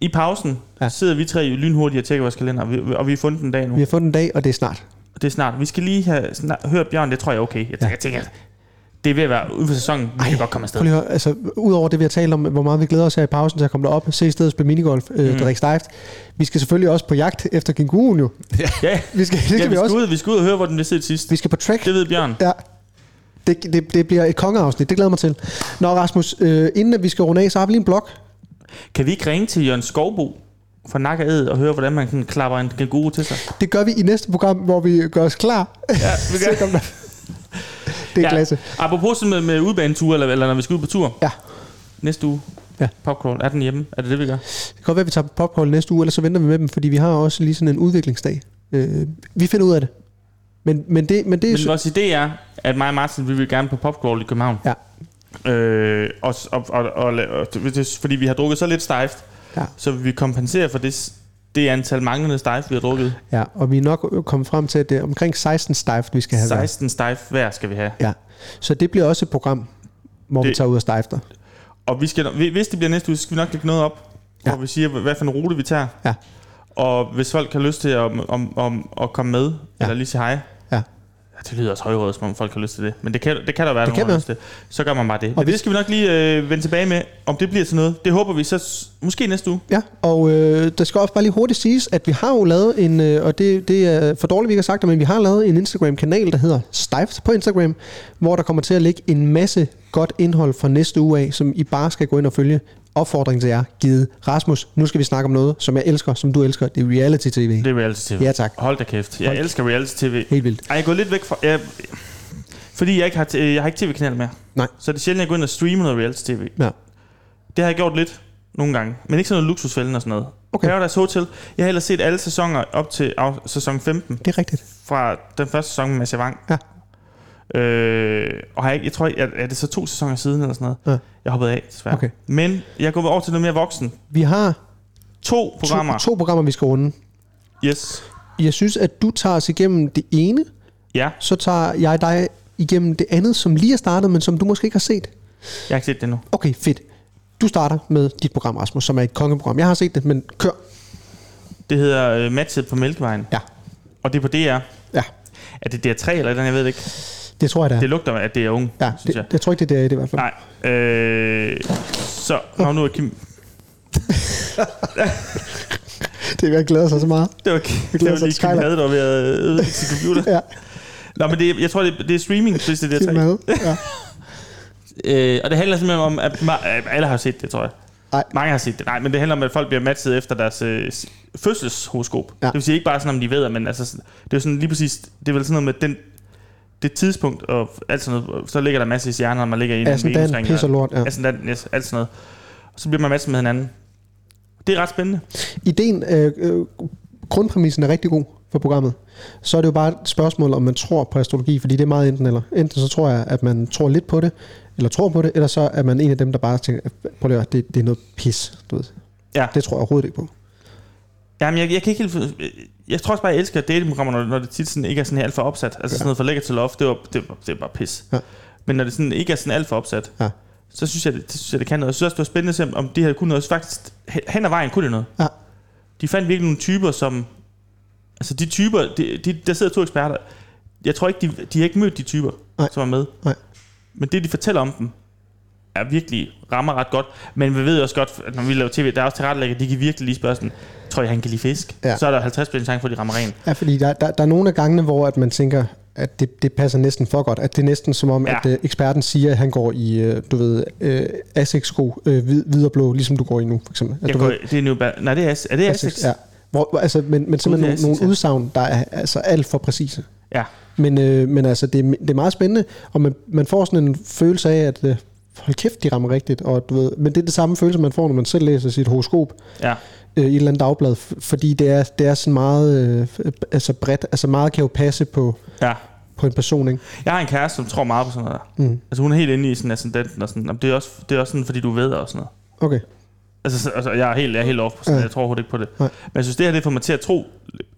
Speaker 1: I pausen
Speaker 2: Ja.
Speaker 1: ja. sidder vi tre lynhurtigt og tjekker vores kalender, og vi, og vi har fundet en dag nu.
Speaker 2: Vi har fundet en dag, og det er snart.
Speaker 1: Det er snart. Vi skal lige have snart, hørt Bjørn, det tror jeg er okay. Jeg tænker, jeg tænker det er ved at være ude for sæsonen. Vi kan godt komme afsted.
Speaker 2: Prøv lige at høre, altså, udover det, vi har talt om, hvor meget vi glæder os her i pausen til at komme derop, se stedet spille minigolf, øh,
Speaker 1: Mm-hmm.
Speaker 2: mm. drikke stejft. Vi skal selvfølgelig også på jagt efter kænguruen jo.
Speaker 1: Ja,
Speaker 2: Vi skal, det skal
Speaker 1: ja
Speaker 2: ja,
Speaker 1: vi,
Speaker 2: vi,
Speaker 1: skal
Speaker 2: også.
Speaker 1: ud, vi skal ud og høre, hvor den blev set sidst.
Speaker 2: Vi skal på trek.
Speaker 1: Det ved Bjørn.
Speaker 2: Ja. Det, det, det bliver et kongeafsnit, det glæder jeg mig til. Nå Rasmus, øh, inden at vi skal runde af, så har vi lige en blog.
Speaker 1: Kan vi ikke ringe til Jørgen Skovbo fra Nak og Æd og høre, hvordan man sådan klapper en kænguru til sig?
Speaker 2: Det gør vi i næste program, hvor vi gør os klar.
Speaker 1: Ja, vi gør.
Speaker 2: Sikkert. det er ja. klasse.
Speaker 1: Apropos sådan med, med udbaneture, eller, eller når vi skal ud på tur.
Speaker 2: Ja.
Speaker 1: Næste uge.
Speaker 2: Ja.
Speaker 1: Popcorn. Er den hjemme? Er det det, vi gør?
Speaker 2: Det kan godt være, at vi tager på popcorn næste uge, eller så venter vi med dem, fordi vi har også lige sådan en udviklingsdag. Øh, vi finder ud af det. Men, men det, men det er...
Speaker 1: Men vores idé er, at mig og Martin, vi vil gerne på popcorn i København.
Speaker 2: Ja.
Speaker 1: Øh, og, og, og, og, og, det- fordi vi har drukket så lidt stejft,
Speaker 2: Ja.
Speaker 1: så vi kompenserer for det, det antal manglende stejf, vi har drukket.
Speaker 2: ja, og vi er nok kommet frem til, at det er omkring 16 stejft, vi skal have. hver.
Speaker 1: 16 stejf hver skal vi have.
Speaker 2: Ja. Så det bliver også et program, hvor det... vi
Speaker 1: Det-
Speaker 2: tager ud og stejfter.
Speaker 1: Og vi skal, hvis det bliver næste uge, så skal vi nok lægge noget op,
Speaker 2: Ja.
Speaker 1: ja. hvor vi siger, hvad for en rute vi tager.
Speaker 2: Ja.
Speaker 1: Og hvis folk har lyst til at, om, om, om, at komme med, ja. eller lige sige hej,
Speaker 2: Ja.
Speaker 1: Ja, det lyder også højrådet, som om folk har lyst til det. Men det kan, det kan der være, det
Speaker 2: kan
Speaker 1: nogen, der har
Speaker 2: være.
Speaker 1: lyst til. Så gør man bare det. Og Men
Speaker 2: hvis-
Speaker 1: det skal vi nok lige øh, vende tilbage med, om det bliver til noget. Det håber vi så s- måske næste uge.
Speaker 2: Ja, og øh, der skal også bare lige hurtigt siges, at vi har jo lavet en, øh, og det, det er for dårligt, vi ikke har sagt det, men vi har lavet en Instagram-kanal, der hedder Stift på Instagram, hvor der kommer til at ligge en masse godt indhold fra næste uge af, som I bare skal gå ind og følge. Opfordring til jer, givet Rasmus, nu skal vi snakke om noget, som jeg elsker, som du elsker, det er reality-tv.
Speaker 1: Det er reality-tv.
Speaker 2: Ja, tak.
Speaker 1: Hold da kæft. Jeg
Speaker 2: Hold-
Speaker 1: elsker reality-tv.
Speaker 2: Helt vildt.
Speaker 1: Ej, jeg er gået lidt væk fra... Jeg, fordi jeg ikke har, t- jeg har ikke tv-kanal mere.
Speaker 2: Nej.
Speaker 1: Så det er sjældent, jeg går ind og streamer noget reality-tv.
Speaker 2: Ja.
Speaker 1: Det har jeg gjort lidt nogle gange. Men ikke sådan noget luksusfælden og sådan noget.
Speaker 2: Okay.
Speaker 1: Paradise Hotel. Jeg har ellers set alle sæsoner op til af, sæson 15.
Speaker 2: Det er rigtigt.
Speaker 1: Fra den første sæson med Mads Javang.
Speaker 2: Ja.
Speaker 1: Øh, og har jeg, ikke, jeg tror, jeg, er det så to sæsoner siden eller sådan noget?
Speaker 2: Ja.
Speaker 1: Jeg hoppede af, desværre.
Speaker 2: Okay.
Speaker 1: Men jeg går over til noget mere voksen.
Speaker 2: Vi har
Speaker 1: To
Speaker 2: to,
Speaker 1: programmer.
Speaker 2: to programmer, vi skal runde.
Speaker 1: Yes.
Speaker 2: Jeg synes, at du tager os igennem det ene,
Speaker 1: Ja,
Speaker 2: så tager jeg dig igennem det andet, som lige er startet, men som du måske ikke har set.
Speaker 1: jeg har ikke set det endnu.
Speaker 2: Okay, fedt. Du starter med dit program, Rasmus, som er et kongeprogram. Jeg har set det, men kør.
Speaker 1: Det hedder øh, Matchet på Mælkevejen.
Speaker 2: Ja.
Speaker 1: Og det er på DR.
Speaker 2: Ja,
Speaker 1: Er det DR3 eller den, jeg ved det ikke.
Speaker 2: det tror jeg, det er.
Speaker 1: Det lugter, at det er unge,
Speaker 2: ja,
Speaker 1: synes jeg.
Speaker 2: det, jeg tror ikke, det er det, i hvert fald.
Speaker 1: Nej. Øh, så, nå, nu er Kim...
Speaker 2: Det er, jeg glæder sig så meget.
Speaker 1: Det var, det
Speaker 2: glæder
Speaker 1: var
Speaker 2: sig
Speaker 1: lige
Speaker 2: til
Speaker 1: Kim
Speaker 2: Skyler.
Speaker 1: havde, der var ved at ødelægge sin computer.
Speaker 2: Ja,
Speaker 1: Nå, men det, jeg tror, det, det er streaming, hvis det er
Speaker 2: det
Speaker 1: DR3.
Speaker 2: er mad. Ja.
Speaker 1: Øh, og det handler simpelthen om, at ma- at alle har set det, tror jeg.
Speaker 2: Ej.
Speaker 1: Mange har set det. Nej, men det handler om, at folk bliver matchet efter deres øh, s- fødselshoroskop. Ja.
Speaker 2: Ja.
Speaker 1: Det vil sige ikke bare sådan, om de ved, det, men altså, sådan- det er jo sådan lige præcis, det er vel sådan noget med den, det tidspunkt, og alt sådan noget, så ligger der masser i hjernen, når man ligger i en
Speaker 2: Ascendant,
Speaker 1: venusring,
Speaker 2: pis og lort, ja.
Speaker 1: Ascendant, yes, alt sådan noget. Og så bliver man matchet med hinanden. Det er ret spændende.
Speaker 2: Ideen, øh, øh, grundpræmissen er rigtig god for programmet. Så er det jo bare et spørgsmål, om man tror på astrologi, fordi det er meget enten eller. Enten så tror jeg, at man tror lidt på det, eller tror på det, eller så er man en af dem, der bare tænker, prøv lige at høre, det, det er noget pis, du ved.
Speaker 1: Ja.
Speaker 2: Det tror jeg overhovedet ikke på.
Speaker 1: Jamen, jeg, jeg kan ikke helt... øh, Jeg tror også bare, jeg elsker datingprogrammer, når, når det tit sådan ikke er sådan her alt for opsat. Altså sådan noget for lækker til love, det er, jo- det, er- det er bare pis.
Speaker 2: Ja.
Speaker 1: Men når det sådan ikke er sådan alt for opsat,
Speaker 2: Ja.
Speaker 1: så synes jeg, det, det, synes jeg, det kan noget. Jeg synes også, det var spændende at se, om- om de her kunne noget. Faktisk, he- hen ad vejen kunne det noget.
Speaker 2: Ja.
Speaker 1: De fandt virkelig nogle typer, som... Altså de typer, de, de, der sidder to eksperter. Jeg tror ikke, de, de har ikke mødt de typer,
Speaker 2: Nej.
Speaker 1: som er med.
Speaker 2: Nej.
Speaker 1: Men det, de fortæller om dem, er virkelig rammer ret godt. Men vi ved også godt, at når vi laver tv, der er også tilrettelægger, de kan virkelig lige spørge sådan, tror jeg, han kan lide fisk?
Speaker 2: Ja.
Speaker 1: Ja. Så er der 50 procent chance for, at de rammer ren.
Speaker 2: Ja, fordi der, der, der er nogle af gangene, hvor at man tænker, at det, det passer næsten for godt. At det er næsten som om, ja.
Speaker 1: Ja.
Speaker 2: at øh, eksperten siger, at han går i, øh, du ved, øh, Asics-sko, øh, hvid, hvid og blå, ligesom du går i nu, for eksempel. At
Speaker 1: Jeg
Speaker 2: du
Speaker 1: går,
Speaker 2: ved,
Speaker 1: det er New Balance. Nej, det er, As- er det Asics?
Speaker 2: Altså, Ja. Hvor, hvor- altså, men, men simpelthen
Speaker 1: Asics,
Speaker 2: nogle,
Speaker 1: ja.
Speaker 2: nogle udsagn, der er altså alt for præcise.
Speaker 1: ja.
Speaker 2: Men, øh, men altså, det, er- det er meget spændende, og man, man får sådan en følelse af, at øh, hold kæft, de rammer rigtigt. Og, du ved, men det er det samme følelse, man får, når man selv læser sit horoskop
Speaker 1: ja.
Speaker 2: øh, i et eller andet dagblad, f- fordi det er, det er sådan meget øh, f- altså bredt, altså meget kan jo passe på,
Speaker 1: Ja.
Speaker 2: på en person, ikke?
Speaker 1: Jeg har en kæreste, som tror meget på sådan noget der. Mm. Altså hun er helt inde i sådan ascendanten og sådan. Jamen, det, er også, det er også sådan, fordi du ved og sådan noget.
Speaker 2: Okay.
Speaker 1: Altså, så- altså jeg er helt, jeg er helt off på sådan
Speaker 2: Ja.
Speaker 1: ja. Jeg tror overhovedet ikke på det. Nej.
Speaker 2: Nej.
Speaker 1: Men jeg synes, det her det får mig til at tro.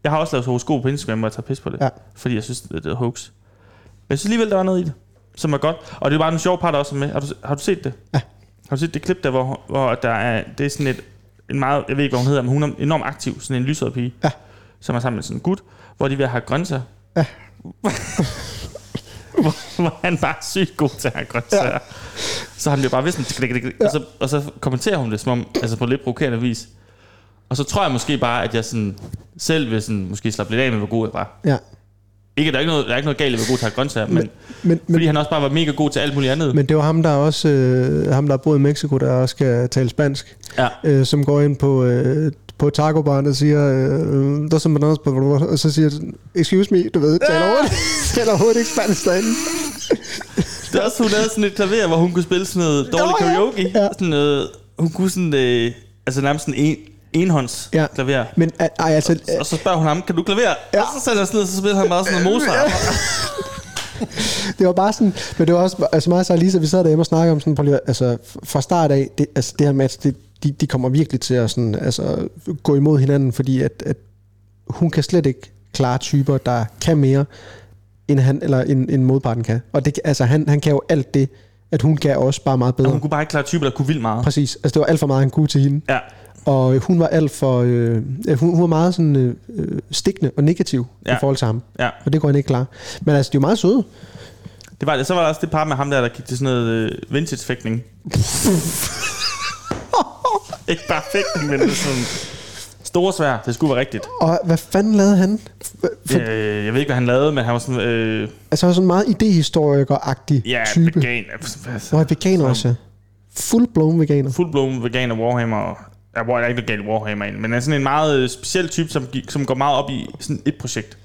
Speaker 1: Jeg har også lavet horoskop på Instagram, hvor jeg tager pis på det.
Speaker 2: Ja.
Speaker 1: Fordi jeg synes, det er hoax. Men jeg synes alligevel, der var noget i det, som er godt. Og det er bare den sjove part også med. Har du, har du set det?
Speaker 2: Ja.
Speaker 1: Har du set det klip der, hvor, hvor der er, det er sådan et, en meget, jeg ved ikke, hvad hun hedder, men hun er enormt aktiv, sådan en lyshåret pige,
Speaker 2: Ja.
Speaker 1: som er sammen med sådan en gut, hvor de er ved at have grøntsager.
Speaker 2: Ja.
Speaker 1: hvor, hvor han bare er sygt god til at have grøntsager. Ja. Så han bliver bare ved sådan, klik, klik, klik, og, så, og så kommenterer hun det som om, altså på lidt provokerende vis. Og så tror jeg måske bare, at jeg sådan, selv vil sådan, måske slappe lidt af med, hvor god jeg var.
Speaker 2: Ja.
Speaker 1: Ikke, der, er ikke noget, der er ikke noget galt i, hvor god til at have grøntsager, men, men,
Speaker 2: Men, men,
Speaker 1: fordi han også bare var mega god til alt muligt andet.
Speaker 2: men det var ham, der også øh, ham, der har boet i Mexico, der også skal tale spansk,
Speaker 1: ja.
Speaker 2: øh, som går ind på, øh, på tacobaren og siger, øh, der som man også på, og så siger den, excuse me, du ved, taler overhovedet, taler overhovedet ikke spansk derinde.
Speaker 1: Det er også, hun havde sådan et klaver, hvor hun kunne spille sådan noget dårlig
Speaker 2: Nå, ja.
Speaker 1: karaoke.
Speaker 2: Ja.
Speaker 1: Sådan noget, hun kunne sådan, øh, altså nærmest sådan en, enhånds
Speaker 2: Ja.
Speaker 1: ja. klaver.
Speaker 2: Men øh, ej, altså, øh,
Speaker 1: Og så spørger hun ham, kan du klaver?
Speaker 2: Ja.
Speaker 1: Ja. Og så sætter han sig ned, og så spiller han bare sådan noget Mozart.
Speaker 2: det var bare sådan, men det var også, altså mig og Lisa, vi sad derhjemme og snakkede om sådan, prøv lige, at- altså fra start af, det, altså det her match, det, de, de kommer virkelig til at sådan, altså, gå imod hinanden, fordi at, at hun kan slet ikke klare typer, der kan mere, end han, eller en, en modparten kan. Og det, altså, han, han kan jo alt det, at hun kan også bare meget
Speaker 1: Og hun
Speaker 2: bedre.
Speaker 1: kunne bare ikke klare typer, der kunne vildt meget.
Speaker 2: Præcis. Altså, det var alt for meget, han kunne til hende.
Speaker 1: Ja.
Speaker 2: Og øh, hun var alt for... Øh, øh, hun, hun var meget sådan øh, øh, stikkende og negativ ja.
Speaker 1: Ja.
Speaker 2: i forhold til ham.
Speaker 1: Ja.
Speaker 2: Og det kunne han ikke klare. Men altså, de er jo meget søde.
Speaker 1: Det var, det. så var der også det par med ham der, der gik til sådan noget øh, vintage-fægtning. ikke bare fægtning, men sådan store svær. Det skulle være rigtigt.
Speaker 2: Og hvad fanden lavede han? Hva- For, yeah.
Speaker 1: Øh, jeg ved ikke, hvad han lavede, men han var sådan... Øh,
Speaker 2: Altså, han var sådan meget idehistoriker-agtig
Speaker 1: ja,
Speaker 2: type.
Speaker 1: vegan. Altså,
Speaker 2: Nå, han er veganer også. Full-blown veganer.
Speaker 1: fuldblom veganer Warhammer. og- Ja, hvor er ikke vegan Warhammer egentlig, men er sådan en meget øh, speciel type, som, gik- som går meget op i sådan et projekt.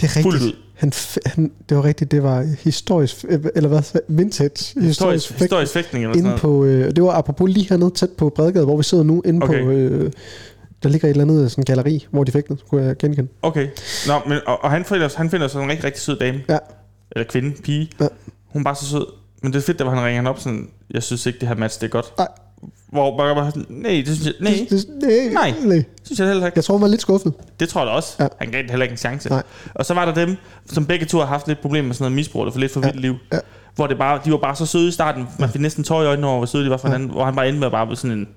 Speaker 2: Det er rigtigt.
Speaker 1: Fuldt ud.
Speaker 2: Han, f- han, det var rigtigt, det var historisk, øh, eller hvad, sagde- vintage, historisk,
Speaker 1: Historisk,
Speaker 2: historisk
Speaker 1: historisk fægtning eller sådan
Speaker 2: inde
Speaker 1: noget.
Speaker 2: på, øh, det var apropos lige hernede tæt på Bredegade, hvor vi sidder nu, inde okay.
Speaker 1: Okay.
Speaker 2: på, øh, der ligger et eller andet øh, sådan galeri, hvor de fik den, kunne jeg genkende.
Speaker 1: Okay. Nå, men, og, og han, finder, han finder sådan en rigtig, rigtig sød dame.
Speaker 2: Ja.
Speaker 1: Eller kvinde, pige.
Speaker 2: Ja.
Speaker 1: Hun er bare så sød. Men det er fedt, at han ringer hende op sådan, jeg synes ikke, det her match, det er godt.
Speaker 2: Nej.
Speaker 1: Hvor bare bare sådan, nej, det synes jeg, nej, det
Speaker 2: Det, det,
Speaker 1: Nej.
Speaker 2: nej.
Speaker 1: synes jeg heller ikke.
Speaker 2: Jeg tror, hun var lidt skuffet.
Speaker 1: Det tror jeg da også.
Speaker 2: Ja.
Speaker 1: Ja. Han gav det heller ikke en chance.
Speaker 2: Nej.
Speaker 1: Og så var der dem, som begge to har haft lidt problemer med sådan noget misbrug, eller for lidt for vildt liv. Ja. Hvor det bare, de var bare så søde i starten. Man fik næsten tår i øjnene over, hvor søde de var for hinanden. Hvor han bare endte med at bare blive sådan en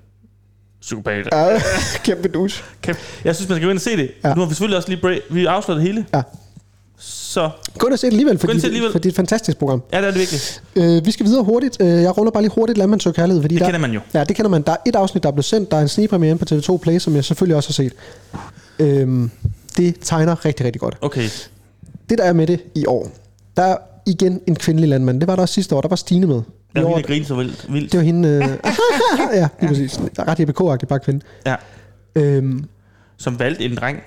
Speaker 1: psykopat. Ja.
Speaker 2: Ja, kæmpe douche.
Speaker 1: Kæmpe. Jeg synes, man skal gå ind og se det.
Speaker 2: Ja.
Speaker 1: Ja. Nu har vi selvfølgelig også lige break. Vi afslører det hele.
Speaker 2: Ja.
Speaker 1: Så
Speaker 2: Gå ind og se det alligevel, fordi,
Speaker 1: Gå ind og se
Speaker 2: det,
Speaker 1: det alligevel.
Speaker 2: fordi det er et fantastisk program.
Speaker 1: ja, det er det vigtigt.
Speaker 2: Øh, vi skal videre hurtigt. Øh, jeg ruller bare lige hurtigt Landmand Søger Kærlighed. Fordi
Speaker 1: Det
Speaker 2: der,
Speaker 1: kender man jo.
Speaker 2: Ja, det kender man. Der er et afsnit, der er blevet sendt. Der er en snigpremiere inde på TV2 Play, som jeg selvfølgelig også har set. Øhm, det tegner rigtig, rigtig godt.
Speaker 1: Okay.
Speaker 2: Det, der er med det i år, der er igen en kvindelig landmand. Det var der også sidste år. Der var Stine med. I
Speaker 1: Jeg
Speaker 2: år,
Speaker 1: vil grine så vildt. vildt.
Speaker 2: det var hende... Øh, ja, lige præcis. Ret EPK-agtig bare kvinde.
Speaker 1: Ja.
Speaker 2: Øhm,
Speaker 1: Som valgte en dreng.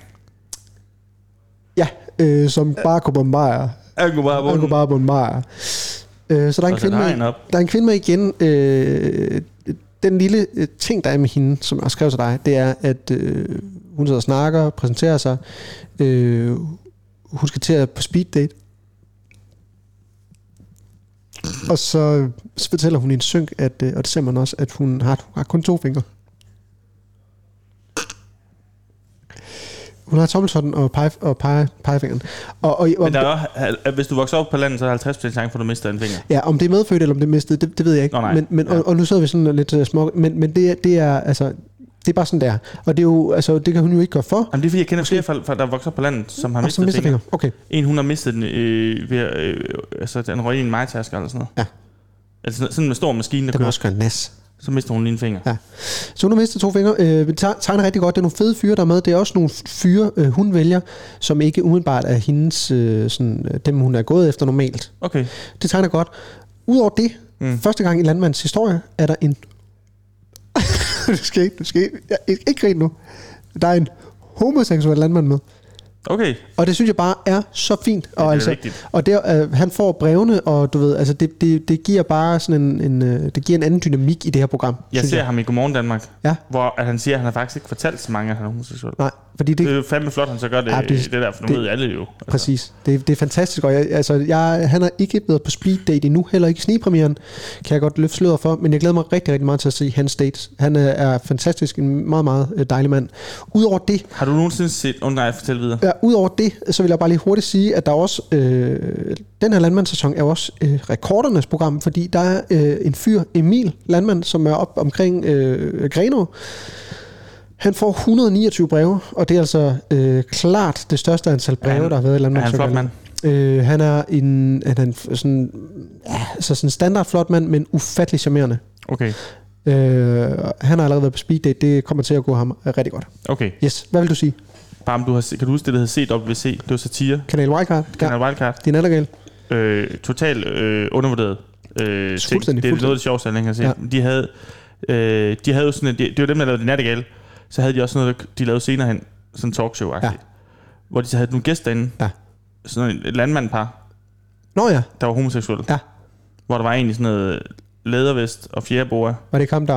Speaker 2: ja, øh, som bare kunne bombare.
Speaker 1: Jeg kunne bare
Speaker 2: Han kunne bare bombare. Øh, så der er, en
Speaker 1: Og sætte
Speaker 2: kvinde
Speaker 1: hegn
Speaker 2: med,
Speaker 1: op.
Speaker 2: der er en kvinde med igen. Øh, den lille øh, ting, der er med hende, som jeg også skrev til dig, det er, at øh, hun sidder og snakker, præsenterer sig. Øh, hun skal til at på speed date. Og så, så fortæller hun i en synk, at, øh, og det ser man også, at hun har, hun har kun to fingre. Hun har tommeltotten og, pege, og pege, pegefingeren. Og, og, og,
Speaker 1: Men der er, også- hvis du vokser op på landet, så er der 50% chance for, at du mister en finger.
Speaker 2: Ja, om det er medfødt eller om det er mistet, det, det ved jeg ikke.
Speaker 1: Nå, nej.
Speaker 2: men, men,
Speaker 1: Ja.
Speaker 2: og, og, nu sidder vi sådan og lidt øh, små, men, men det, er- det er altså, det er bare sådan der. Og det er jo, altså, det kan hun jo ikke gøre for.
Speaker 1: Jamen, det er fordi, jeg kender flere folk, der vokser op på landet, som har
Speaker 2: Og så
Speaker 1: mistet
Speaker 2: mister
Speaker 1: fingre.
Speaker 2: fingre. Okay.
Speaker 1: En, hun har mistet den, øh, ved, at, øh, altså den røg i en majtasker eller sådan noget.
Speaker 2: Ja.
Speaker 1: Altså sådan- sådan en stor maskine, der
Speaker 2: Den
Speaker 1: kører,
Speaker 2: må også gøre nas.
Speaker 1: så mister hun lige en finger.
Speaker 2: Ja. Så hun har mistet to fingre. Øh, det teg- tegner rigtig godt. Det er nogle fede fyre, der er med. Det er også nogle fyre, øh, hun vælger, som ikke umiddelbart er hendes, øh, sådan, øh, dem hun er gået efter normalt.
Speaker 1: Okay.
Speaker 2: Det tegner godt. Udover det, mm. første gang i landmandens historie, er der en... du skal ikke, du skal ikke, jeg- ikke, ikke grine nu. Der er en homoseksuel landmand med.
Speaker 1: Okay.
Speaker 2: Og det synes jeg bare er så fint. Og,
Speaker 1: det er
Speaker 2: altså,
Speaker 1: rigtigt.
Speaker 2: og der, øh, han får brevene, og du ved, altså det, det, det giver bare sådan en, en, øh, det giver en anden dynamik i det her program.
Speaker 1: Jeg
Speaker 2: synes
Speaker 1: ser ham i Godmorgen Danmark,
Speaker 2: Ja.
Speaker 1: hvor at han siger, at han har faktisk ikke fortalt så mange, at han er homoseksuel.
Speaker 2: Nej, fordi det,
Speaker 1: Det er jo fandme flot, han så gør det,
Speaker 2: Ja,
Speaker 1: ja,
Speaker 2: det-
Speaker 1: det, det der, for nu
Speaker 2: det-
Speaker 1: det, ved alle jo. Altså,
Speaker 2: Præcis. Det, det er fantastisk, og jeg, altså, jeg, han har ikke været på speed date endnu, heller ikke i snigpremieren, kan jeg godt løfte sløret for, men jeg glæder mig rigtig, rigtig meget til at se hans dates. Han øh, er fantastisk, en meget, meget øh, dejlig mand. Udover det,
Speaker 1: Har du nogensinde set... Åh oh, nej, fortæl videre.
Speaker 2: ja, udover det, så vil jeg bare lige hurtigt sige, at der er også, øh, den her landmandssæson er jo også øh, rekordernes program, fordi der er øh, en fyr, Emil Landmand, som er op omkring øh, Grenaa, han får 129 breve, og det er altså øh, klart det største antal breve,
Speaker 1: Er han-
Speaker 2: der har været i
Speaker 1: Er
Speaker 2: landmandssæsonen.
Speaker 1: han en flot mand?
Speaker 2: Øh, han er en, han er en f- sådan, ja, så sådan standard flot mand, men ufattelig charmerende.
Speaker 1: Okay.
Speaker 2: Øh, han har allerede været på speed date. Det kommer til at gå ham øh, rigtig godt.
Speaker 1: Okay.
Speaker 2: Yes, hvad vil du sige?
Speaker 1: Bam, du har, se- kan du huske det, der hedder CWC? Det var satire.
Speaker 2: Kanal Wildcard?
Speaker 1: Ja.
Speaker 2: Ja,
Speaker 1: Den er wildcard.
Speaker 2: din allergal.
Speaker 1: Øh, totalt øh, undervurderet. Øh, ting. Det er
Speaker 2: fuldstændig.
Speaker 1: noget af det sjoveste, jeg længe har set.
Speaker 2: Ja.
Speaker 1: Ja. De, havde, øh, de havde jo sådan, et- de, det var dem, der lavede Nattegale. Så havde de også noget, der- de lavede senere hen, sådan en talkshow ja.
Speaker 2: Ja.
Speaker 1: Hvor de så havde nogle gæster inde.
Speaker 2: Ja.
Speaker 1: Sådan et, et landmandpar,
Speaker 2: Nå ja,
Speaker 1: der var homoseksuelle.
Speaker 2: Ja.
Speaker 1: Hvor der var egentlig sådan noget lædervest og fjerdeboer.
Speaker 2: var det ikke ham, der...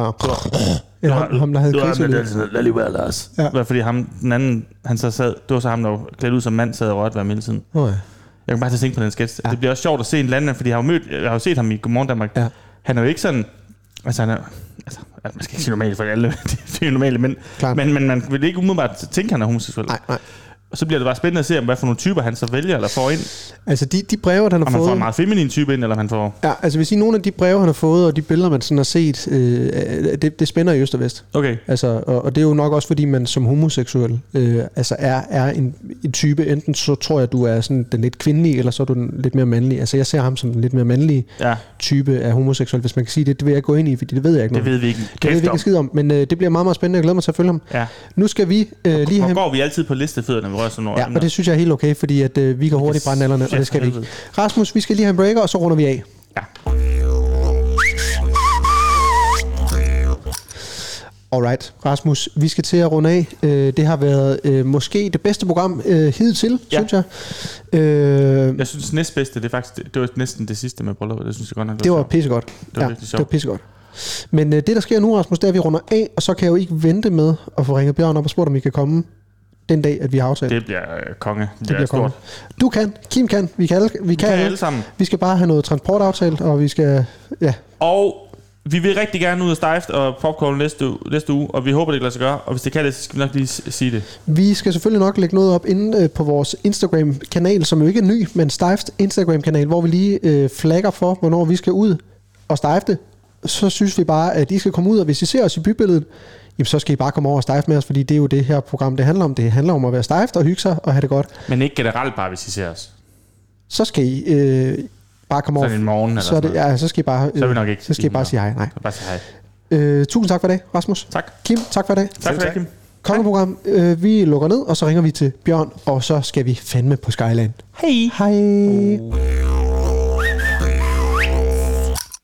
Speaker 2: Eller ham, ham der havde kriselyd?
Speaker 1: Lad lige være, Lars.
Speaker 2: Ja.
Speaker 1: Ja. Fordi ham, den anden, han så sad, det var så ham, der var klædt ud som mand, sad og rørte ved ham hele tiden.
Speaker 2: Nå ja.
Speaker 1: Jeg kan bare til at tænke på den sketch. Ja. Det bliver også sjovt at se en landmand, fordi jeg har jo, mødt, jeg har jo set ham i Godmorgen Danmark.
Speaker 2: Ja.
Speaker 1: Han er jo ikke sådan... Altså, han er, altså, man skal ikke sige normalt, for alle det er jo normale, men,
Speaker 2: Klart.
Speaker 1: men, men man vil ikke umiddelbart tænke, at han er homoseksuel.
Speaker 2: Nej, nej.
Speaker 1: Og så bliver det bare spændende at se, om hvad for nogle typer han så vælger eller får ind.
Speaker 2: Altså de, de breve, han har
Speaker 1: Om han
Speaker 2: fået...
Speaker 1: får en meget feminin type ind, eller om han får...
Speaker 2: Ja, altså hvis I nogle af de breve, han har fået, og de billeder, man sådan har set, øh, øh, det, det spænder i øst og vest.
Speaker 1: Okay.
Speaker 2: Altså, og, og det er jo nok også, fordi man som homoseksuel øh, altså er, er en, en type, enten så tror jeg, du er sådan den lidt kvindelige, eller så er du den lidt mere mandlige. Altså jeg ser ham som den lidt mere mandlige
Speaker 1: Ja,
Speaker 2: type af homoseksuel, hvis man kan sige det. Det vil jeg ikke gå ind i, fordi det ved jeg ikke
Speaker 1: det
Speaker 2: noget om.
Speaker 1: ved vi ikke. en
Speaker 2: det ved
Speaker 1: kæft
Speaker 2: vi ikke en
Speaker 1: om.
Speaker 2: skid om, men øh, det bliver meget, meget spændende. Jeg glæder mig til at følge ham.
Speaker 1: Ja.
Speaker 2: Nu skal vi øh, lige have...
Speaker 1: Hvor går vi altid på listefødderne, når vi rører sådan nogle
Speaker 2: Ja, og det synes jeg er helt okay, fordi at, øh, vi kan hurtigt brænde alderne, og det skal vi ikke. Rasmus, vi skal lige have en breaker, og så runder vi af.
Speaker 1: Ja.
Speaker 2: Alright, Rasmus, vi skal til at runde af. Øh, det har været øh, måske det bedste program øh, hidtil, ja.
Speaker 1: Ja.
Speaker 2: synes jeg. Øh,
Speaker 1: Jeg synes næstbedste, det er faktisk det var næsten det sidste med brylluppet. Det synes jeg godt nok.
Speaker 2: det var
Speaker 1: sjovt.
Speaker 2: pissegodt.
Speaker 1: var
Speaker 2: ja,
Speaker 1: virkelig
Speaker 2: det var
Speaker 1: sjovt.
Speaker 2: pissegodt. Men øh, det, der sker nu, Rasmus, det er, at vi runder af, og så kan jeg jo ikke vente med at få ringet Bjørn op og spurgt, om I kan komme den dag, at vi har aftalt.
Speaker 1: Det bliver øh, konge. Det, det
Speaker 2: Det
Speaker 1: bliver,
Speaker 2: bliver
Speaker 1: stort.
Speaker 2: kongen. Du kan, Kim kan, vi kan alle, vi kan
Speaker 1: kan
Speaker 2: alle.
Speaker 1: alle sammen.
Speaker 2: Vi skal bare have noget transport aftalt, og vi skal... Ja,
Speaker 1: Og vi vil rigtig gerne ud og stejft og popcorn næste, u- næste uge, og vi håber, det kan lade sig gøre. Og hvis det kan det, så skal vi nok lige s- sige det.
Speaker 2: vi skal selvfølgelig nok lægge noget op inde øh, på vores Instagram-kanal, som jo ikke er ny, men Steift Instagram-kanal, hvor vi lige øh, flagger for, hvornår vi skal ud og stejfte. Så synes vi bare, at I skal komme ud, og hvis I ser os i bybilledet, jamen så skal I bare komme over og stejfte med os, fordi det er jo det her program, det handler om. Det handler om at være stejft og hygge sig og have det godt.
Speaker 1: Men ikke generelt bare, hvis I ser os.
Speaker 2: Så skal I øh, bare komme over.
Speaker 1: Sådan en morgen eller
Speaker 2: så, er
Speaker 1: sådan
Speaker 2: det,
Speaker 1: noget.
Speaker 2: ja, så skal I bare, øh,
Speaker 1: Så er vi nok ikke
Speaker 2: så skal I bare
Speaker 1: enige.
Speaker 2: sige hej. Nej.
Speaker 1: Bare sige hej.
Speaker 2: Øh, tusind tak for i dag, Rasmus.
Speaker 1: Tak.
Speaker 2: Kim, tak for i dag.
Speaker 1: Tak for det, Kim.
Speaker 2: Kongeprogram, øh, vi lukker ned, og så ringer vi til Bjørn, og så skal vi fandme på Skyland. Hej. Hej. Oh.